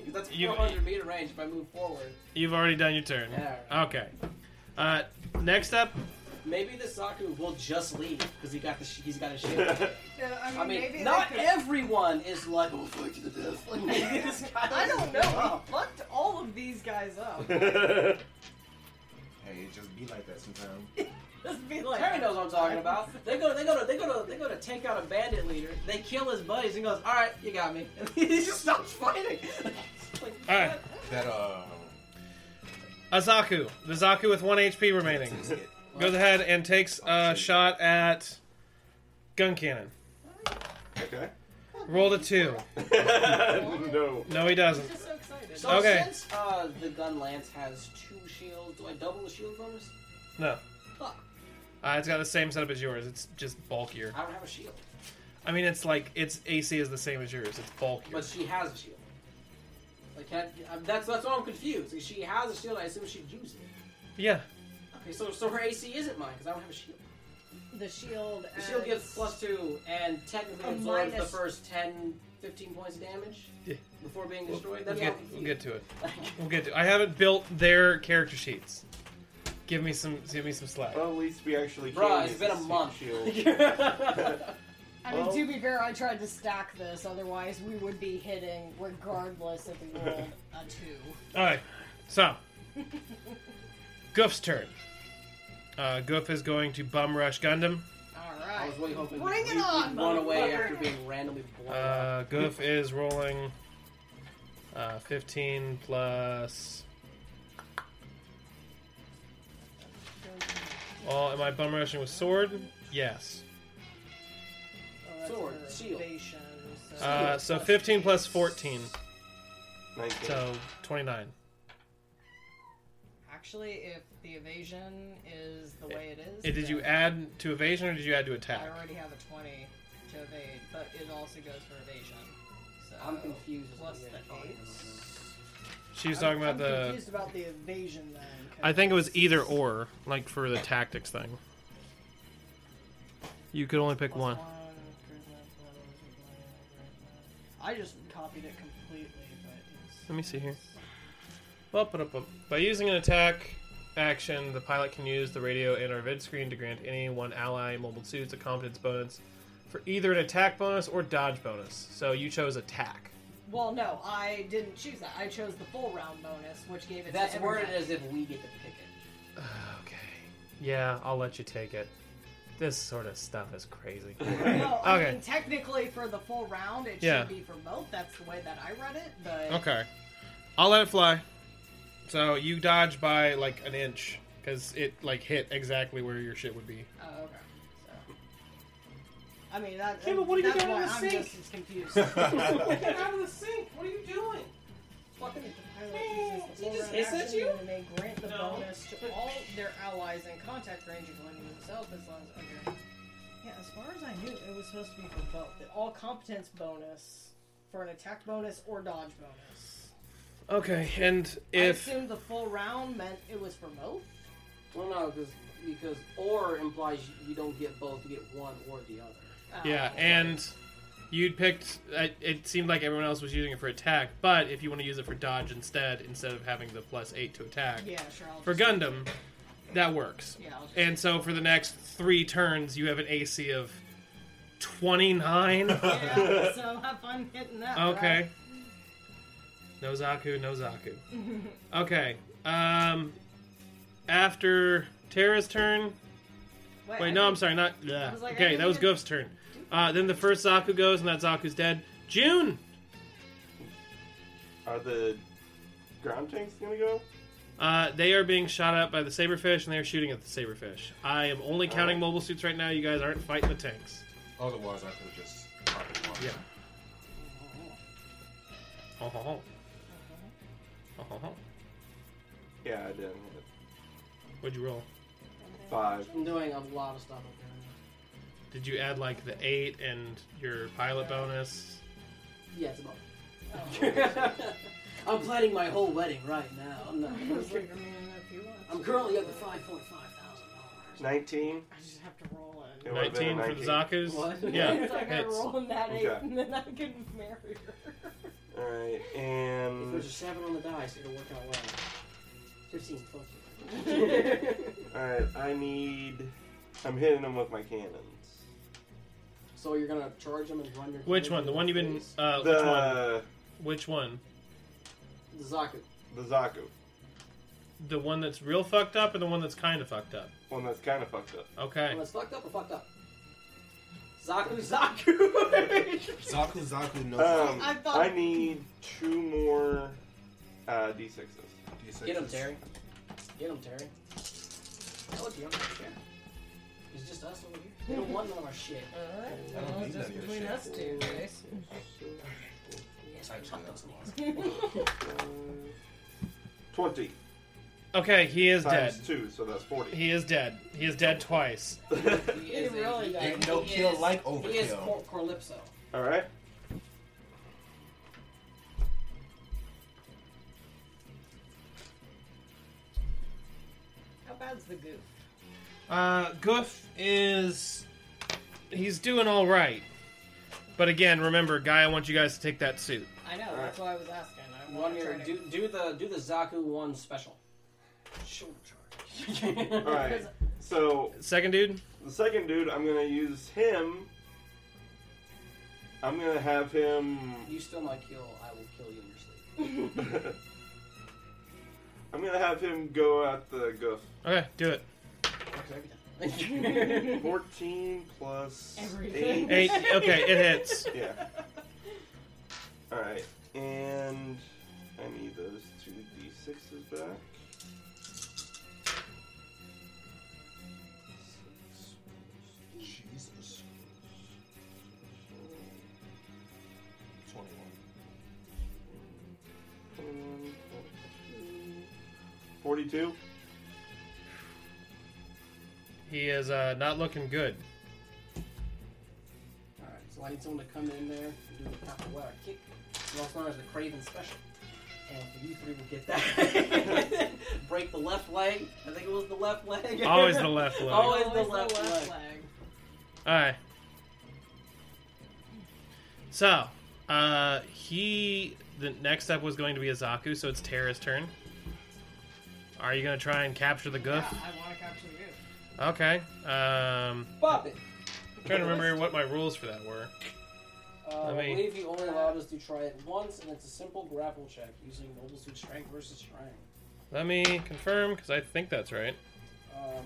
That's
You-
400 meter range if I move forward.
You've already done your turn.
Yeah.
Okay. Uh, next up,
Maybe the Saku will just leave because he got the sh- he's got a shield.
No, I mean,
I mean,
maybe they
not
could-
everyone is like, "We'll fight you to death." Like, maybe this guy
I
is-
don't know. We fucked all of these guys up.
Hey, it just just be like that sometimes.
Just be like,
Terry knows what I'm talking about. They go, they go to, they go to, they go to take out a bandit leader. They kill his buddies and goes, "All right, you got me." And he just stops fighting. It's like,
All right,
That uh,
Azaku, the Zaku with one HP remaining,
is it.
goes ahead and takes a shot at gun cannon.
Okay.
Rolled a two.
no.
No, he doesn't.
just so excited.
So
Okay.
since uh, the gun lance has two shields, do I double the shield bonus?
No,
Fuck,
uh, it's got the same setup as yours. It's just bulkier.
I don't have a shield.
I mean, it's like its AC is the same as yours. It's bulkier.
But she has a shield. Like can I, that's that's why I'm confused. Like, she has a shield. I assume she'd use it.
Yeah,
Okay, so so her AC isn't mine because I don't have a shield.
The shield.
The shield gives plus two and technically
A
absorbs
minus-
the first 10, 15 points of damage
Yeah.
before being
we'll, we'll
destroyed. That's
get,
all
we'll get to it. We'll get to. I haven't built their character sheets. Give me some. Give me some slack.
Well, at least we actually.
Bruh,
can
it's
use
been a
the
month.
Shield.
I mean, to be fair, I tried to stack this. Otherwise, we would be hitting regardless if we rolled a two.
All right. So, Goof's turn. Uh, Goof is going to bum rush Gundam.
All
I
right.
was really hoping
Bring it
we'd
on,
run away
motherfucker.
after being randomly blown
Uh,
up.
Goof is rolling uh, 15 plus. Oh, am I bum rushing with sword? Yes.
Oh, that's
Sword,
her
shield.
evasion, so-
Uh, so 15 plus 14,
Nineteen.
so 29.
Actually, if the evasion is the way it is,
Eh, Did you
then
add to evasion or did you add to
I
attack?
already have a twenty to evade, but it also goes for evasion. So
I'm confused. as to
Plus
what
the
you're talking
eight.
about.
She was talking about
I'm
the.
confused about the evasion then. 'cause-
I think it was either or, like for the tactics thing. You could only pick
Plus
one.
I just copied it completely, but
Let me see here. Well, put up a- by using an attack action, the pilot can use the radio and or vid screen to grant any one ally in mobile suits a competence bonus for either an attack bonus or dodge bonus. So you chose attack.
it's. Well, no, I didn't choose that. I chose the full round bonus, which gave it
That's
to
worded
everybody.
as if we get to pick it.
Okay. Yeah, I'll let you take it. This sort of stuff is crazy.
No, I
Okay.
mean, technically for the full round, it
Yeah.
should be for both. That's the way that I read it, but
okay. I'll let it fly. So you dodge by like an inch cuz it like hit exactly where your shit would be.
Oh, okay. So, I mean, that,
Yeah, but what are you
that's
doing in
why
the
I'm
sink?
just as confused. the pilot
Get out of the sink! What are you doing? Fucking
uses the
Did he just
full round
hiss at
action
you?
and they grant the
No.
bonus to all their allies in contact range, including themselves, as long as okay. Yeah, as far as I knew, it was supposed to be for both the all competence bonus for an attack bonus or dodge bonus.
Okay, and
I
if
assumed the full round meant it was for both.
Well, no, because because or implies you don't get both; you get one or the other.
Uh,
Yeah, and you'd picked. I- It seemed like everyone else was using it for attack, but if you want to use it for dodge instead, instead of having the plus eight to attack
yeah, sure. I'll
for
just,
Gundam, that works.
yeah, I'll just,
And so for the next three turns, you have an AC of twenty nine.
yeah, so have fun hitting that.
Okay. No Zaku, no Zaku. okay. Um. After Terra's turn.
Right?
Wait,
I
no,
think-
I'm sorry, not. yeah.
was like, I
okay,
didn't
that was
even-
Goof's turn. Uh, then the first Zaku goes, and that Zaku's dead. June!
Are the ground tanks gonna go?
Uh, they are being shot at by the Saberfish, and they're shooting at the Saberfish. I am only counting mobile suits right now. You guys aren't fighting the tanks.
Otherwise, I could have just. popped one.
Yeah. Oh, oh, oh. Oh, oh,
Yeah, I did. hit
oh. What'd you roll?
Five.
I'm doing a lot of stuff up there.
Did you add like the 8 and your pilot bonus?
Yeah, it's about. Oh. I'm planning my whole wedding right now. I'm, not,
Trigger me in if you want.
I'm currently up to five point five thousand dollars.
Nineteen.
I just have to roll
It
in.
would've been
19
a
for the Zakus?
What?
Yeah.
so I gotta
hits.
roll in that eight,
Okay.
and then I can marry her.
All right,
If
and
there's a seven on the dice, it'll work out well. Fifteen. Fuck you.
all right, I need. I'm hitting them with my cannons.
So you're gonna charge them and run your.
Which
cannon
one? The one you've been.
face?
Uh, which one?
The
Which one?
The Zaku.
the Zaku.
the one that's real fucked up or the one that's kind of fucked up?
One that's kind of fucked up.
Okay.
Well, it's fucked up or fucked up. Zaku, Zaku.
Zaku Zaku no
Oh.
Um,
I
I,
thought-
need two more uh, d6s.
D6s.
Get him, Terry. Get him, Terry. I look young. Yeah. It's just us over here. They don't want none of our shit.
Alright,
I don't
well,
need
just
none of your
between
shit.
us two, guys.
Yes,
Actually,
fuck
that's
those
a lot.
nails.
20
Okay, he is
times
dead.
2, so that's 40.
He is dead. He is dead twice.
He is
He really
a-
does.
he
No kill
is-
like
He is
overkill.
Cor- Corlipso.
Alright.
How bad's the goof?
Uh, Goof is. He's doing alright. But again, remember, Guy, I want you guys to take that suit.
I know, that's why I was asking. I
One
wanna try
year,
to-
do, do the do the Zaku one special. Shoulder charge.
Alright. So,
Second dude?
the second dude, I'm going to use him. I'm going to have him.
you still my kill. I will kill you in your sleep.
I'm going to have him go at the goof.
Okay, do it.
Works every time.
14 plus
Everything.
8.
Eight. Okay, it hits.
Yeah. Alright. And I need those two D6s back.
Jesus. 21.
Um, 42.
He is uh, not looking good.
Alright, so I need someone to come in there and do the capoeira kick. It's also known as the Craven Special. And you three will get that. Break the left leg. I think it was the left leg.
Always the left leg.
Always
Always
the left leg.
leg.
Alright. So, uh, he. The next step was going to be Azaku, so it's Terra's turn. Are you going to try and capture the goof?
Yeah, I want to capture the goof.
Okay. Um,
Bop it.
trying to remember what my rules for that were.
Uh, I
Let me-
believe you only allowed us to try it once, and it's a simple grapple check using mobile suit strength versus strength.
Let me confirm, because I think that's right.
Um,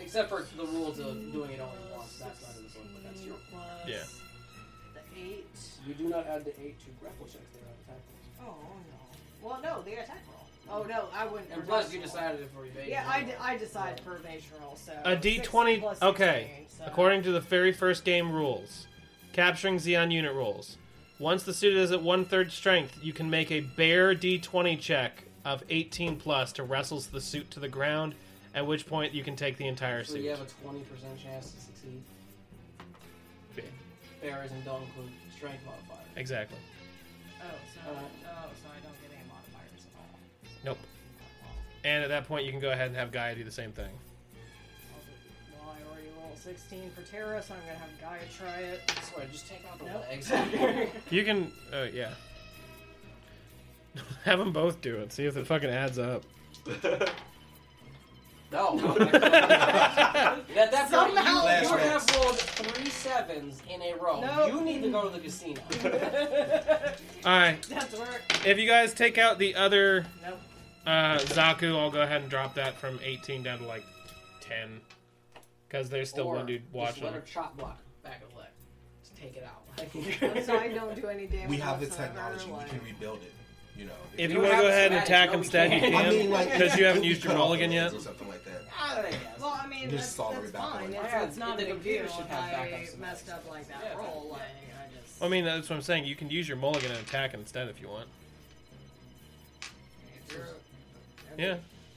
except for the rules of doing it only once. That's not in this one, but that's your.
Plus
Yeah.
The eight.
You do not add the eight to grapple checks there on attack rolls.
Oh no. Well, no, the attack roll. Oh no, I wouldn't.
And plus, you
roll.
decided it for evasion.
Yeah, I, d- I decide for evasion roll. So
A D20.
16 plus
okay.
16, so- Oh,
According to the very first game rules, capturing Xeon unit rules. Once the suit is at one third strength, you can make a bare D20 check of 18 plus to wrestle the suit to the ground, at which point you can take the entire
So
suit.
you have a twenty percent chance to succeed.
Yeah,
Bears and don't include strength modifier.
Exactly.
Oh, so
Uh,
oh, so I don't get any modifiers at all.
Nope. And at that point, you can go ahead and have Gaia do the same thing.
Well, I already rolled 16 for Terra, so I'm gonna have Gaia try it.
I swear, just take out the
Nope.
legs.
You can, uh, yeah. have them both do it. See if it fucking adds up.
no. At that point, you,
Somehow
you
it
have rolled three sevens in a row.
No.
You need to go to the casino.
All right.
That's work.
If you guys take out the other
Nope.
Uh, Zaku, I'll go ahead and drop that from 18 down to like 10. Because there's still
or
one dude
Just
watching.
let her chop block back of the leg. Just take it out.
So I don't do any damage.
We have the
whatsoever,
technology. We
like-
can rebuild it. You know.
If
You
you want to
have
go ahead and
strategy,
attack
no,
him,
we
stab, you
can't.
I
can.
mean, like,
Because you haven't
we
used your
cut off
mulligan
the
yet.
legs Or something like that.
I don't guess.
Well, I mean,
Just
that's,
solve it
that's
back
fine.
away.
It's,
Yeah,
it's not
the
a big
computer
deal.
should
if
have
I
backups and
messed up like that
Yeah.
roll. Like, I just.
I mean, that's what I'm saying. You can use your mulligan and attack instead if you want.
if you're-
Yeah.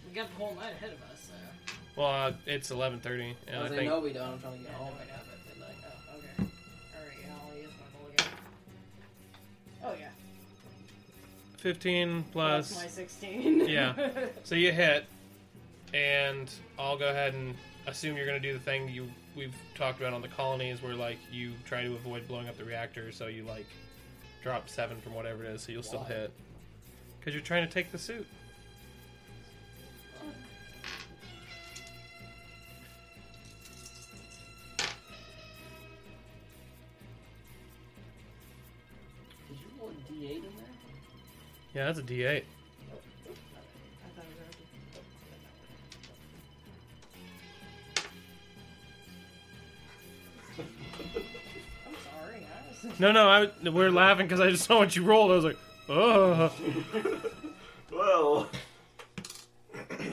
We got the whole night ahead of us, so.
Well, uh, it's 11:30, and
I
I
was like,
think
no, we don't. I'm trying to
Yeah,
get
oh,
home.
I have it. Like, oh, okay. Alright, yeah, I'll use my mulligan. Oh, yeah.
15
That's my
plus.
16.
Yeah. So you hit, and I'll go ahead and assume you're going to do the thing you we've talked about on the colonies, where like you try to avoid blowing up the reactor, so you like drop seven from whatever it is, so you'll still
Why?
hit. Because you're trying to take the suit.
Did you roll a D8 in there?
Yeah, that's a D8.
I thought it was
No, no, I, w- we're laughing because I just saw what you rolled. I was like, oh.
Well,
Okay,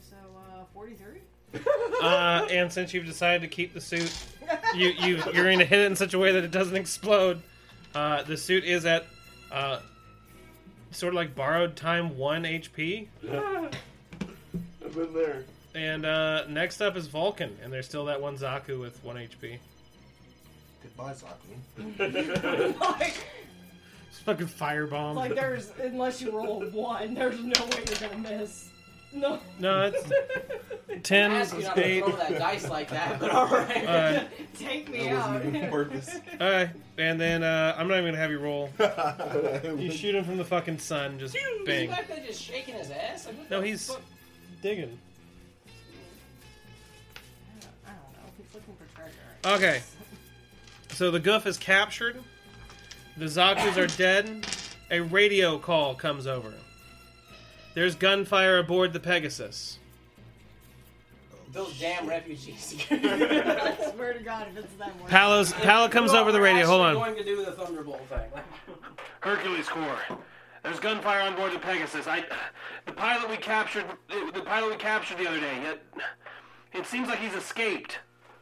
so uh, 43?
Uh, and since you've decided to keep the suit, you, you you're going to hit it in such a way that it doesn't explode. Uh, the suit is at uh, sort of like borrowed time one HP.
I've been there.
And uh, next up is Vulcan, and there's still that one Zaku with one HP.
Goodbye, Zaku.
like,
It's fucking firebomb.
like, there's, unless you roll a 1, there's no way you're gonna miss. No.
no, it's ten,
Ask you not to
eight.
throw that dice like that, but alright.
Alright,
Take me
That
out.
wasn't even purpose.
alright. And then uh, I'm not even gonna have you roll. You shoot him from the fucking sun, just
He's
bang.
back there just shaking his ass. Like, what
No,
the
he's
fuck?
digging.
I don't know. He's looking for treasure.
Okay. So the goof is captured. The Zakus are dead. A radio call comes over. There's gunfire aboard the Pegasus.
Those damn refugees.
I swear to God, if it's them, we're
Palos Pala comes
You know,
over the
we're
radio. Hold
actually
on.
going to do the Thunderbolt thing.
Hercules Corps. There's gunfire on board the Pegasus. I, the pilot we captured, the pilot we captured the other day. It, it seems like he's escaped.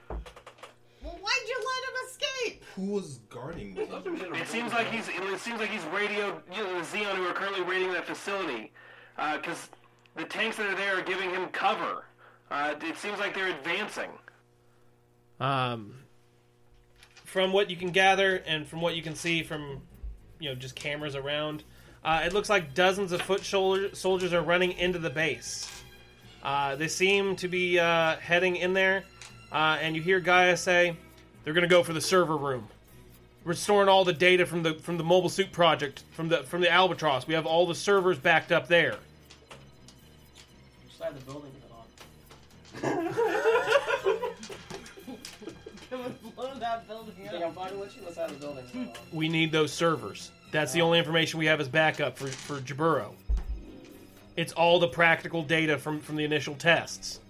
Well, why'd you let him escape?
Who was guarding me?
It seems like he's. It seems like he's radioed you know, the Xeon who are currently raiding that facility, because the tanks that are there are giving him cover. Uh, it seems like they're advancing. Um, from what you can gather and from what you can see from, you know, just cameras around, uh, it looks like dozens of foot shoulder, soldiers are running into the base. Uh, they seem to be uh, heading in there, uh, and you hear Gaia say, "They're going to go for the server room." restoring all the data from the from the mobile suit project from the from the albatross we have all the servers backed up there
Just have the building to on.
It would blow that building
Think I'm
up.
fucking with you? Let's have the building to on.
we need those servers that's the only information we have as backup for for jaburo it's all the practical data from from the initial tests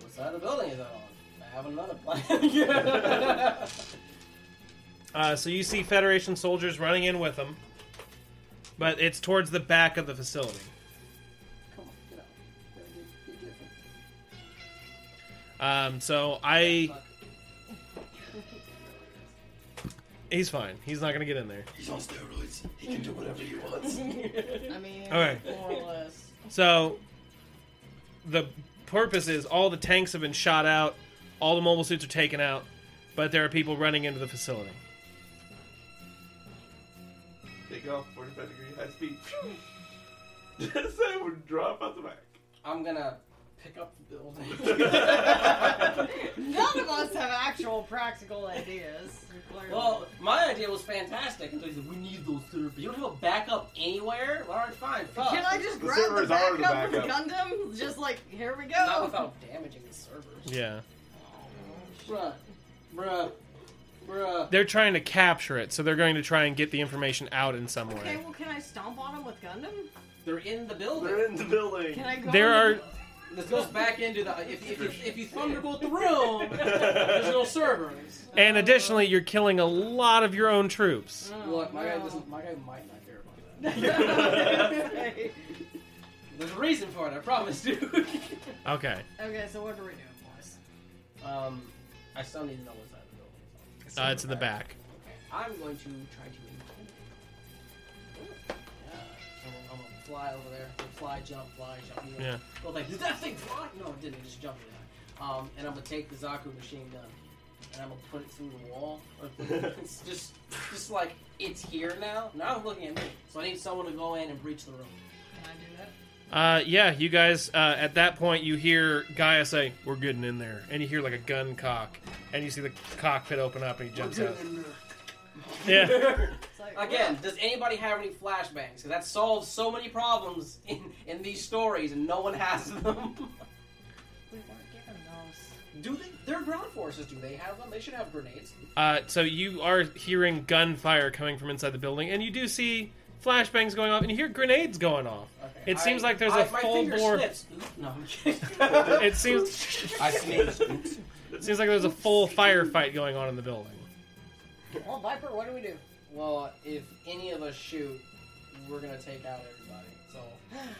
What side of the building is that on? I have another plan.
uh, so you see federation soldiers running in with them but it's towards the back of the facility
Come on, get out. Be different.
um, so i he's fine he's not gonna get in there
He's on steroids. He can do whatever he wants.
I mean,
Alright.
more or less.
So the purpose is all the tanks have been shot out, all the mobile suits are taken out, but there are people running into the facility.
Take off 45 degree high speed. Just I would drop out the back.
I'm gonna pick up the building.
None of us have actual practical ideas. clearly.
well, my idea was fantastic until he said, We need those servers. You don't have a backup anywhere? Alright, fine. Fuck.
can I just
The
grab the
servers are the
backup from
backup.
Gundam? Just like, here we
Not
go.
without damaging the servers.
Yeah.
Bruh. Bruh. Bruh.
They're trying to capture it, so they're going to try and get the information out in some way.
Okay, well, can I stomp on him with Gundam?
They're in the building.
They're in the building.
Can I go?
There
in
are
the-
This goes back into the. If, if, if, if you thunderbolt the room, there's no servers.
and additionally you're killing a lot of your own troops.
Oh,
Look, my guy,
no.
doesn't, my guy might not care about that.
okay,
There's a reason for it, I promise, dude.
Okay.
so what are we doing, boys?
um, I still need to know what's side of the building. is on.
Uh, it's in the back.
I'm going to try to intimidate. Yeah, so I'm gonna fly over there. Fly, jump, fly, jump. You know,
Yeah.
Go like, did that thing fly? No, it didn't. It just jumped. Really high. Um, and I'm gonna take the Zaku machine gun, and I'm gonna put it through the wall. it's just, just like it's here now. Now it's looking at me. So I need someone to go in and breach the room.
Can I do that?
Uh, yeah, you guys, uh, at that point, you hear Gaia say, We're getting in there. And you hear like a gun cock. And you see the cockpit open up and he jumps out. Yeah.
It's like,
Again, does anybody have any flashbangs? Because that solves so many problems in, in these stories, and no one has them.
We weren't given those.
do they? They're ground forces. Do they have them? They should have grenades.
Uh, so you are hearing gunfire coming from inside the building, and you do see flashbangs going off, and you hear grenades going off.
Okay,
It
I-
seems like there's
I-
a
my
full
finger
bore.
slips. Oop, No, I'm kidding.
It seems
I sneezed.
It seems like there's a full firefight going on in the building.
Well, Viper, what do we do?
Well, if any of us shoot, we're gonna take out everybody. So,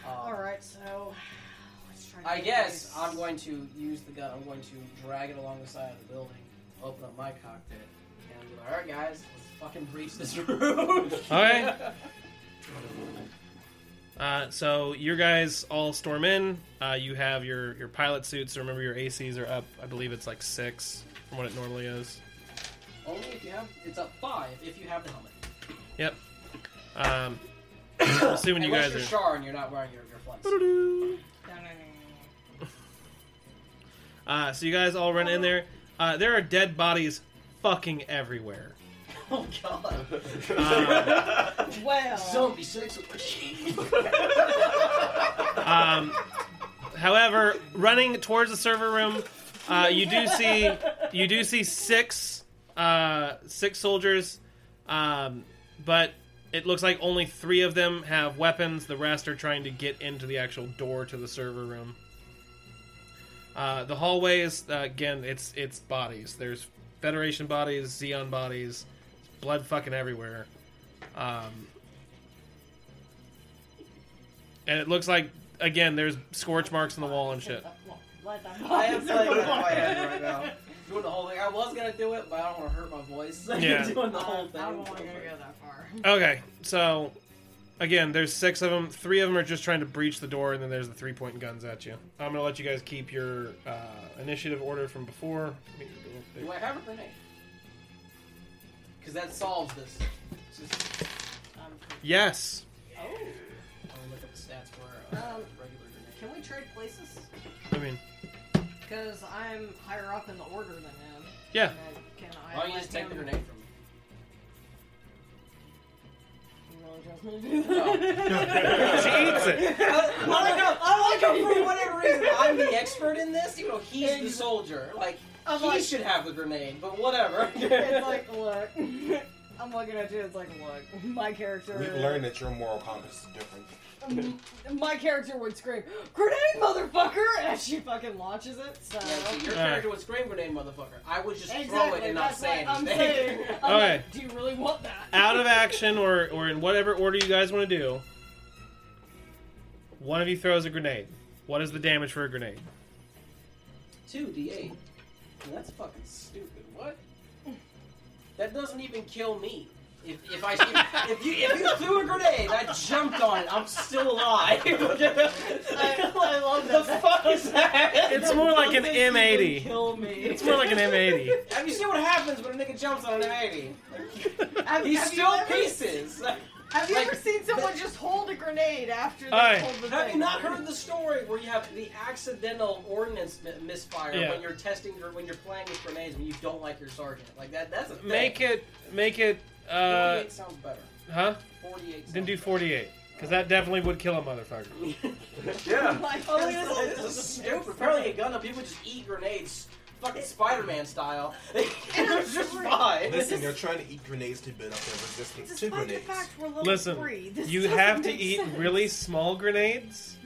um,
All right, so let's try. to
I
get
guess
these.
I'm going to use the gun. I'm going to drag it along the side of the building, open up my cockpit, and be like, all right, guys, let's fucking breach this room.
All right. Uh, so you guys all storm in. Uh, you have your your pilot suits. Remember your ACs are up. I believe it's like six from what it normally is.
Only if you have it's up five if you have the helmet.
Yep. Um, I'm assuming you
Unless
guys
you're
are.
Char and you're not wearing your, your flights.
No, no, no, no, no.
Uh, so you guys all run in there. Uh, there are dead bodies fucking everywhere.
Oh god.
no. Well,
Zombie sex machine.
Um, however, running towards the server room, uh, you do see you do see six uh, six soldiers, um, but it looks like only three of them have weapons. The rest are trying to get into the actual door to the server room. Uh, the hallways uh, again, it's it's bodies. There's Federation bodies, Xeon bodies, blood fucking everywhere. Um, and it looks like again there's scorch marks on the wall and shit.
Let them-
I am playing that in my head right now. Doing the whole thing. I was gonna do it, but I don't want to hurt my voice.
Yeah.
doing the
Uh,
whole thing.
I don't want to go that far.
Okay, so again, there's six of them. Three of them are just trying to breach the door, and then there's the three point guns at you. I'm gonna let you guys keep your uh, initiative order from before. Let me go
Do
up
I have a grenade? Because that solves this. It's just-
Um,
there. Yes.
I'm gonna oh, look up the stats for uh,
Um,
regular grenade.
can we trade places?
I mean,
Because I'm higher up in the order than him.
yeah.
and I- Can I?
Why don't you
let
just take
him-
the grenade from me?
You really trust me to do
Oh.
She
that?
eats it.
I like how, I like how for whatever reason I'm the expert in this. You know, he's the soldier. Like
I'm
he
like-
should have the grenade, but whatever.
it's like, look. I'm looking at you. It's like, look. My character.
We've learned that your moral compass is different.
My character would scream, "Grenade, motherfucker!" as she fucking launches it. So.
Yeah, see, your
Alright.
character would scream grenade, motherfucker. I would just throw it
Exactly.
and not
That's
say
what I'm
anything.
saying. I'm
Okay.
like, do you really want that?
Out of action, or or in whatever order you guys want to do. One of you throws a grenade. What is the damage for a grenade?
Two D eight. That's fucking stupid. What? That doesn't even kill me. If, if I if, if you if you threw a grenade, I jumped on it. I'm still alive.
I, I love
the
that.
fuck is that?
It's more like an
Doesn't even
M80.
Kill me.
It's more like an M80.
Have you seen what happens when a nigga jumps on an M80?
Have-
He
have you
still
ever-
pieces.
Have you
Like,
ever seen someone just hold a grenade after they
Aye.
hold the
Have you
thing?
not heard the story where you have the accidental ordnance mi- misfire
Yeah.
when you're testing your when you're playing with grenades when you don't like your sergeant? Like that. That's a thing.
Make it. Make it. Uh,
48 sounds better.
huh?
48. Sounds
Then do
better.
48, because that definitely would kill a motherfucker.
Yeah.
Like,
Oh, look at
it
this, this is stupid. Apparently, a gun up, people just eat grenades, fucking Spider-Man style. it's just fine.
Listen, they're trying to eat grenades to build up their resistance to
Despite the
grenades.
fact we're level
Listen,
three, this
you
doesn't
have to
make
eat
sense.
really small grenades,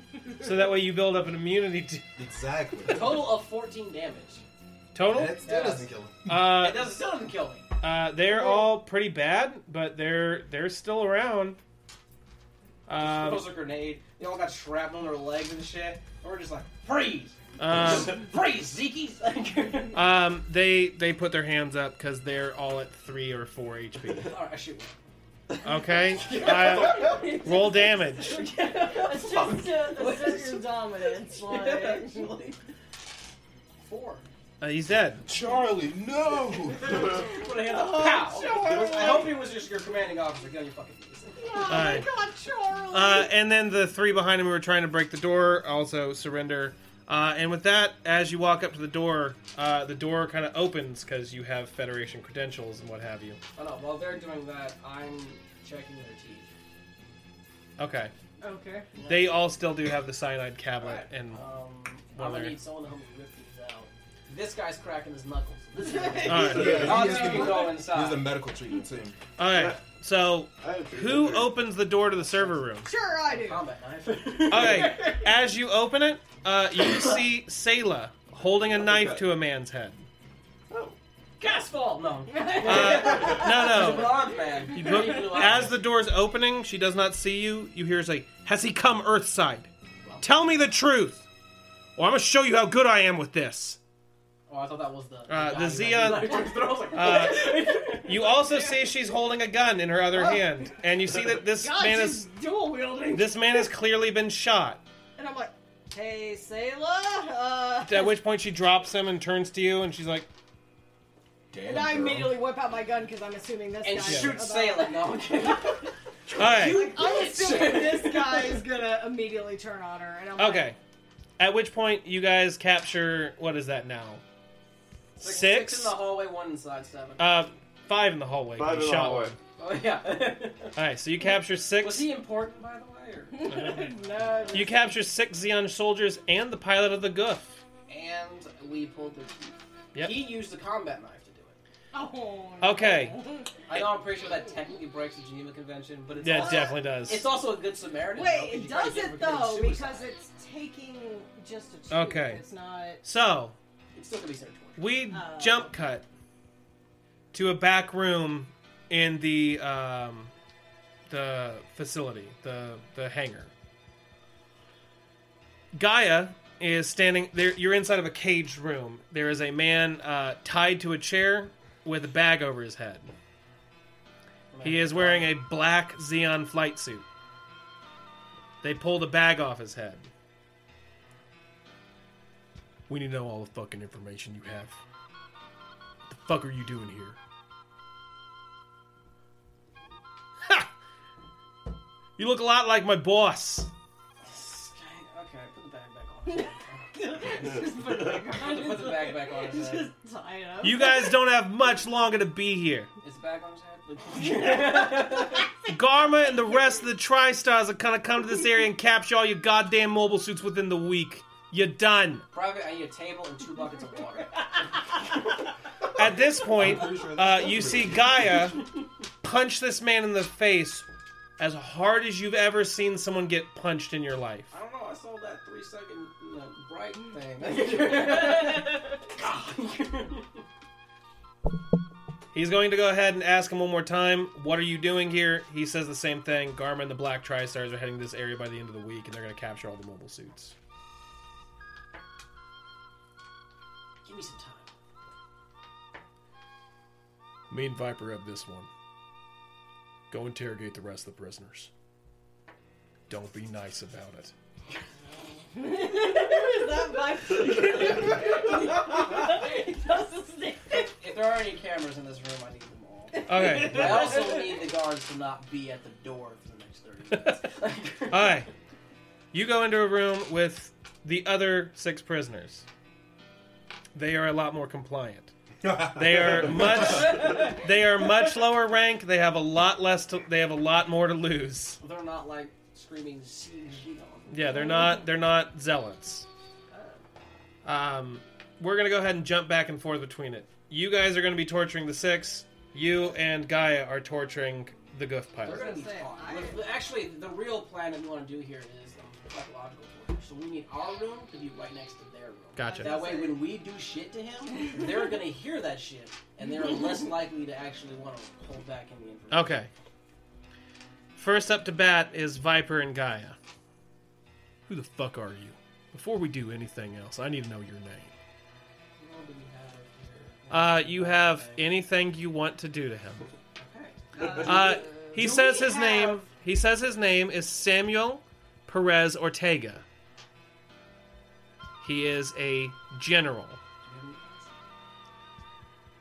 so that way you build up an immunity to
Exactly.
Total of 14 damage.
total.
That still
Yeah.
doesn't kill him.
Uh,
It doesn't still doesn't kill me.
uh, they're all pretty bad, but they're they're still around. Um, uh,
Throws a grenade. They all got shrapnel on their legs and shit. And we're just like, freeze,
um,
freeze, Zeke's. Alright,
um, they they put their hands up because they're all at three or four HP.
I shoot
Okay, uh,
one.
roll damage.
It's just, uh, it's just your dominance. Like,
Actually, four.
Uh, he's dead.
Charlie, no!
Put a hand up. Pow! I hope he was just your commanding officer. Get on your fucking knees.
oh
Aye.
my god, Charlie!
Uh, and then the three behind him who were trying to break the door also surrender. Uh, and with that, as you walk up to the door, uh, the door kind of opens because you have Federation credentials and what have you.
Oh no, while they're doing that, I'm checking their teeth.
Okay.
okay.
They all still do have the cyanide tablet,
Alright.
and
Um,
Well,
I'm gonna
there-
need someone to help me rip these out. This guy's cracking his knuckles. This
all right,
Yeah,
all
he
I'll
has
just
to be-
go
There's a
inside.
medical treatment too.
right. So,
I have three
who
fingers.
opens the door to the server room?
Sure, I do.
Combat knife.
Okay. As you open it, uh, you see Selah holding a knife to a man's head.
Oh,
Gasfall! No.
Uh, no,
An
no.
armed man.
You look- as the door's opening, she does not see you. You hear her say, Has he come Earthside? Tell me the truth! Or I'm gonna show you how good I am with this.
Oh, I thought that was the.
Uh, the
I
Xeon.
took the throw, I was like,
Uh, you also see she's holding a gun in her other hand, and you see that this
God,
man
she's
is
dual wielding.
this man has clearly been shot.
and I'm like, hey, Sayla. Uh,
At which point she drops him and turns to you, and she's like,
Damn,
and I
girl.
immediately whip out my gun because I'm assuming this
and
guy.
shoot
about-
Salem. No, I'm kidding.
"All right,
Like, I'm assuming this guy is gonna immediately turn on her. And I'm like,
Okay. At which point you guys capture what is that now?
Six,
Six?
in the hallway, one inside seven.
Uh five in the hallway.
Five
You
in the
shot
hallway.
oh yeah.
Alright, so you capture six
was he important, by the way? Or?
No,
you capture six Xeon soldiers and the pilot of the Goof.
And we pulled the.
Yep.
He used the combat knife to do it.
Oh,
Okay.
I know I'm pretty sure that technically breaks the Geneva Convention, but it's
Yeah, it
also,
definitely does.
it's also a good Samaritan. though,
Wait,
'cause you
it
try to
does
get
it
everybody to
though
suicide.
because it's taking just a two.
Okay.
It's not.
so
it's still gonna be sort of torture.
we
Uh.
jump cut to a back room in the um the facility, the the hangar. Gaia is standing there. You're inside of a caged room. There is a man uh, tied to a chair with a bag over his head. He is wearing a black Xeon flight suit. They pull the bag off his head. We need to know all the fucking information you have. What the fuck are you doing here? Ha! You look a lot like my boss.
Okay, put the bag back
just put it back on.
on. put the bag back on his
Just
head.
tie it up.
You guys don't have much longer to be here.
Is the bag on his head?
Garma and the rest of the Tri-Stars are gonna come to this area and capture all your goddamn mobile suits within the week. You're done.
Private, I need a table and two buckets of water.
At this point,
Pretty sure
uh,
that's
you
true.
see Gaia punch this man in the face as hard as you've ever seen someone get punched in your life.
I don't know. I saw that three second uh, bright
Mm.
thing.
He's going to go ahead and ask him one more time, What are you doing here? He says the same thing. Garma and the Black Tri Stars are heading to this area by the end of the week, and they're going to capture all the mobile suits.
Give me some time.
Me and Viper have this one. Go interrogate the rest of the prisoners. Don't be nice about it.
Is that my? It does the same.
If there are any cameras in this room, I need them all.
Okay.
I also need the guards to not be at the door for the next 30 minutes.
All right. You go into a room with the other six prisoners. They are a lot more compliant. They are much. They are much lower rank. They have a lot less. To, they have a lot more to lose.
They're not like screaming siege, you know.
Yeah, they're not. They're not zealots. Um, we're gonna go ahead and jump back and forth between it. You guys are gonna be torturing the six. You and Gaia are torturing the goof
They're
pilot.
gonna be
Say,
caught.
I-
Look, Actually, the real plan that we want to do here is um, psychological torture. So we need our room to be right next to their room.
Gotcha.
That way, when we do shit to him, they're gonna hear that shit, and they're less likely to actually want to hold back any information.
Okay. First up to bat is Viper and Gaia. Who the fuck are you? Before we do anything else, I need to know your name.
What do we have
Uh, you have anything you want to do to him.
here? Okay.
Uh, he
Do
says
we
his
have-
name. He says his name is Samuel Perez Ortega. He is a general.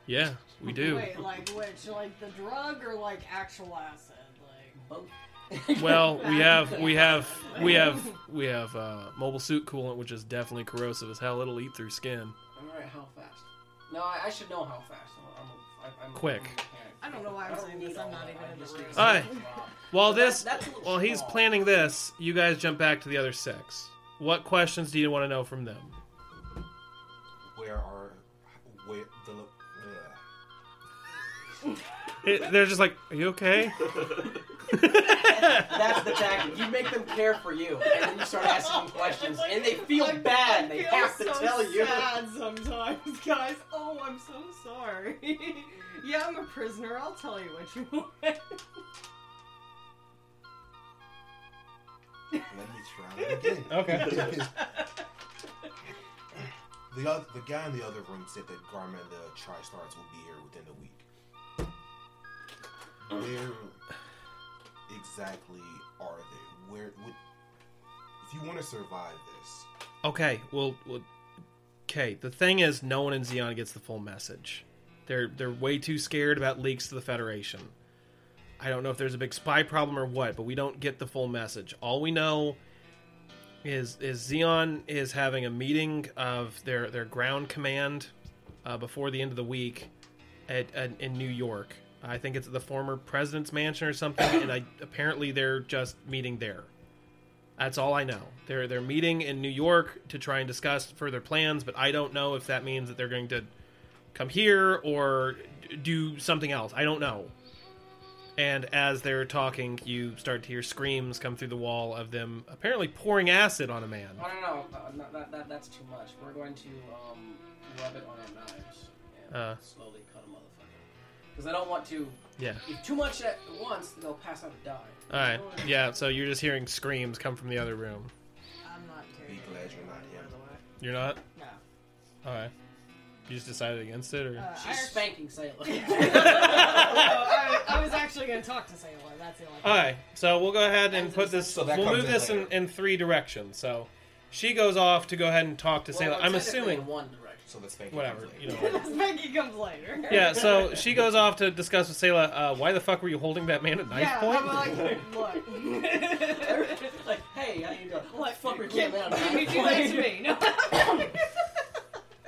Yeah, we do.
Wait, like which? Like the drug or like actual acid? Like
Both.
Well, we have we have we have we have uh, mobile suit coolant, which is definitely corrosive as hell. It'll eat through skin.
All right, how fast? No, I, I should know how fast. I'm, a, I, I'm
Quick.
i
I don't know why I'm saying this. I'm not even in the room.
Alright. While this,
That's- that's a little
while he's
small.
planning this, you guys jump back to the other six. What questions do you want to know from them?
Where are where the lo- ugh.
It- they're just like, "Are you okay?"
That's the tactic. You make them care for you, and then you start asking them questions, and they feel bad. and They
feel
have to
so
tell you.
sad sometimes, guys. Oh, I'm so sorry. yeah, I'm a prisoner. I'll tell you what you want.
Let me try it again.
Okay.
the other, the guy in the other room said that Garmin the Tri-Stars will be here within a week. Where exactly are they? Where would if you want to survive this?
Okay, well, well okay. The thing is, no one in Xeon gets the full message. They're they're way too scared about leaks to the Federation. I don't know if there's a big spy problem or what, but we don't get the full message. All we know is is Xeon is having a meeting of their their ground command uh, before the end of the week at, at in New York. I think it's at the former president's mansion or something, and I apparently they're just meeting there. That's all I know. They're they're meeting in New York to try and discuss further plans, but I don't know if that means that they're going to come here or d- do something else. I don't know. And as they're talking, you start to hear screams come through the wall of them apparently pouring acid on a man.
Oh, no, no, no. Uh, no that, that, that's too much. We're going to um, rub it on our knives and
Uh.
slowly cut a motherfucker. Because I don't want to.
Yeah.
If too much at once, they'll pass out and die.
All right. Yeah. So you're just hearing screams come from the other room.
I'm not
Be
carrying
glad you're not him.
You're not.
No.
All right. You just decided against it, or
Uh, I,
She's
actually,
spanking Sailor.
I, I was actually going to talk to Sailor. That's the only
All right, so we'll go ahead and put this.
So that
we'll
comes
move
in
this in,
later.
in three directions. So she goes off to go ahead and talk to Sailor.
Well,
I'm
technically
assuming
in one direction.
So the spanking.
whatever
comes
you
later.
know.
Becky comes later.
Yeah, so she goes off to discuss with Sailor. Uh, why the fuck were you holding that man at knife
Yeah,
point?
I'm like, look.
like, hey, how you doing? What
Like,
the fuck were you
Can,
doing that?
can you do that to me? No,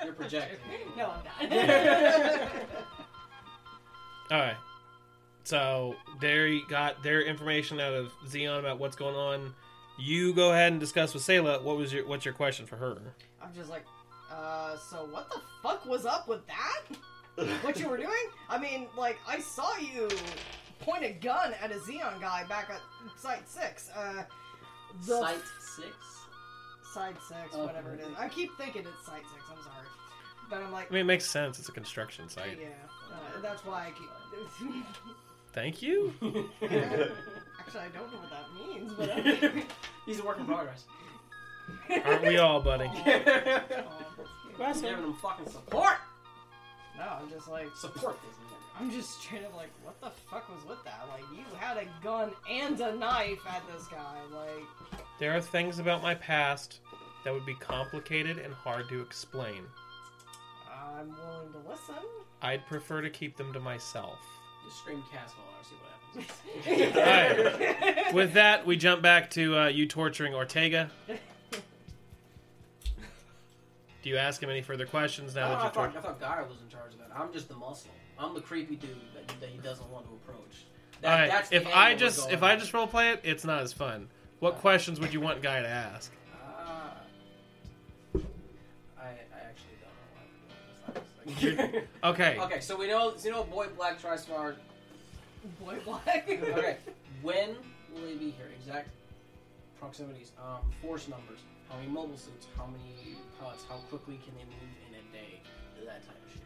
You're projecting.
no I'm not.
All right. So they got their information out of Xeon about what's going on. You go ahead and discuss with Sailor. What was your what's your question for her?
I'm just like, uh, so what the fuck was up with that? what you were doing? I mean, like, I saw you point a gun at a Xeon guy back at Site 6. Uh, the
Site six.
Site 6,
Oh,
whatever it is. I keep thinking it's Site 6, I'm sorry. But I'm like,
I mean, it makes sense. It's a construction site.
yeah. Uh, that's why I keep.
Thank you.
Actually, I don't know what that means, but okay.
He's a work in progress.
Aren't we all, buddy?
You're giving him fucking support.
Um, No, I'm just like,
Support this nigga.
I'm just straight up like, what the fuck was with that? Like, you had a gun and a knife at this guy. Like,
There are things about my past that would be complicated and hard to explain.
I'm willing to listen.
I'd prefer to keep them to myself.
Just scream cast while I see what happens.
All right. With that, we jump back to uh, you torturing Ortega. Do you ask him any further questions now
Oh, I,
that
thought- I
you're
thought,
torturing?
I thought Gyra was in charge of that. I'm just the muscle. I'm the creepy dude that, that he doesn't want to approach. That,
All right.
that's the
If I
angle we're
just
going
if I
at.
just role play it, it's not as fun. What questions would you want Guy to ask?
Ah. Uh, I, I actually don't know why we're doing this. I was
Okay.
like- okay, so we know, so you know, boy Black Tristar.
Boy, black.
Okay, when will they be here? Exact proximities, um, force numbers, how many mobile suits, how many pellets, how quickly can they move in a day, that type of shit.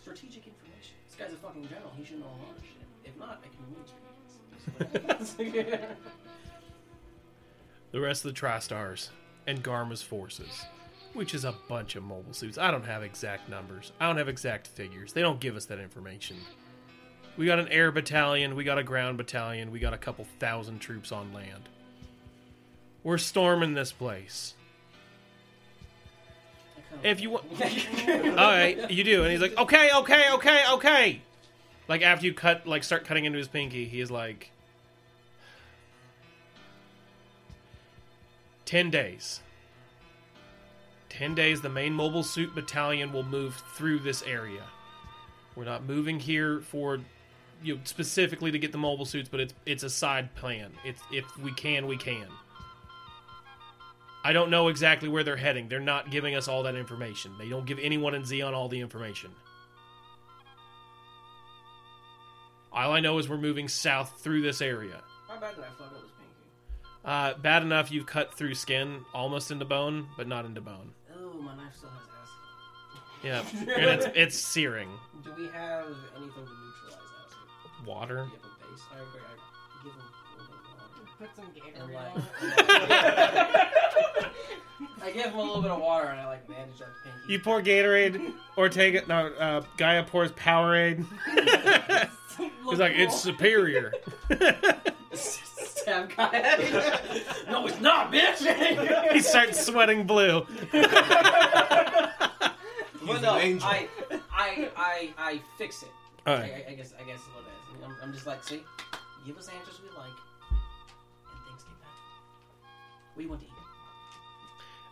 Strategic information. This guy's a fucking general. He should know a lot of shit. If not, I can move strategies.
The rest of the TriStars and Garma's forces, which is a bunch of mobile suits. I don't have exact numbers. I don't have exact figures. They don't give us that information. We got an air battalion, we got a ground battalion, we got a couple thousand troops on land. We're storming this place. If you want All right, you do. And he's like, "Okay, okay, okay, okay." Like after you cut like start cutting into his pinky, he's like 10 days. 10 days, the main mobile suit battalion will move through this area. We're not moving here for you know, specifically to get the mobile suits, but it's it's a side plan. It's if we can, we can. I don't know exactly where they're heading. They're not giving us all that information. They don't give anyone in Xeon all the information. All I know is we're moving south through this area.
How bad did I fuck up this pinky?
Uh, bad enough you've cut through skin, almost into bone, but not into bone.
Oh, my knife still has acid.
Yeah, and it's, it's searing.
Do we have anything to neutralize acid?
Water.
Do you have a base? I agree. I give him a little bit of water.
Put some
And
Gatorade on.
like, I give him a little bit of water and I like bandage up the pinky.
You pour Gatorade. Ortega, no, uh, Gaia pours Powerade. He's like, it's superior.
stab guy. no, it's not, bitch.
he starts sweating blue.
but
an
no,
angel.
I, I, I, I fix it.
All
I,
right.
I, I guess, I guess is what it is. I'm, I'm just like, see, give us answers we like, and things get better. What do you want to eat?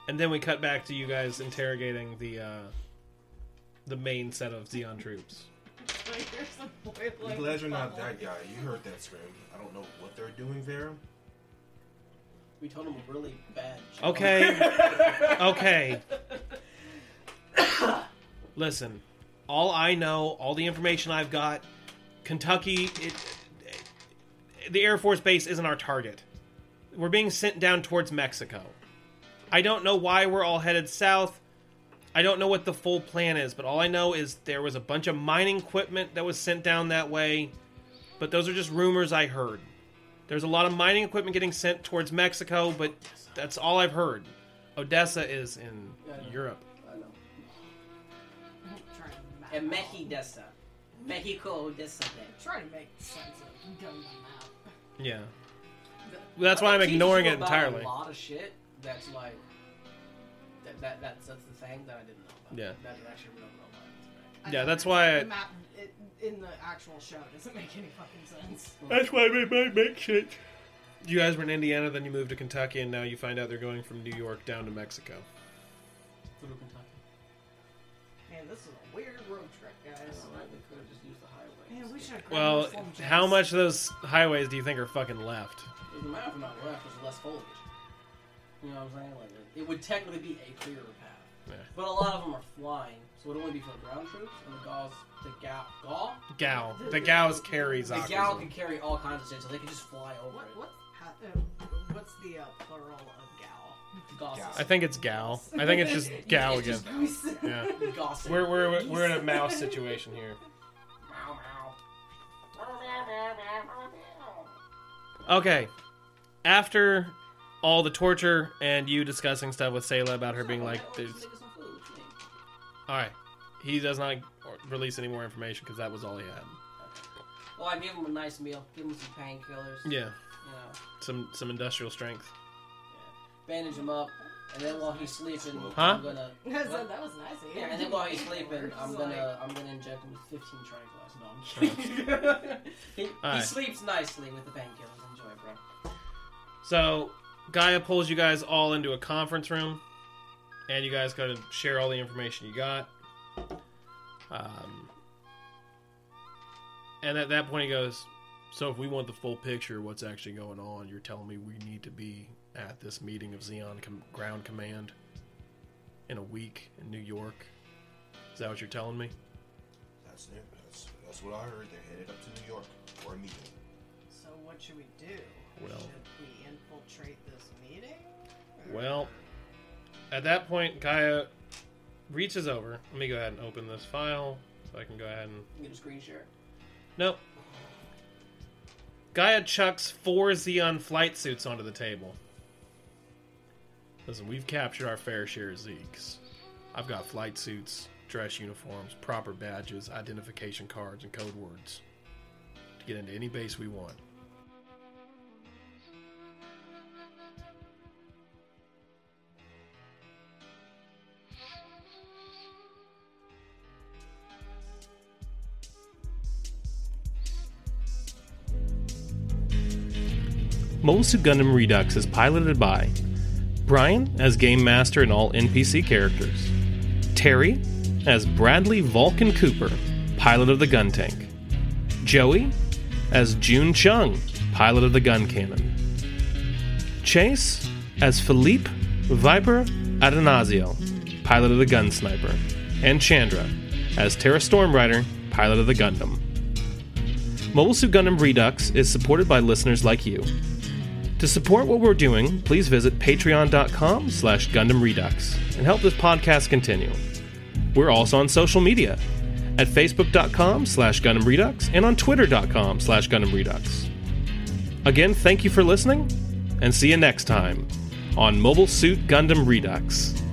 And then we cut back to you guys interrogating the uh, the main set of Xeon troops.
Here's some boiling
I'm glad you're not
bubble.
that guy. You heard that scream. I don't know what they're doing there.
We told him a really bad joke.
Okay. okay. Listen, all I know, all the information I've got, Kentucky, it, the Air Force Base isn't our target. We're being sent down towards Mexico. I don't know why we're all headed south. I don't know what the full plan is, but all I know is there was a bunch of mining equipment that was sent down that way, but those are just rumors I heard. There's a lot of mining equipment getting sent towards Mexico, but that's all I've heard. Odessa is in
Yeah, I know.
Europe.
I know.
Trying to map
And
out-
Mejidessa. Mexico Odessa. bitch.
Trying to make sense of Gundam map.
Yeah. That's
But
why
it
I'm
teaches
ignoring
you
it
about
entirely.
A lot of shit that's like that, that that's that's the thing that I didn't know about.
Yeah.
That I actually don't know about. It's right.
I
Yeah,
don't
that's
know.
why I-
the map i- in the actual show doesn't make any fucking sense.
That's why we might make shit. You guys were in Indiana, then you moved to Kentucky, and now you find out they're going from New York down to Mexico.
Through Kentucky.
Man, this is a weird road trip, guys.
Alright, they could have just used the highway.
Man, we should.
Well, how much of those highways do you think are fucking left?
Doesn't matter if I'm not left, there's less foliage. You know what I'm saying? Like it, it would technically be a clearer path.
Yeah.
But a lot of them are flying, so it would only be for the ground troops and the Gauls the Gal Gaul.
Gal. The Gals carry
The Gal can
Zaku's.
carry all kinds of shit, so they could just fly over
What,
it.
what's ha- uh, what's the uh, plural of gal?
The Gauls.
Gal.
I think it's Gal. I think it's just Gal
It's
again.
just
Goose.
Yeah.
the Gauls.
We're, we're, we're in a mouse situation here.
Meow, meow.
Okay. After all the torture and you discussing stuff with Sayla about her being like, there's All right. He does not release any more information because that was all he had.
Well, I give him a nice meal, give him some painkillers, you
Yeah.
know,
Some some industrial strength.
bandage him up, and then while he's sleeping,
Huh?
I'm gonna.
I said, that was nice. I
Yeah, and then
didn't
while he's
think it
sleeping,
works."
I'm
Like,
gonna I'm gonna inject him with 15 tranquilizers. No, I'm kidding. he, he
Alright.
sleeps nicely with the painkillers. Enjoy, bro.
So Gaia pulls you guys all into a conference room, and you guys got to share all the information you got. Um, and at that point, he goes, "So if we want the full picture, of what's actually going on? You're telling me we need to be at this meeting of Xeon Com- Ground Command in a week in New York? Is that what you're telling me?"
That's it. That's, that's what I heard. They're headed up to New York for a meeting.
So what should we do?
Well-
should we infiltrate this meeting?
Well, at that point, Gaia reaches over. Let me go ahead and open this file so I can go ahead and.
You can screen share.
Nope. Gaia chucks four Xeon flight suits onto the table. Listen, we've captured our fair share of Zeeks. I've got flight suits, dress uniforms, proper badges, identification cards, and code words to get into any base we want. Mobile Suit Gundam Redux is piloted by Brian as game master and all NPC characters, Terry as Bradley Vulcan Cooper, pilot of the gun tank, Joey as June Chung, pilot of the gun cannon, Chase as Philippe Viper Adonazio, pilot of the gun sniper, and Chandra as Terra Stormrider, pilot of the Gundam. Mobile Suit Gundam Redux is supported by listeners like you. To support what we're doing, please visit patreon.com slash Gundam Redux and help this podcast continue. We're also on social media at facebook.com slash Gundam Redux and on twitter.com slash Gundam Redux. Again, thank you for listening and see you next time on Mobile Suit Gundam Redux.